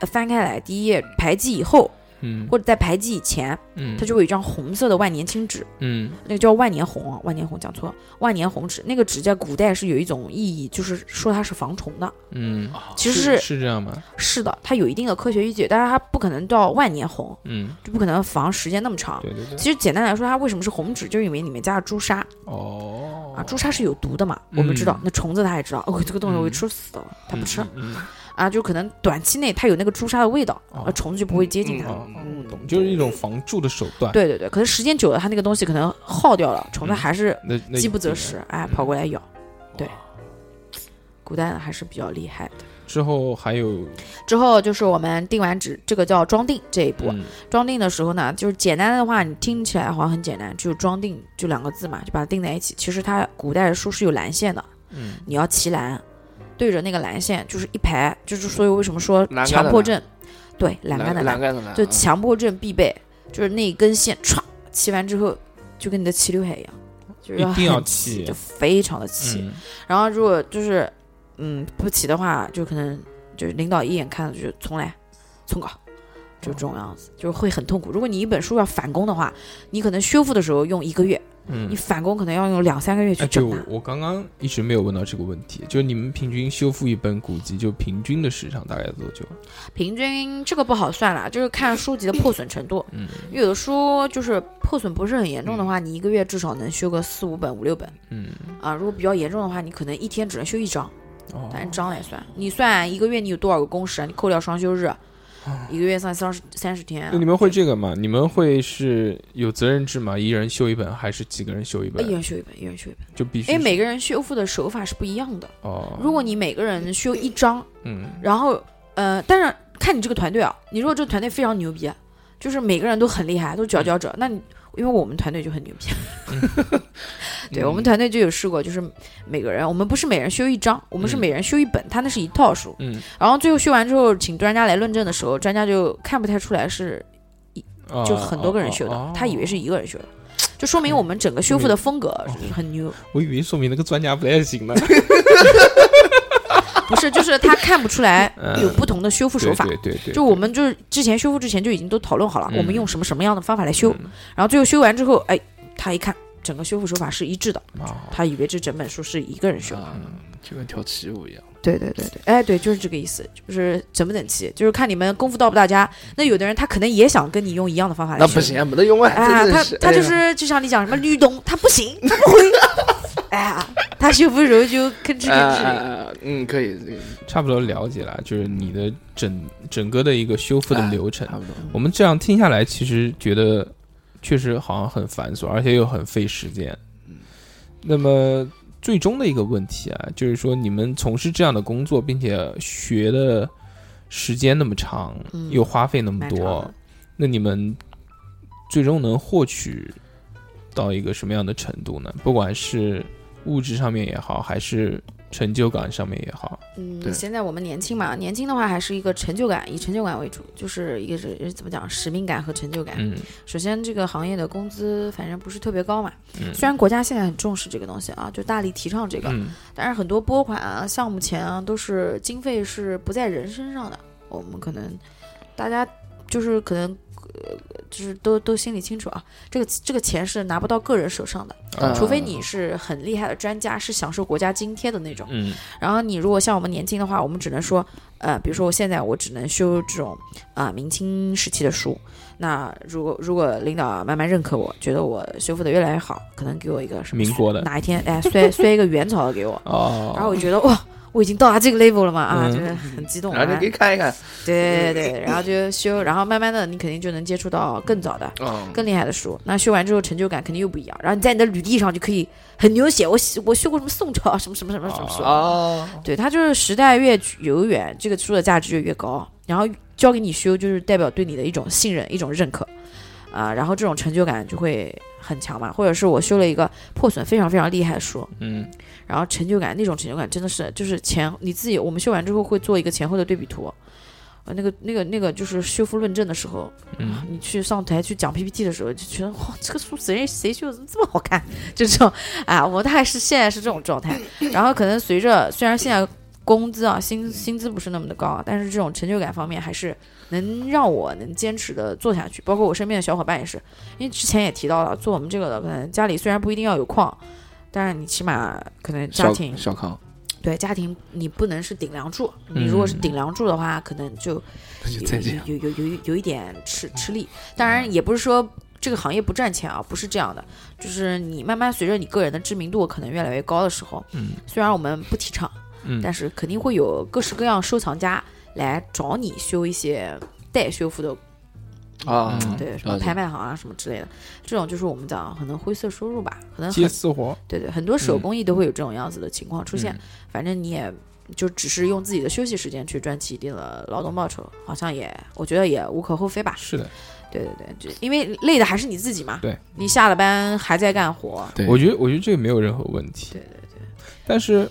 S3: 呃翻开来，第一页排记以后，
S1: 嗯
S3: 或者在排记以前，
S1: 嗯，
S3: 它就会有一张红色的万年青纸，
S1: 嗯
S3: 那个叫万年红啊，万年红讲错了，万年红纸那个纸在古代是有一种意义，就是说它是防虫的，
S1: 嗯，
S3: 其实
S1: 是
S3: 是
S1: 是这样吗？
S3: 是的，它有一定的科学依据，但是它不可能到万年红，
S1: 嗯，
S3: 就不可能防时间那么长。
S1: 对对对，
S3: 其实简单来说，它为什么是红纸，就是因为里面加了朱砂啊
S1: 哦
S3: 啊，朱砂是有毒的嘛，
S1: 嗯
S3: 我们知道，那虫子它也知道，哦，这个东西我
S1: 嗯
S3: 一吃死了，它不吃
S1: 嗯嗯嗯
S3: 啊，就可能短期内它有那个朱砂的味道，
S1: 哦
S3: 呃，虫子就不会接近它。
S1: 哦，哦我懂，就是一种防蛀的手段，，
S3: 对对对，可是时间久了，它那个东西可能耗掉了，虫子
S1: 嗯
S3: 还是
S1: 那那一
S3: 饥不择
S1: 定
S3: 食，哎，
S1: 嗯哦
S3: 跑过来咬。对，古代还是比较厉害的。
S1: 之后还有
S3: 之后就是我们定完纸，这个叫装订这一步。啊
S1: 嗯
S3: 装订的时候呢，就是简单的话，你听起来好像很简单，只有装订就两个字嘛，就把它定在一起。其实它古代的书是有蓝线的，
S1: 嗯
S3: 你要骑栏，对着那个栏线就是一排，就是所以为什么说
S4: 栏杆的
S3: 强迫
S4: 栏
S3: 症，对栏杆的栏，
S4: 栏杆的栏，
S3: 就
S4: 嗯
S3: 强迫症必备，就是那一根线歘，骑完之后就跟你的骑刘海一样，就是
S1: 一定要
S3: 很
S1: 骑
S3: 就非常的骑。
S1: 嗯
S3: 然后如果就是嗯不骑的话，就可能就是领导一眼看就重来，重搞，就这种样子，就是会很痛苦。如果你一本书要返工的话，你可能修复的时候用一个月，
S1: 嗯
S3: 你返工可能要用两三个月去
S1: 哎，对，
S3: 整
S1: 我
S3: 它。
S1: 我刚刚一直没有问到这个问题，就是你们平均修复一本古籍，就平均的时长大概多久？
S3: 平均这个不好算啦，就是看书籍的破损程度。
S1: 嗯
S3: 因为有的书就是破损不是很严重的话，你一个月至少能修个四五本、五六本
S1: 嗯，
S3: 啊。如果比较严重的话，你可能一天只能修一章。
S1: 哦，
S3: 按章来算，你算一个月你有多少个工时啊？你扣掉双休日，一个月算三十三十天啊、
S1: 哦那你们会这个吗？你们会是有责任制吗？一人修一本，还是几个人修一
S3: 一
S1: 本？
S3: 人修一本，一人修一本，
S1: 就必须
S3: 因
S1: 是
S3: 为每个人修复的手法是不一样的。
S1: 哦，
S3: 如果你每个人修一章，
S1: 嗯
S3: 然后呃，但是
S1: 嗯
S3: 看你这个团队啊，你如果这个团队非常牛逼，就是每个人都很厉害，都佼佼者，那你因为我们团队就很牛逼， 对我们团队就有试过，就是每个人我们不是每人修一张，我们是
S1: 嗯
S3: 每人修一本，他那是一套书，
S1: 嗯
S3: 然后最后修完之后，请专家来论证的时候，专家就看不太出来是
S1: 啊
S3: 就很多个人修
S1: 哦嗯
S3: 的
S1: 哦，
S3: 他以为是一个人修的，就说明我们整个修复的风格
S1: 嗯
S3: 是很牛，
S1: 我以为说明那个专家不太行了，
S3: 不是，就是他看不出来
S1: 嗯
S3: 有不同的修复手法。
S1: 对对对，
S3: 就我们就是之前修复之前就已经都讨论好了，
S1: 嗯
S3: 我们用什么什么样的方法来修，
S4: 嗯
S3: 然后最后修完之后，哎，他一看整个修复手法是一致的，
S1: 啊，
S3: 他以为这整本书是一个人修的。
S4: 啊，就跟跳起舞一样。
S3: 对对对对，哎，对，就是这个意思，就是整不整齐，就是看你们功夫到不到家。那有的人他可能也想跟你用一样的方法来
S4: 那
S3: 修
S4: 不行，没得用啊！
S3: 啊，
S4: 真的
S3: 他
S4: 是
S3: 他
S4: 哎呀
S3: 就是就像你讲什么律动，他不行，他不会。 哎呀，他修复时候就吭哧
S4: 啊
S3: 吭哧。
S4: 啊啊！嗯，可以，可以
S1: 差不多了解了，就是你的整整个的一个修复的流程。
S4: 差不多。
S1: 我们这样听下来，其实觉得确实好像很繁琐，而且又很费时间。那么最终的一个问题啊，就是说你们从事这样的工作，并且学的时间那么长，
S3: 嗯
S1: 又花费那么
S3: 蛮长
S1: 多
S3: 的，
S1: 那你们最终能获取到一个什么样的程度呢？不管是物质上面也好，还是成就感上面也好，
S4: 对
S3: 嗯，现在我们年轻嘛，年轻的话还是一个成就感，以成就感为主，就是一个是呃怎么讲，使命感和成就感。
S1: 嗯
S3: 首先，这个行业的工资反正不是特别高嘛，
S1: 嗯
S3: 虽然国家现在很重视这个东西啊，就大力提倡这个，
S1: 嗯
S3: 但是很多拨款啊、项目钱啊，都是经费是不在人身上的。我们可能大家就是可能，呃、就是都都心里清楚啊，这个这个钱是拿不到个人手上的，
S1: 啊
S3: 除非你是很厉害的专家，是享受国家津贴的那种。
S1: 嗯
S3: 然后你如果像我们年轻的话，我们只能说，呃，比如说我现在我只能修这种啊、明清时期的书。那如果如果领导慢慢认可我，觉得我修复的越来越好，可能给我一个什么
S1: 民国的
S3: 哪一天哎 摔摔一个元朝的给我，
S1: 哦，
S3: 然后我觉得哇，我已经到达这个 level 了嘛啊，
S1: 嗯
S3: 就是很激动啊
S4: 然，后就可以看一看，
S3: 对对对，然后就修，然后慢慢的你肯定就能接触到更早的。
S4: 嗯，
S3: 更厉害的书，那修完之后成就感肯定又不一样。然后你在你的履历上就可以很牛写，我写我修过什么宋朝啊什么什么什么什么书，
S4: 哦，
S3: 对，它就是时代越久远，这个书的价值就越高。然后交给你修，就是代表对你的一种信任、一种认可啊、然后这种成就感就会很强嘛。或者是我修了一个破损非常非常厉害的书，
S1: 嗯
S3: 然后成就感那种成就感真的是就是前你自己我们修完之后会做一个前后的对比图。呃，那个、那个、那个，就是修复论证的时候，
S1: 嗯
S3: 你去上台去讲 PPT 的时候，就觉得哇，这个书谁谁修的这么好看，就这种啊，我大概是现在是这种状态。然后可能随着虽然现在工资啊薪薪资不是那么的高啊，但是这种成就感方面还是能让我能坚持的做下去。包括我身边的小伙伴也是，因为之前也提到了，做我们这个的可能家里虽然不一定要有矿，但是你起码可能家
S4: 小
S3: 庭
S4: 小康，
S3: 对家庭你不能是顶梁柱，你如果是
S1: 嗯
S3: 顶梁柱的话，可能就
S4: 那就再见。
S3: 有有有有有有一点吃吃力。当然也不是说这个行业不赚钱啊，不是这样的，就是你慢慢随着你个人的知名度可能越来越高的时候，
S1: 嗯
S3: 虽然我们不提倡，
S1: 嗯
S3: 但是肯定会有各式各样收藏家来找你修一些待修复的，
S4: 啊
S1: 嗯，
S3: 对什么
S4: 了解
S3: 拍卖行啊什么之类的，这种就是我们讲可能灰色收入吧，可能
S1: 接
S3: 很
S1: 私活
S3: 对对，很多手
S4: 嗯
S3: 工艺都会有这种样子的情况出现。反正你也就只是用自己的休息时间去赚取一定的劳动报酬，好像也我觉得也无可厚非吧。
S1: 是的，
S3: 对对对，就因为累的还是你自己嘛。
S1: 对，
S3: 你下了班还在干活。
S4: 对
S1: 我觉得我觉得这个没有任何问题。
S3: 对对对，
S1: 但是，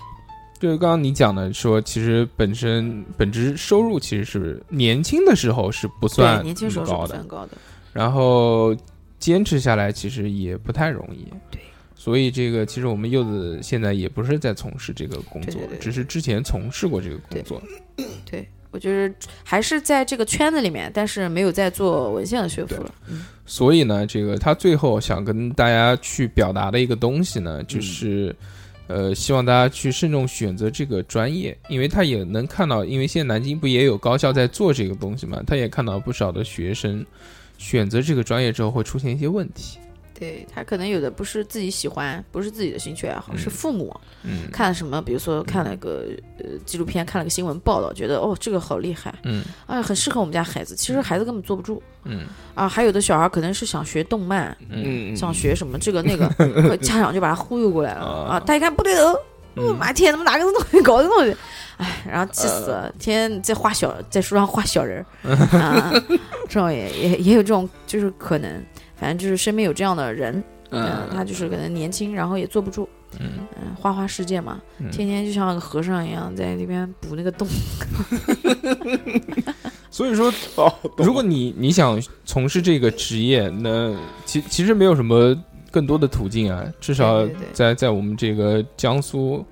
S1: 就是刚刚你讲的说，其实本身本职收入其实是年轻的时候是不算
S3: 对，年轻时候是
S1: 高
S3: 不
S1: 的
S3: 算，高的。
S1: 然后坚持下来其实也不太容易。
S3: 对。
S1: 所以这个其实我们柚子现在也不是在从事这个工作
S3: 对对对，对
S1: 只是之前从事过这个工作。
S3: 对，我就是还是在这个圈子里面，但是没有在做文献的修复了。
S1: 所以呢，这个他最后想跟大家去表达的一个东西呢，就是，呃，希望大家去慎重选择这个专业，因为他也能看到，因为现在南京不也有高校在做这个东西嘛，他也看到不少的学生选择这个专业之后会出现一些问题。
S3: 对他可能有的不是自己喜欢，不是自己的兴趣爱好，
S1: 嗯
S3: 是父母
S1: 嗯
S3: 看了什么，比如说看了个呃纪录片，看了个新闻报道，觉得哦这个好厉害，
S1: 嗯
S3: 哎，很适合我们家孩子。其实孩子根本坐不住
S1: 嗯
S3: 啊。还有的小孩可能是想学动漫，
S1: 嗯
S3: 想学什么这个那个， 呃家长就把他忽悠过来了
S1: 啊
S3: 啊。他一看不对头，我
S1: 嗯，
S3: 妈天，怎么拿个东西搞这东西？哎，然后气死了，
S1: 呃
S3: 天天在 画小，在书上画小人儿啊，这种也也也有这种就是可能。反正就是身边有这样的人，嗯，
S4: 嗯，
S3: 他就是可能年轻，然后也坐不住，
S1: 嗯，
S3: 嗯，花花世界嘛，
S1: 嗯
S3: 天天就像个和尚一样在那边补那个洞。
S1: 所以说，
S4: 哦，
S1: 如果你你想从事这个职业，那其其实没有什么更多的途径啊，至少
S3: 对对对
S1: 在在我们这个江苏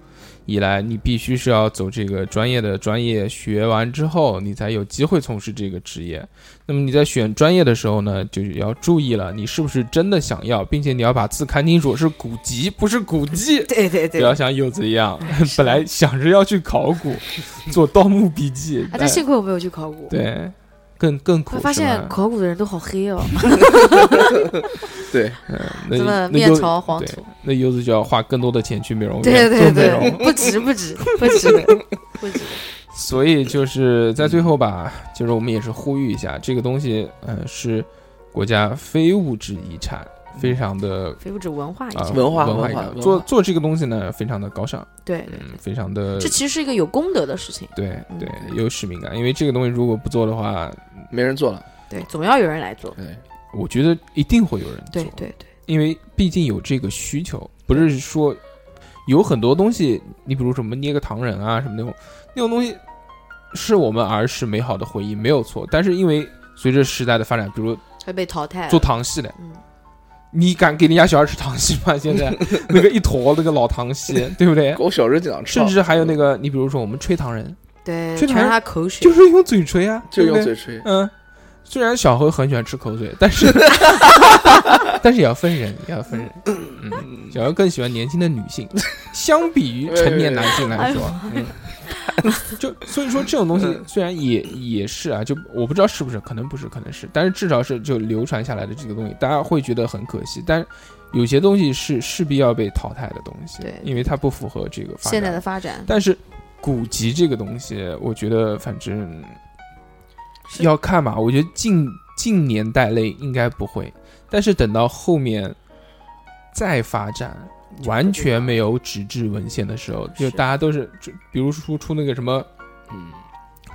S1: 以来，你必须是要走这个专业的专业，学完之后你才有机会从事这个职业。那么你在选专业的时候呢，就要注意了，你是不是真的想要，并且你要把字看清楚，是古籍不是古迹。
S3: 对对
S1: 不要像柚子一样，本来想着要去考 古，做《盗墓笔记》哎
S3: 啊，
S1: 但
S3: 但幸亏我没有去考古，，
S1: 对，更更苦
S3: 会
S1: 是吧。
S3: 发现考古的人都好黑哦，
S4: 对，
S1: 那
S3: 怎么
S1: 那
S3: 面
S1: 柚
S3: 朝黄
S1: 对
S3: 土？
S1: 那柚子就要花更多的钱去美容
S3: 对
S1: 院
S3: 对
S1: 做美
S3: 对，
S1: 容。
S3: 不值不 值不值的，不值。
S1: 所以就是在
S4: 嗯
S1: 最后吧，就是我们也是呼吁一下，这个东西，呃，是国家非物质遗产，非常的
S3: 非物质文化遗
S1: 啊、
S3: 产，
S4: 文化
S1: 文
S4: 文
S1: 遗
S4: 化
S1: 产
S4: 文
S1: 做
S4: 化
S1: 做这个东西呢，非常的高尚，
S3: 对，
S1: 嗯，非常的
S3: 这其实是一个有功德的事情，
S1: 对
S3: 嗯
S1: 对有使命感，因为这个东西如果不做的话，
S4: 没人做了，
S3: 对，总要有人来做，
S4: 对，
S1: 我觉得一定会有人做
S3: 对。对对，
S1: 因为毕竟有这个需求，不是说有很多东西，你比如什么捏个糖人啊什么那种那种东西，是我们儿时美好的回忆，没有错。但是因为随着时代的发展，比如
S3: 会被淘汰了，
S1: 做糖戏的，
S3: 嗯，
S1: 你敢给人家小孩吃糖戏吗？现在那个一坨那个老糖戏， 对不对？
S4: 我小时候经常吃，
S1: 甚至还有那个，你比如说我们吹糖人，
S3: 对，
S1: 这
S3: 全
S1: 男
S3: 是他口水
S1: 就，是用嘴吹啊，
S4: 就
S1: 对不
S4: 用
S1: 对
S4: 嘴吹，
S1: 嗯，虽然小何很喜欢吃口水， 但是但是也要分人，也要分人。嗯，小何更喜欢年轻的女 性，相比于成年男性来说，
S3: 哎
S1: 嗯，就所以说这种东西
S4: 嗯
S1: 虽然也也是啊，就我不知道是不是，可能不是，可能是，但是至少是就流传下来的这个东西，大家会觉得很可惜，但。有些东西是势必要被淘汰的东西，
S3: 对
S1: 因为它不符合这个发展
S3: 现在的发展
S1: 但是古籍这个东西，我觉得反正
S3: 是
S1: 要看吧。我觉得近近年代内应该不会，但是等到后面再发展，完全没有纸质文献的时候，就是大家都是，就比如说出那个什么
S4: 嗯，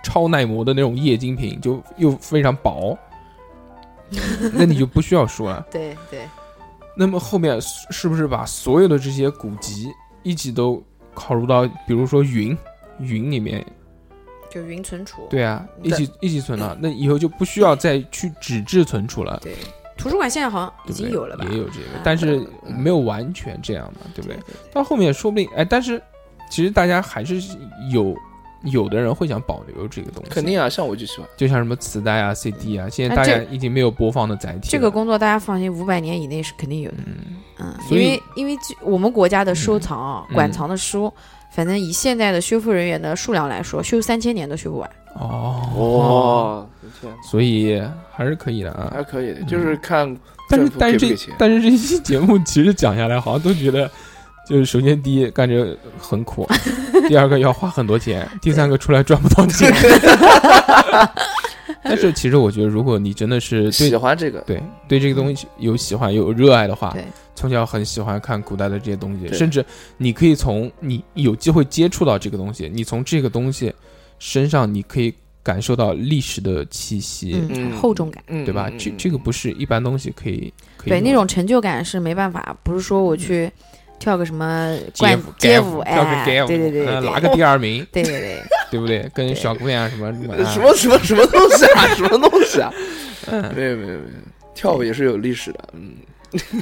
S1: 超耐磨的那种液晶屏，就又非常薄，那你就不需要说了。
S3: 对对，
S1: 那么后面是是不是把所有的这些古籍一起都考入到，比如说云云里面？
S3: 就云存储，
S1: 对啊，一
S3: 对
S1: 起一起存啊了，那以后就不需要再去纸质存储了，
S3: 对，图书馆现在好像
S1: 对
S3: 已
S1: 不对
S3: 经有了吧？
S1: 也有这个
S3: 啊，
S1: 但是没有完全这样嘛，对不对？到后面说不定，哎，但是其实大家还是有有的人会想保留这个东西，
S4: 肯定啊，像我就喜欢，
S1: 就像什么磁带啊、CD 啊，现在
S3: 哎
S1: 大家
S3: 这
S1: 已经没有播放的载体了，
S3: 这个工作大家放心，五百年以内是肯定有的。
S1: 嗯，
S3: 嗯，
S1: 所
S3: 因
S1: 以
S3: 为因为据我们国家的收藏啊、
S1: 嗯
S3: 馆藏的书，反正以现在的修复人员的数量来说，修三千年都修不完。
S1: 哦，
S4: 哦，我的天，
S1: 所以还是可以的啊
S4: 还。可以，就是看
S1: 但
S4: 政
S1: 是
S4: 府
S1: 但
S4: 给
S1: 是
S4: 不给
S1: 这
S4: 钱，
S1: 但是这一期节目其实讲下来，好像都觉得，就是首先第一干着很 苦，第二个要花很多钱，第三个出来赚不到钱。但是其实我觉得，如果你真的 是
S4: 喜
S1: 对
S4: 欢这个，
S1: 对对这个东西有喜欢有热爱的话
S3: 对，
S1: 从小很喜欢看古代的这些东西，
S4: 对
S1: 甚至你可以从你有机会接触到这个东西，你从这个东西身上你可以感受到历史的气息。
S3: 嗯，
S4: 嗯
S3: 厚重感，
S4: 嗯，
S1: 对吧？
S4: 嗯
S1: 这这个不是一般东西可以可以
S3: 对那
S1: 有
S3: 种成就感是没办法，不是说我去跳个什么
S1: 街
S3: 冠
S1: 舞
S3: 街
S1: 舞，
S3: 舞，
S1: 跳个
S3: 哎，
S1: 街
S3: 对
S1: 舞，
S3: 对对
S1: 呃
S3: 对，
S1: 拿个第二名，
S3: 对对对，
S1: 对不对？跟小姑娘什么什么
S4: 嗯
S1: 啊
S4: 什么什么什么东西啊，什 么东西啊，
S1: 嗯，
S4: 没有没有没有，跳舞也是有历史的，嗯，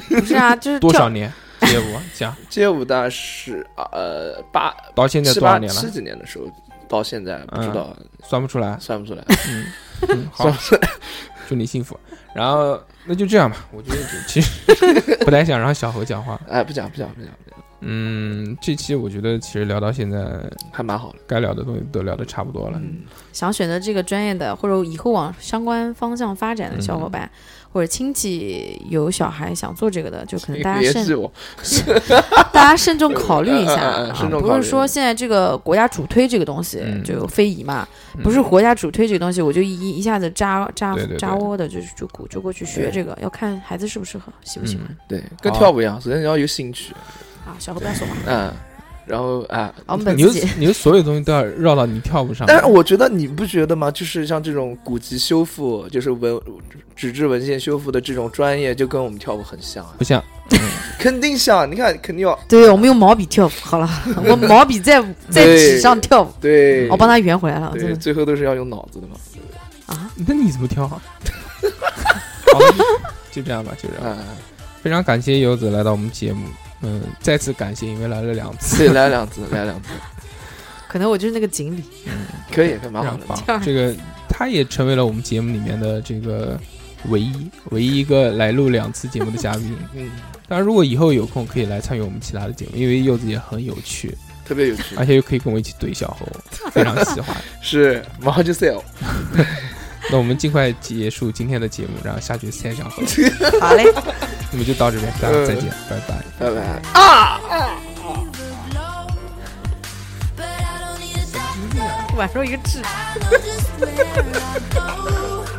S3: 不是啊，就是
S1: 多
S3: 跳
S1: 少年街舞讲
S4: 街舞大概是呃八
S1: 到现在
S4: 七
S1: 多少
S4: 八
S1: 年了嗯
S4: 七？几年的时候到现在不知道
S1: 算不出 来。
S4: 算不出来，
S1: 嗯，嗯好，祝你幸福。然后那就这样吧，我觉得这其实不太想让小何讲话。
S4: 哎，不讲不讲不讲，不讲
S1: 嗯，这期我觉得其实聊到现在，
S4: 还蛮好的，
S1: 该聊的东西都聊的差不多了。
S4: 嗯，
S3: 想选择这个专业的，或者以后往相关方向发展的
S1: 嗯
S3: 小伙伴，或者亲戚有小孩想做这个的，就可能大家
S4: 别
S3: 慎
S4: 记我，
S3: 大家慎重考虑一下
S4: 嗯嗯嗯
S3: 啊
S4: 慎重，考虑
S3: 不是说现在这个国家主推这个东西
S1: 嗯
S3: 就非遗嘛，
S1: 嗯
S3: 不是国家主推这个东西，我就一一下子扎扎
S1: 对对对
S3: 扎窝的，就是就鼓就过去学
S4: 对
S3: 这个，要看孩子适不适合，喜不喜欢
S1: 嗯
S4: 对，跟跳舞一样，首先你要有兴趣，
S3: 啊。小何不要说话，
S4: 嗯，然后啊，
S6: 我们本
S1: 你就
S6: 自己
S1: 你就所有东西都要绕到你跳舞上面。
S4: 但是我觉得你不觉得吗？就是像这种古籍修复，就是文纸质文献修复的这种专业，就跟我们跳舞很像啊，
S1: 不像，
S4: 肯定像。你看，肯定要
S6: 对我们用毛笔跳舞，好了，我们毛笔在在纸上跳舞，
S4: 对，
S3: 哦
S6: 我帮他圆回来了，真
S3: 嗯
S4: 对，
S6: 的
S4: 最后都是要用脑子的嘛。
S6: 啊，
S1: 那你怎么跳啊？好了就这样吧，就这样。
S4: 啊，
S1: 非常感谢游子来到我们节目，嗯，再次感谢，因为来了两
S4: 对，
S1: 次，
S4: 来两次，来两次，
S6: 可能我就是那个锦鲤，
S4: 可以，可以，
S1: 非
S4: 蛮好
S1: 常
S4: 的。
S1: 棒。这个他也成为了我们节目里面的这个唯一唯一一个来录两次节目的嘉宾。
S4: 嗯，
S1: 当然，如果以后有空可以来参与我们其他的节目，因为柚子也很有趣，
S4: 特别有趣
S1: 而，且又可以跟我一起怼小猴，非常喜欢。
S4: 是马上就 sell。
S1: 那我们尽快结束今天的节目，然后下去塞小猴。
S6: 好嘞。
S1: 那么就到这边，大家再见，拜拜。
S4: 拜拜。
S6: 晚上一个痣。
S7: I know just where I go.